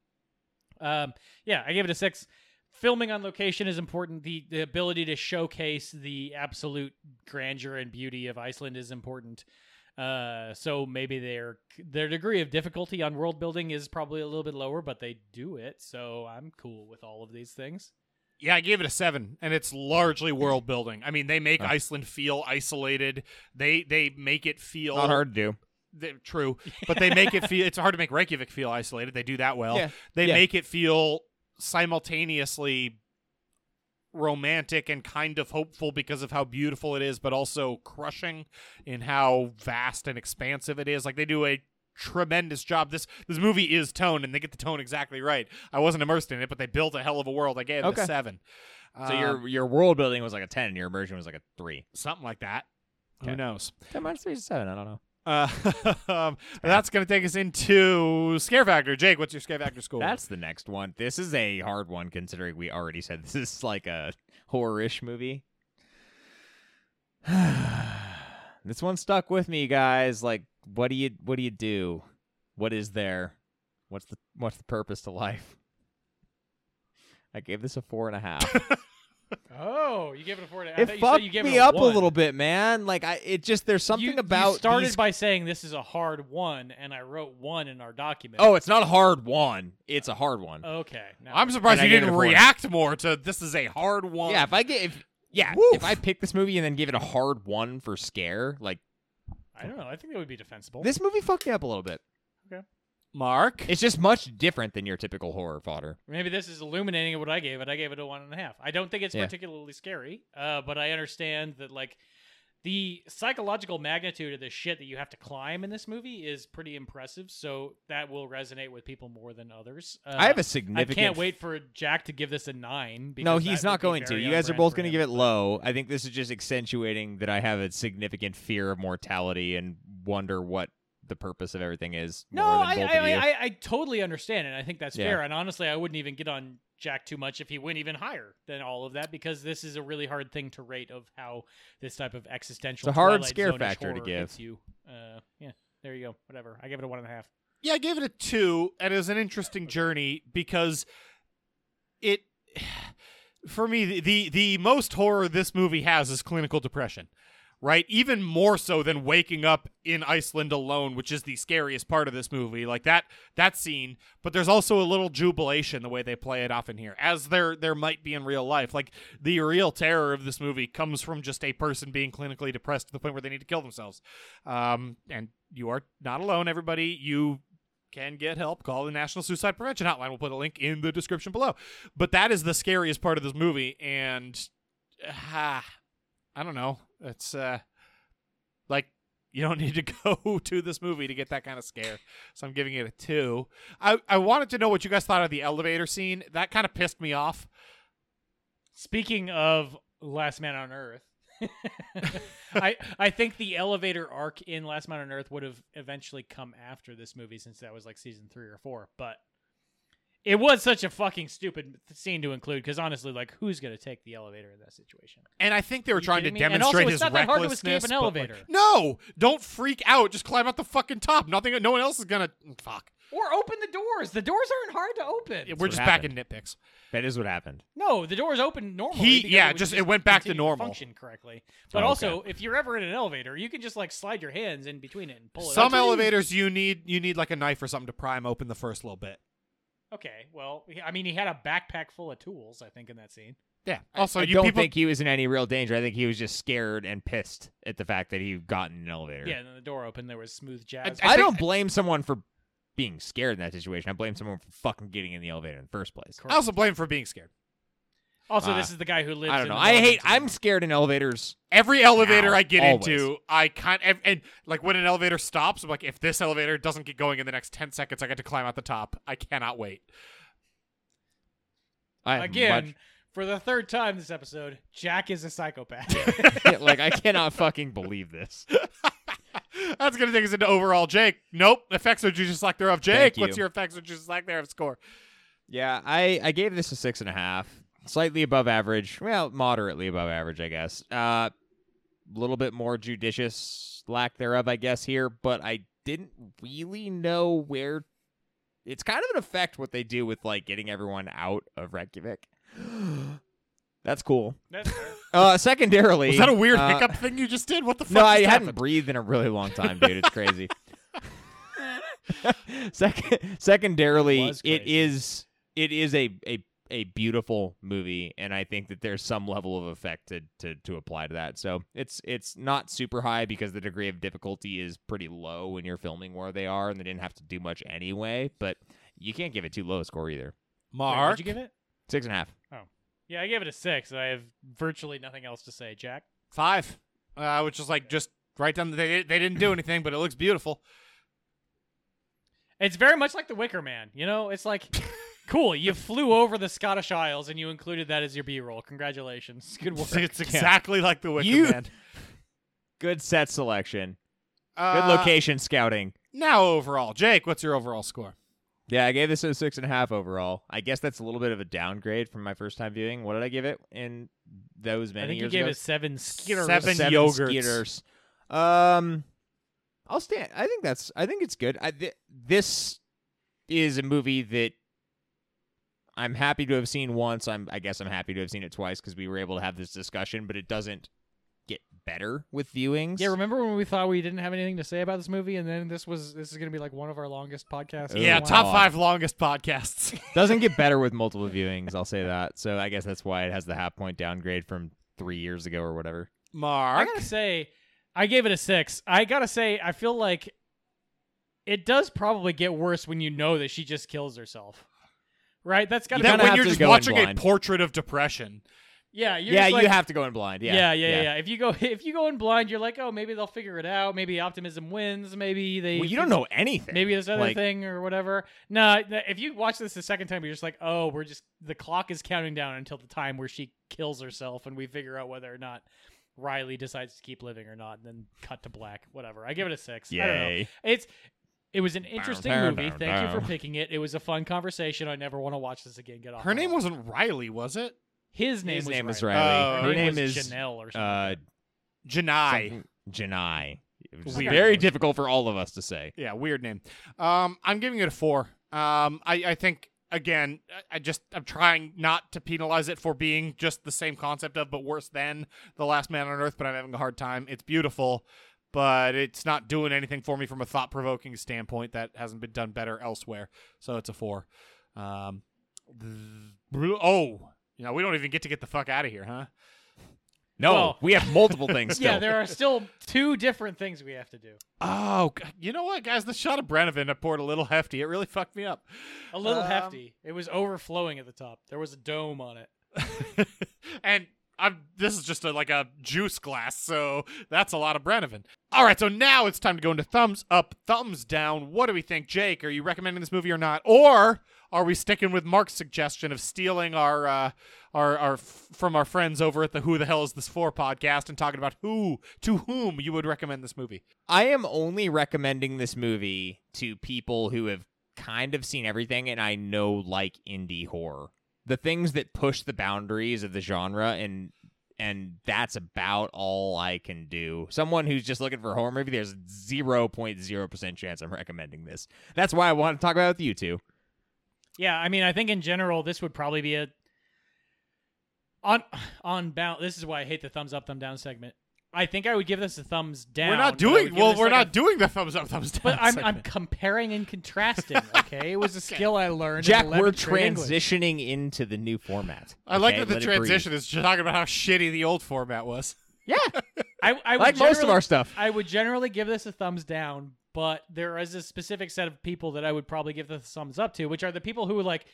Um, yeah, I gave it a six. Filming on location is important. The the ability to showcase the absolute grandeur and beauty of Iceland is important. Uh, so maybe their their degree of difficulty on world building is probably a little bit lower, but they do it. So I'm cool with all of these things. Yeah, I gave it a seven, and it's largely world building. I mean, they make Iceland feel isolated. They they make it feel oh, Not hard to do. they- true, but they make it feel. It's hard to make Reykjavik feel isolated. They do that well. Yeah, They yeah. make it feel simultaneously romantic and kind of hopeful because of how beautiful it is, but also crushing in how vast and expansive it is. Like they do a tremendous job. This this movie is tone, and they get the tone exactly right. I wasn't immersed in it, but they built a hell of a world. I gave it Okay. a seven. So Um, your your world building was like a ten, and your immersion was like a three. something like that. Who Okay. knows? Ten minus three is seven. I don't know. Uh, <laughs> um, that's going to take us into Scare Factor. Jake, what's your Scare Factor score? That's the next one. This is a hard one considering we already said <laughs> this is like a horror-ish movie. <sighs> this one stuck with me, guys. Like, what do you what do you do? What is there? What's the what's the purpose to life? I gave this a four and a <laughs> half. Oh, you gave it a four. I it fucked me up a little bit, man. Like, I it just there's something about you started these- by saying this is a hard one, and I wrote one in our document. oh, it's not a hard one. It's a hard one. okay. now I'm surprised And I you gave it didn't a four. react more to this is a hard one. Yeah, if I get if yeah, Woof. if I pick this movie and then give it a hard one for scare, like I don't know. I think that would be defensible. Oh. this movie fucked me up a little bit. Mark. It's just much different than your typical horror fodder. Maybe this is illuminating what I gave it. I gave it a one and a half. I don't think it's Yeah. particularly scary, uh, but I understand that like the psychological magnitude of the shit that you have to climb in this movie is pretty impressive. So that will resonate with people more than others. Uh, I have a I significant. can't wait for Jack to give this a nine. Because no, he's that would not be going to. very You on guys are brand both for going to him. give it low. I think this is just accentuating that I have a significant fear of mortality and wonder what the purpose of everything is. No, more than I, both I, of you. I, I- I totally understand, and I think that's Yeah. fair. And honestly, I wouldn't even get on Jack too much if he went even higher than all of that, because this is a really hard thing to rate of how this type of existential It's a hard Twilight scare Zone-ish factor to horror give. hits you. Uh, yeah, there you go. Whatever. I give it a one and a half. Yeah, I gave it a two, and it was an interesting journey because it, <sighs> for me, the the, the most horror this movie has is clinical depression. Right, even more so than waking up in Iceland alone, which is the scariest part of this movie. Like that that scene, but there's also a little jubilation the way they play it off in here, as there there might be in real life. Like the real terror of this movie comes from just a person being clinically depressed to the point where they need to kill themselves. Um, and you are not alone, everybody. You can get help. Call the National Suicide Prevention Hotline. We'll put a link in the description below. But that is the scariest part of this movie, and ah, I don't know. It's uh, like you don't <laughs> need to go to this movie to get that kind of scare. So I'm giving it a two. I I wanted to know what you guys thought of the elevator scene. That kind of pissed me off. Speaking of Last Man on Earth, <laughs> I I think the elevator arc in Last Man on Earth would have eventually come after this movie since that was like season three or four, but it was such a fucking stupid scene to include because honestly, like, who's gonna take the elevator in that situation? And I think they were You trying to kidding me? And demonstrate also, it's his not that hard to recklessness. escape an but, like, elevator. no, don't freak out. Just climb out the fucking top. Nothing. No one else is gonna. Fuck. Or open the doors. The doors aren't hard to open. We're what just happened. back in nitpicks. that is what happened. No, the doors open normally. He- because yeah, would just- it went back to continue normal. function correctly. Oh, But okay. also, if you're ever in an elevator, you can just like slide your hands in between it and pull it. Some up. elevators you need you need like a knife or something to prime open the first little bit. Okay, well, he- I mean, he had a backpack full of tools. I think in that scene. Yeah. Also, I you don't people think he was in any real danger. I think he was just scared and pissed at the fact that he got in an elevator. Yeah, and then the door opened. There was smooth jazz. I I, think- don't blame someone for being scared in that situation. I blame someone for fucking getting in the elevator in the first place. I also blame for being scared. Also, Uh, this is the guy who lives. I don't in know. the I hate. Wellington. I'm scared in elevators. Every elevator Now, I get always. into, I can't. And, and like when an elevator stops, I'm like, if this elevator doesn't get going in the next ten seconds, I get to climb out the top. I cannot wait. <laughs> I have again much- for the third time this episode. Jack is a <laughs> psychopath. like I cannot fucking believe this. That's gonna take us into overall Jake. Nope. Effects would you just like there of Jake? Thank What's you. your effects would you just like there of score? Yeah, I I gave this a six and a half, slightly above average. Well, moderately above average, I guess. A uh, little bit more judicious lack thereof, I guess here, but I didn't really know where. It's kind of an effect what they do with like getting everyone out of Reykjavik. <gasps> That's cool. <laughs> That's- Uh, secondarily, Was that a weird uh, hiccup thing you just did? What <laughs> the fuck? No, I just hadn't happened? breathed in a really long time, dude. It's <laughs> crazy. <laughs> Second, secondarily, It it, was it crazy. is it is a, a a beautiful movie, and I think that there's some level of effect to, to to apply to that. So it's it's not super high because the degree of difficulty is pretty low when you're filming where they are, and they didn't have to do much anyway. But you can't give it too low a score either. Wait, Mark. What'd you give it? Six and a half. Yeah, I gave it a six. I have virtually nothing else to say. Jack, Five. Uh, which is like just right down. They they didn't do anything, but it looks beautiful. it's very much like the Wicker Man. You know, <laughs> it's like. Cool, you flew over the Scottish Isles and you included that as your B roll. Congratulations. <laughs> Good work. It's exactly like the Wicker You- Man. <laughs> Good set selection. Good Uh, location scouting. Now overall, Jake, what's your overall score? Yeah, I gave this a six and a half overall. I guess that's a little bit of a downgrade from my first time viewing. What did I give it in those I many think you years gave ago? it seven skitters. Seven Seven yogurts. Skeeters. Um, I'll stand. I think that's. I think it's good. I th- this is a movie that I'm happy to have seen once. I'm. I guess I'm happy to have seen it twice because we were able to have this discussion. But it doesn't get better with viewings. Yeah, remember when we thought we didn't have anything to say about this movie, and then this was this is gonna be like one of our longest podcasts. Oh, yeah, wow. top five longest podcasts. doesn't get better with multiple viewings. I'll say that. So I guess that's why it has the half point downgrade from three years ago or whatever. I <laughs> Mark. gotta say, I gave it a six. I gotta say, I feel like it does probably get worse when you know that she just kills herself. Right? That's gotta You That be kinda when have you're to just go in watching a blind. portrait of depression. yeah, you're yeah, just you like- have to go in blind. Yeah, yeah, yeah, yeah, yeah. If you go <laughs> if you go in blind, you're like, oh, maybe they'll figure it out. Maybe optimism wins. Maybe they. Well, you don't know anything. Maybe this other Like- thing or whatever. No, no, if you watch this the second time, you're just like, oh, we're just the clock is counting down until the time where she kills herself, and we figure out whether or not Riley decides to keep living or not. And then cut to black. Whatever. I give it a six. I don't know. Yay. It's it was an interesting Bow, bow, movie. bow, Thank you for bow. picking it. It was a fun conversation. I never want to watch this again. Get off. Her my name lawn. wasn't Riley, was it? his name His was name is Riley. Riley. Oh. Her Her name was is Janelle or something. uh, Janai. something- Janai. It was Weird. very difficult for all of us to say. Yeah, weird name. Um, I'm giving it a four. Um, I, I think again, I- I just I'm trying not to penalize it for being just the same concept of, but worse than the Last Man on Earth. But I'm having a hard time. It's beautiful, but it's not doing anything for me from a thought provoking standpoint that hasn't been done better elsewhere. So it's a four. Um, th- oh, you know we don't even get to get the fuck out of here, huh? No, Well- we have multiple things. Still. <laughs> yeah, there are still two different things we have to do. Oh, g- you know what, guys? The shot of Brenovan I poured a little hefty. It really fucked me up. A little Um, hefty. It was overflowing at the top. There was a dome on it. <laughs> and I'm this is just a, like a juice glass, so that's a lot of Brenovan. All right, so now it's time to go into thumbs up, thumbs down. What do we think, Jake? Are you recommending this movie or not, or are we sticking with Mark's suggestion of stealing our uh, our our f- from our friends over at the Who the Hell Is This For podcast and talking about who to whom you would recommend this movie? I am only recommending this movie to people who have kind of seen everything and I know like indie horror. The things that push the boundaries of the genre and and that's about all I can do. Someone who's just looking for a horror movie, there's 0.0% chance I'm recommending this. That's why I want to talk about it with you two. Yeah, I mean, I think in general this would probably be a on on bound. This is why I hate the thumbs up, thumb down segment. I think I would give this a thumbs down. we're not but I would doing give well. this We're like not a- doing the thumbs up, thumbs down. But I'm I'm segment. comparing and contrasting. Okay, it was a skill I learned. in Jack, we're 11th grade English. transitioning into the new format. I like okay? that the Let it breathe. transition is just talking about how shitty the old format was. Yeah, I, I would like most of generally- our <laughs> stuff. I would generally give this a thumbs down, but there is a specific set of people that I would probably give the thumbs up to, which are the people who like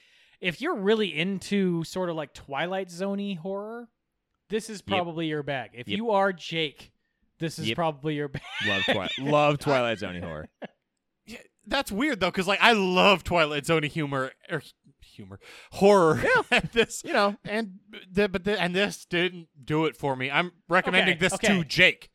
if you're really into sort of like Twilight Zoney horror, this is probably your bag. If Yep. you are Jake, this is Yep. probably your bag. <laughs> Love Twilight. love Twilight Zone horror. That's weird though, because like I love Twilight Zone humor or hu- humor horror. <laughs> and this, You know, and the, but the, and this didn't do it for me. I'm recommending Okay, this okay. to Jake.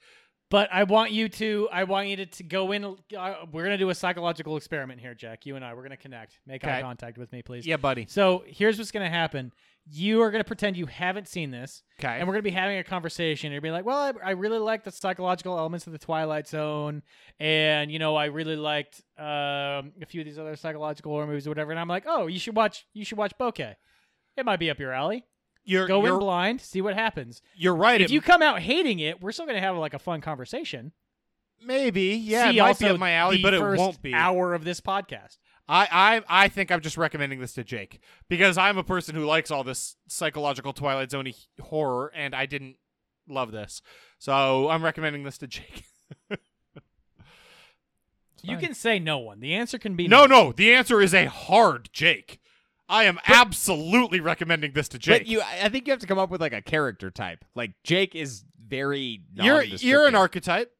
But I want you to, I want you to, to go in. Uh, we're gonna do a psychological experiment here, Jack. You and I, we're gonna connect. Make eye Okay. contact with me, please. Yeah, buddy. So here's what's gonna happen. You are gonna pretend you haven't seen this, Okay. and we're gonna be having a conversation. You're gonna be like, "Well, I, I really like the psychological elements of the Twilight Zone, and you know, I really liked um, a few of these other psychological horror movies or whatever." And I'm like, "Oh, you should watch. You should watch Bokeh. It might be up your alley. You're Go in you're, blind, see what happens. you're right. If it- you come out hating it, we're still gonna have like a fun conversation. maybe yeah, See it might also be up my alley, the but it first won't be. Hour of this podcast. I, I I think I'm just recommending this to Jake because I'm a person who likes all this psychological Twilight Zone horror, and I didn't love this, so I'm recommending this to Jake. You can say no one. The answer can be No, no, the answer is a hard Jake. I am absolutely recommending this to Jake. But you, I I think you have to come up with like a character type. Like Jake is very. are you're an nondescriptive. archetype,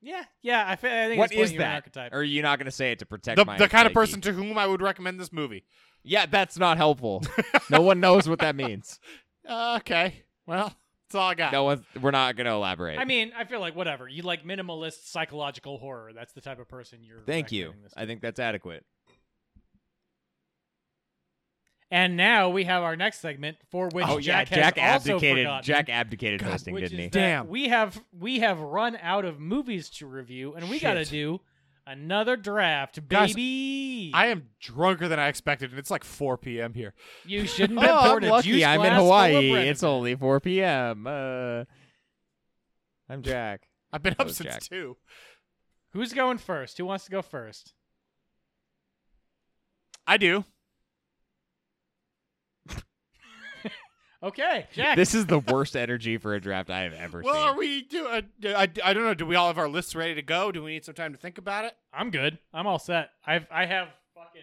Yeah, yeah. I, fe- I think What it's is that? archetype. Or are you not going to say it to protect the, my the kind of psyche? person to whom I would recommend this movie. Yeah, that's <laughs> not helpful. no one knows what that means. Uh, okay, well, <laughs> that's all I got. No one. We're not going to elaborate. I mean, I feel like whatever. You like minimalist psychological horror. That's the type of person you're. thank you. recommending this to. I think that's adequate. And now we have our next segment for which oh Jack, yeah, Jack has also abdicated. forgotten, Jack abdicated hosting, which didn't is he? that Damn. We have we have run out of movies to review, and we got to Shit. do another draft, Guys, baby. I am drunker than I expected, and it's like 4 p.m. here. You <laughs> shouldn't Oh, have I'm poured a juice lucky. I'm in glass full of Hawaii. Brennan. It's only 4 p.m. Uh, I'm Jack. I've been That up was since Jack. two. Who's going first? Who wants to go first? I do. Okay, Jack. This is the worst energy for a draft I have ever Well, seen. are we do? I, I, I don't know. Do we all have our lists ready to go? Do we need some time to think about it? I'm good. I'm all set. I've I have fucking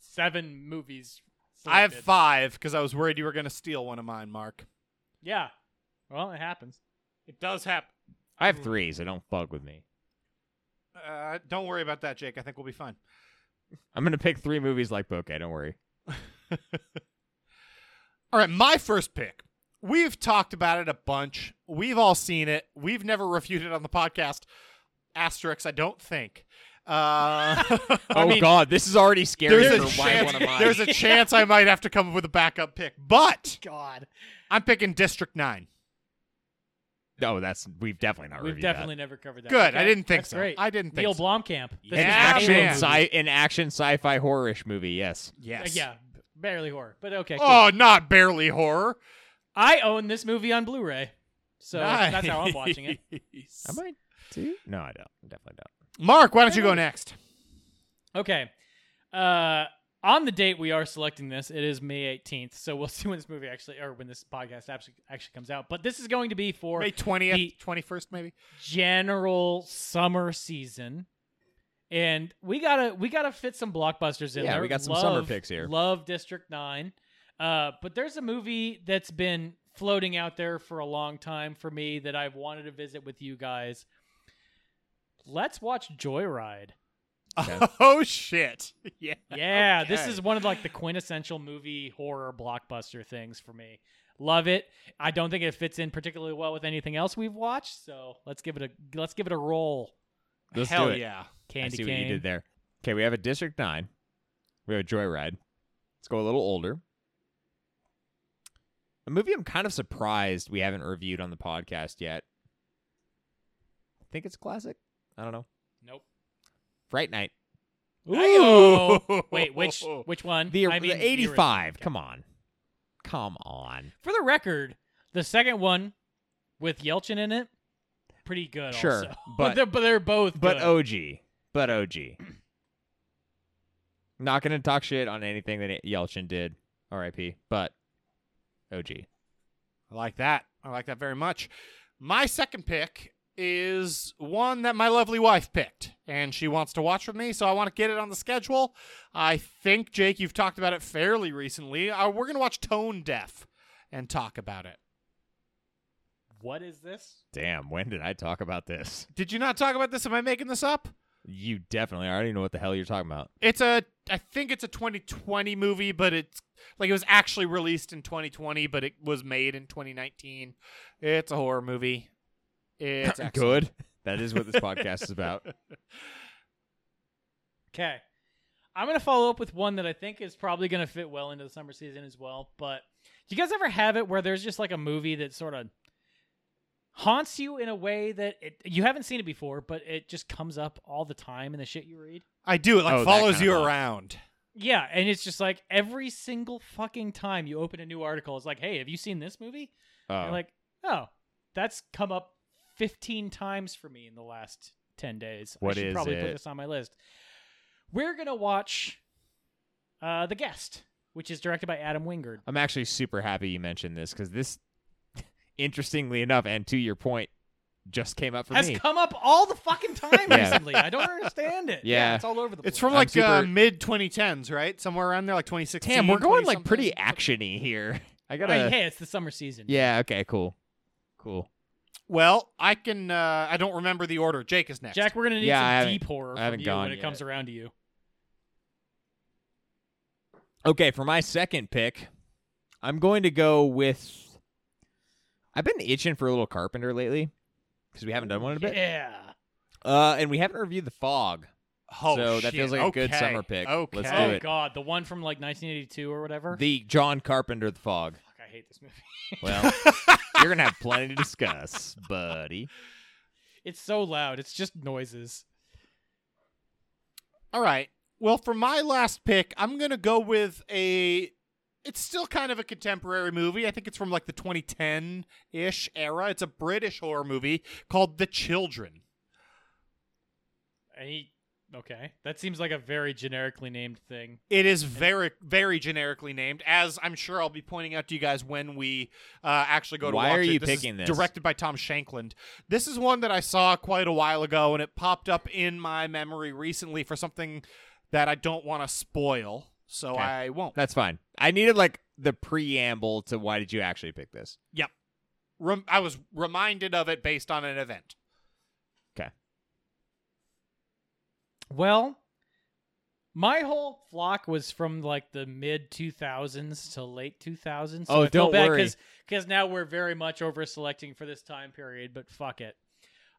seven movies. I have selected. five because I was worried you were going to steal one of mine, Mark. Yeah. Well, it happens. It does happen. I have three, so don't fuck with me. Uh, don't worry about that, Jake. I think we'll be fine. I'm gonna pick three movies like Bokeh. Don't worry. All right, my first pick. We've talked about it a bunch. We've all seen it. We've never refuted it on the podcast. Asterix, I don't think. <laughs> Uh, oh God, this is already scary. there's a for why chance. one of mine. There's a chance I might have to come up with a backup pick, but God. I'm picking District Nine. no, that's we've definitely not We've reviewed that. definitely never covered that. Good. I Okay, didn't think that's so. Great. I didn't think Neil so. Blomkamp. This Yeah, is an action a horror man. movie. sci an action sci-fi horror-ish movie. Yes. Uh, Yes. Yeah, b- barely horror, but okay. cool. Oh, not barely horror. I own this movie on Blu-ray, so that's how I'm watching it. Nice. Am I two? No, I don't. I definitely don't. Mark, why don't you go next? Okay. Uh, on the date we are selecting this, it is May 18th, so we'll <laughs> see when this movie actually, or when this podcast actually, actually comes out. But this is going to be for May the- twentieth, twenty first, maybe. general summer season. And we gotta we gotta fit some blockbusters in Yeah, there. we got some Love- summer picks here. Love District Nine, uh, but there's a movie that's been floating out there for a long time for me that I've wanted to visit with you guys. Let's watch <laughs> Joyride. Okay. <laughs> Oh shit! Yeah. Yeah, this Okay. is one of like the quintessential movie horror blockbuster things for me. Love it. I don't think it fits in particularly well with anything else we've watched, so let's give it a let's give it a roll. Let's Hell do it. yeah! Candy I see cane. what you did there. Okay, we have a District Nine. We have a Joyride. Let's go a little older. A movie I'm kind of surprised we haven't reviewed on the podcast yet. I think it's a classic. I don't know. Nope. Fright Night. <laughs> Ooh. Wait, which which one? The, I mean, the original. 85. Come on. Come on. For the record, the second one with Yelchin in it, pretty good. Sure, <laughs> also. but- they're, but they're both. But oh good. OG. But OG. <clears throat> Not going to talk shit on anything that Yelchin did. RIP. But OG. I like that. I like that very much. My second pick is one that my lovely wife picked, and she wants to watch with me, so I want to get it on the schedule. I think, Jake, you've talked about it fairly recently. Uh, we're going to watch Tone Deaf and talk about it. What is this? Damn, when did I talk about this? Did you not talk about this? Am I making this up? You definitely I already know what the hell you're talking about. It's a, I think it's a 2020 movie, but it's like it was actually released in 2020, but it was made in 2019. It's a horror movie. <clears throat> It's excellent. <laughs> Good. That is <laughs> what this podcast is about. <laughs> Okay. I'm going to follow up with one that I think is probably going to fit well into the summer season as well. But do you guys ever have it where there's just like a movie that sort of haunts you in a way that it, you haven't seen it before, but it just comes up all the time in the shit you read? I do. It like Oh, that follows kinda you vibe. around. Yeah. And it's just like every single fucking time you open a new article, it's like, hey, have you seen this movie? And Oh, you're like, oh, that's come up 15 times for me in the last 10 days. What I should is probably it? put this on my list. We're going to watch uh, The Guest, which is directed by Adam Wingard. I'm actually super happy you mentioned this because this, <laughs> interestingly enough, and to your point, just came up for Has me. come up all the fucking time <laughs> Yeah. recently. I don't understand it. Yeah. it's all over the place. It's from I'm like uh, super- mid 2010s, right? Somewhere around there, like 2016. Damn, we're going 20 like pretty something. actiony here. <laughs> I gotta. Uh, hey, it's the summer season. Yeah. Okay. Cool. Cool. Well, I can. Uh, I don't remember the order. Jake is next. Jack, we're gonna need Yeah, I some haven't- deep horror I from haven't you gone when it yet. comes around to you. Okay, for my second pick, I'm going to go with. I've been itching for a little Carpenter lately because we haven't done one in a bit, Yeah, uh, and we haven't reviewed The Fog. oh, so that shit. feels like a good Okay. summer pick. Okay. Let's oh do it. god, the one from like 1982 or whatever. The John Carpenter The Fog. Fuck, I hate this movie. <laughs> <laughs> Well, you're gonna have plenty to discuss, buddy. It's so loud. It's just noises. All right. Well, for my last pick, I'm going to go with a. It's still kind of a contemporary movie. I think it's from like the 2010 ish era. It's a British horror movie called The Children. And he, okay, that seems like a very generically named thing. It is very, very generically named, as I'm sure I'll be pointing out to you guys when we uh, actually go to Why watch are it. you This is picking this? Directed by Tom Shankland. This is one that I saw quite a while ago, and it popped up in my memory recently for something that I don't want to spoil, so Okay. I won't. That's fine. I needed like the preamble to why did you actually pick this? Rem- I was reminded of it based on an event. Well, my whole flock was from like the mid 2000s to late 2000s. So Oh, I feel don't bad worry. Because now we're very much over selecting for this time period, but fuck it.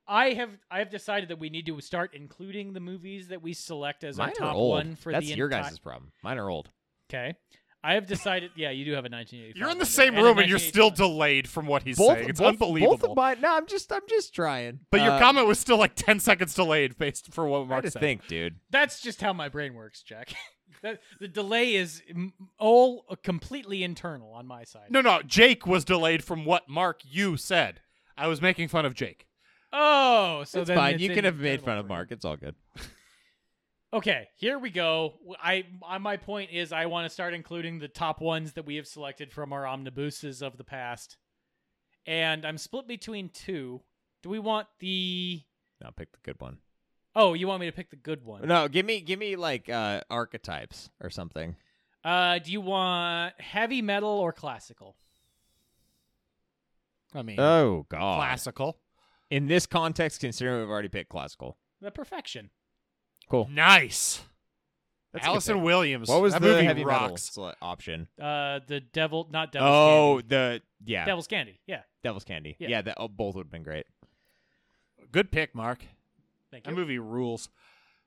I have I have decided that we need to start including the movies that we select as Mine our are top old. one for That's the your enti- guys' problem. Mine are old. Okay. I have decided. Yeah, you do have a 1985. You're in one there, the same and a room and you're still 1981. delayed from what he's saying. It's Both unbelievable. of mine. No, I'm just I'm just trying. but your Uh, comment was still like 10 seconds delayed based for what I Mark just said. think, dude. That's just how my brain works, Jack. <laughs> that, the delay is m- all completely internal on my side. No, no, Jake was delayed from what Mark you said. I was making fun of Jake. Oh, so it's then fine. it's You can have made internal fun of for Mark. It's all good. you. Okay, here we go. I, I my point is I want to start including the top ones that we have selected from our omnibuses of the past, and I'm split between two. Do we want the? No, pick the good one. Oh, you want me to pick the good one? No, give me give me like uh archetypes or something. Uh, do you want heavy metal or classical? I mean, Oh god. classical. In this context, considering we've already picked classical. The perfection. Cool. Nice. That's a good Allison pick. Williams. What was that the movie heavy metal rocks. sele- option? Uh, the devil, not devil. Oh, the yeah, Devil's Candy. Yeah. Devil's Candy. Yeah. Yeah, that oh, both would have been great. Good pick, Mark. Thank That you. movie rules.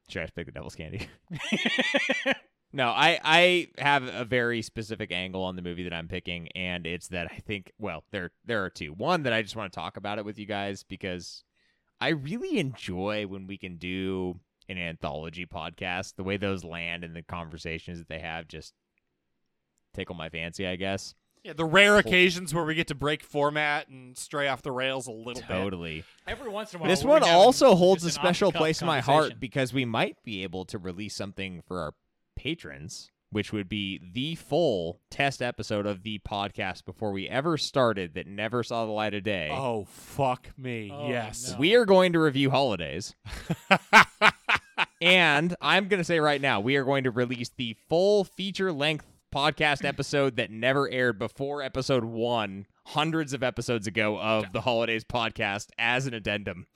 Should I pick the Devil's Candy? <laughs> No, I I have a very specific angle on the movie that I'm picking, and it's that I think well there there are two. One that I just want to talk about it with you guys because I really enjoy when we can do an anthology podcast. The way those land and the conversations that they have just tickle my fancy, I guess. Yeah, the rare occasions where we get to break format and stray off the rails a little bit. Totally. Every once in a while. this we're one having also just holds an a special off-the-cuff place in my heart conversation. because we might be able to release something for our patrons which would be the full test episode of the podcast before we ever started that never saw the light of day. Oh fuck me. Oh, yes. no. We are going to review <laughs> holidays. and I'm going to say right now, we are going to release the full feature length podcast episode that never aired before episode one, hundreds of episodes ago of the Holidays podcast as an addendum.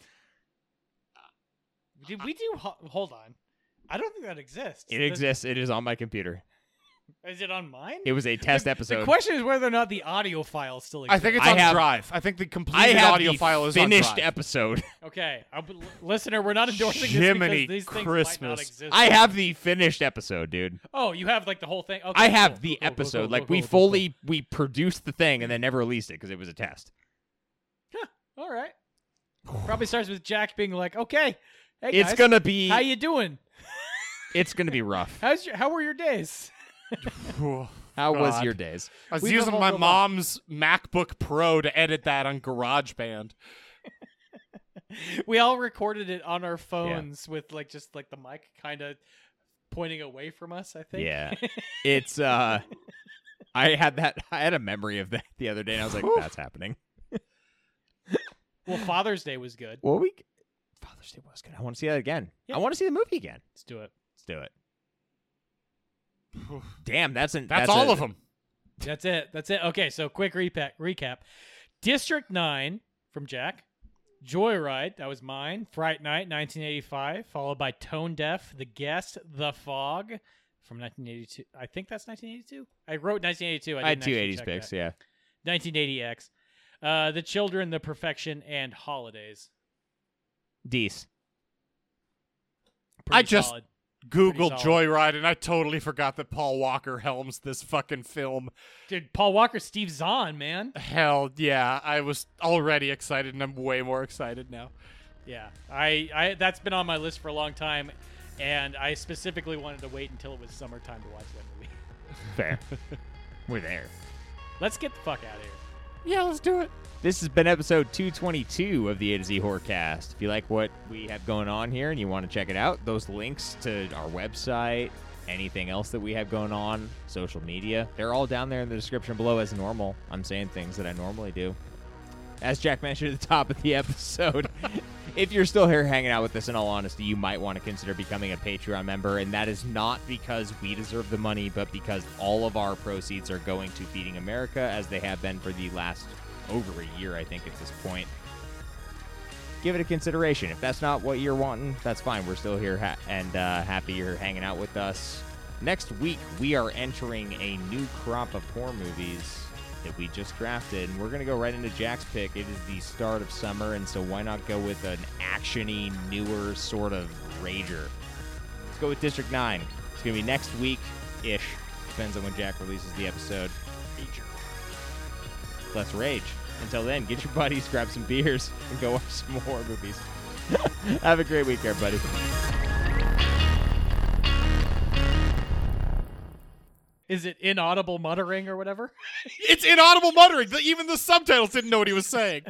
Did we do? ho- Hold on. I don't think that exists. It Does- exists. It is on my computer. Is it on mine? It was a test episode. The question is whether or not the audio file still I exists. think it's I on have- Drive. I think the I completed have audio the file is finished on Drive. episode. Okay, I'll be- listener, we're not endorsing Jiminy this because these things might not Christmas. exist. I have the finished episode, dude. Oh, you have like the whole thing. Okay, I have cool, the cool, cool, cool, episode. cool, like cool, we cool, cool. fully we produced the thing and then never released it because it was a test. All right. <sighs> Probably starts with Jack being like, "Okay, hey it's guys, gonna be how you doing? it's gonna be rough. How's your how were your days? Phew. How was God. your days? I was We've using my evolved a lot. mom's MacBook Pro to edit that on GarageBand. We all recorded it on our phones with like just like the mic kind of pointing away from us. I think. Yeah, <laughs> it's uh, I had that. I had a memory of that the other day, and I was like, "That's happening." Well, Father's Day was good. What we Father's Day was good. I want to see that again. Yeah. I want to see the movie again. Let's do it. Let's do it. Damn, that's an That's, a- all of 'em. of them. That's it. That's it. Okay, so quick recap. Recap. District Nine from Jack. Joyride, that was mine. Fright Night, 1985, followed by Tone Deaf, The Guest, The Fog from 1982. I think that's 1982. I wrote 1982. I, I had didn't two actually '80s check picks. that. Yeah, 1980X. Uh, the Children, The Perfection, and Holidays. Dees. I Pretty just- solid. Google solid. Joyride, and I totally forgot that Paul Walker helms this fucking film. Dude, Paul Walker, Steve Zahn, man. Hell yeah, I was already excited, and I'm way more excited now. <laughs> Yeah, I, I that's been on my list for a long time, and I specifically wanted to wait until it was summertime to watch that movie. <laughs> Fair. We're there. Let's get the fuck out of here. Yeah, let's do it. This has been episode 222 of the A to Z Horrorcast. If you like what we have going on here and you want to check it out, those links to our website, anything else that we have going on, social media, they're all down there in the description below as normal. I'm saying things that I normally do. As Jack mentioned at the top of the <laughs> episode, if you're still here hanging out with us, in all honesty, you might want to consider becoming a Patreon member. And that is not because we deserve the money, but because all of our proceeds are going to Feeding America, as they have been for the last over a year, I think, at this point. Give it a consideration. If that's not what you're wanting, that's fine. We're still here ha- and uh, happy you're hanging out with us. Next week, we are entering a new crop of horror movies that we just drafted, and we're going to go right into Jack's pick. It is the start of summer, and so why not go with an actiony, newer sort of rager? Let's go with District 9. It's going to be next week ish. Depends on when Jack releases the episode. Let's rage. Until then, get your buddies, grab some beers, and go watch some horror movies. <laughs> Have a great week, everybody. Is it inaudible muttering or whatever? It's inaudible muttering. The- Even the subtitles didn't know what he was saying.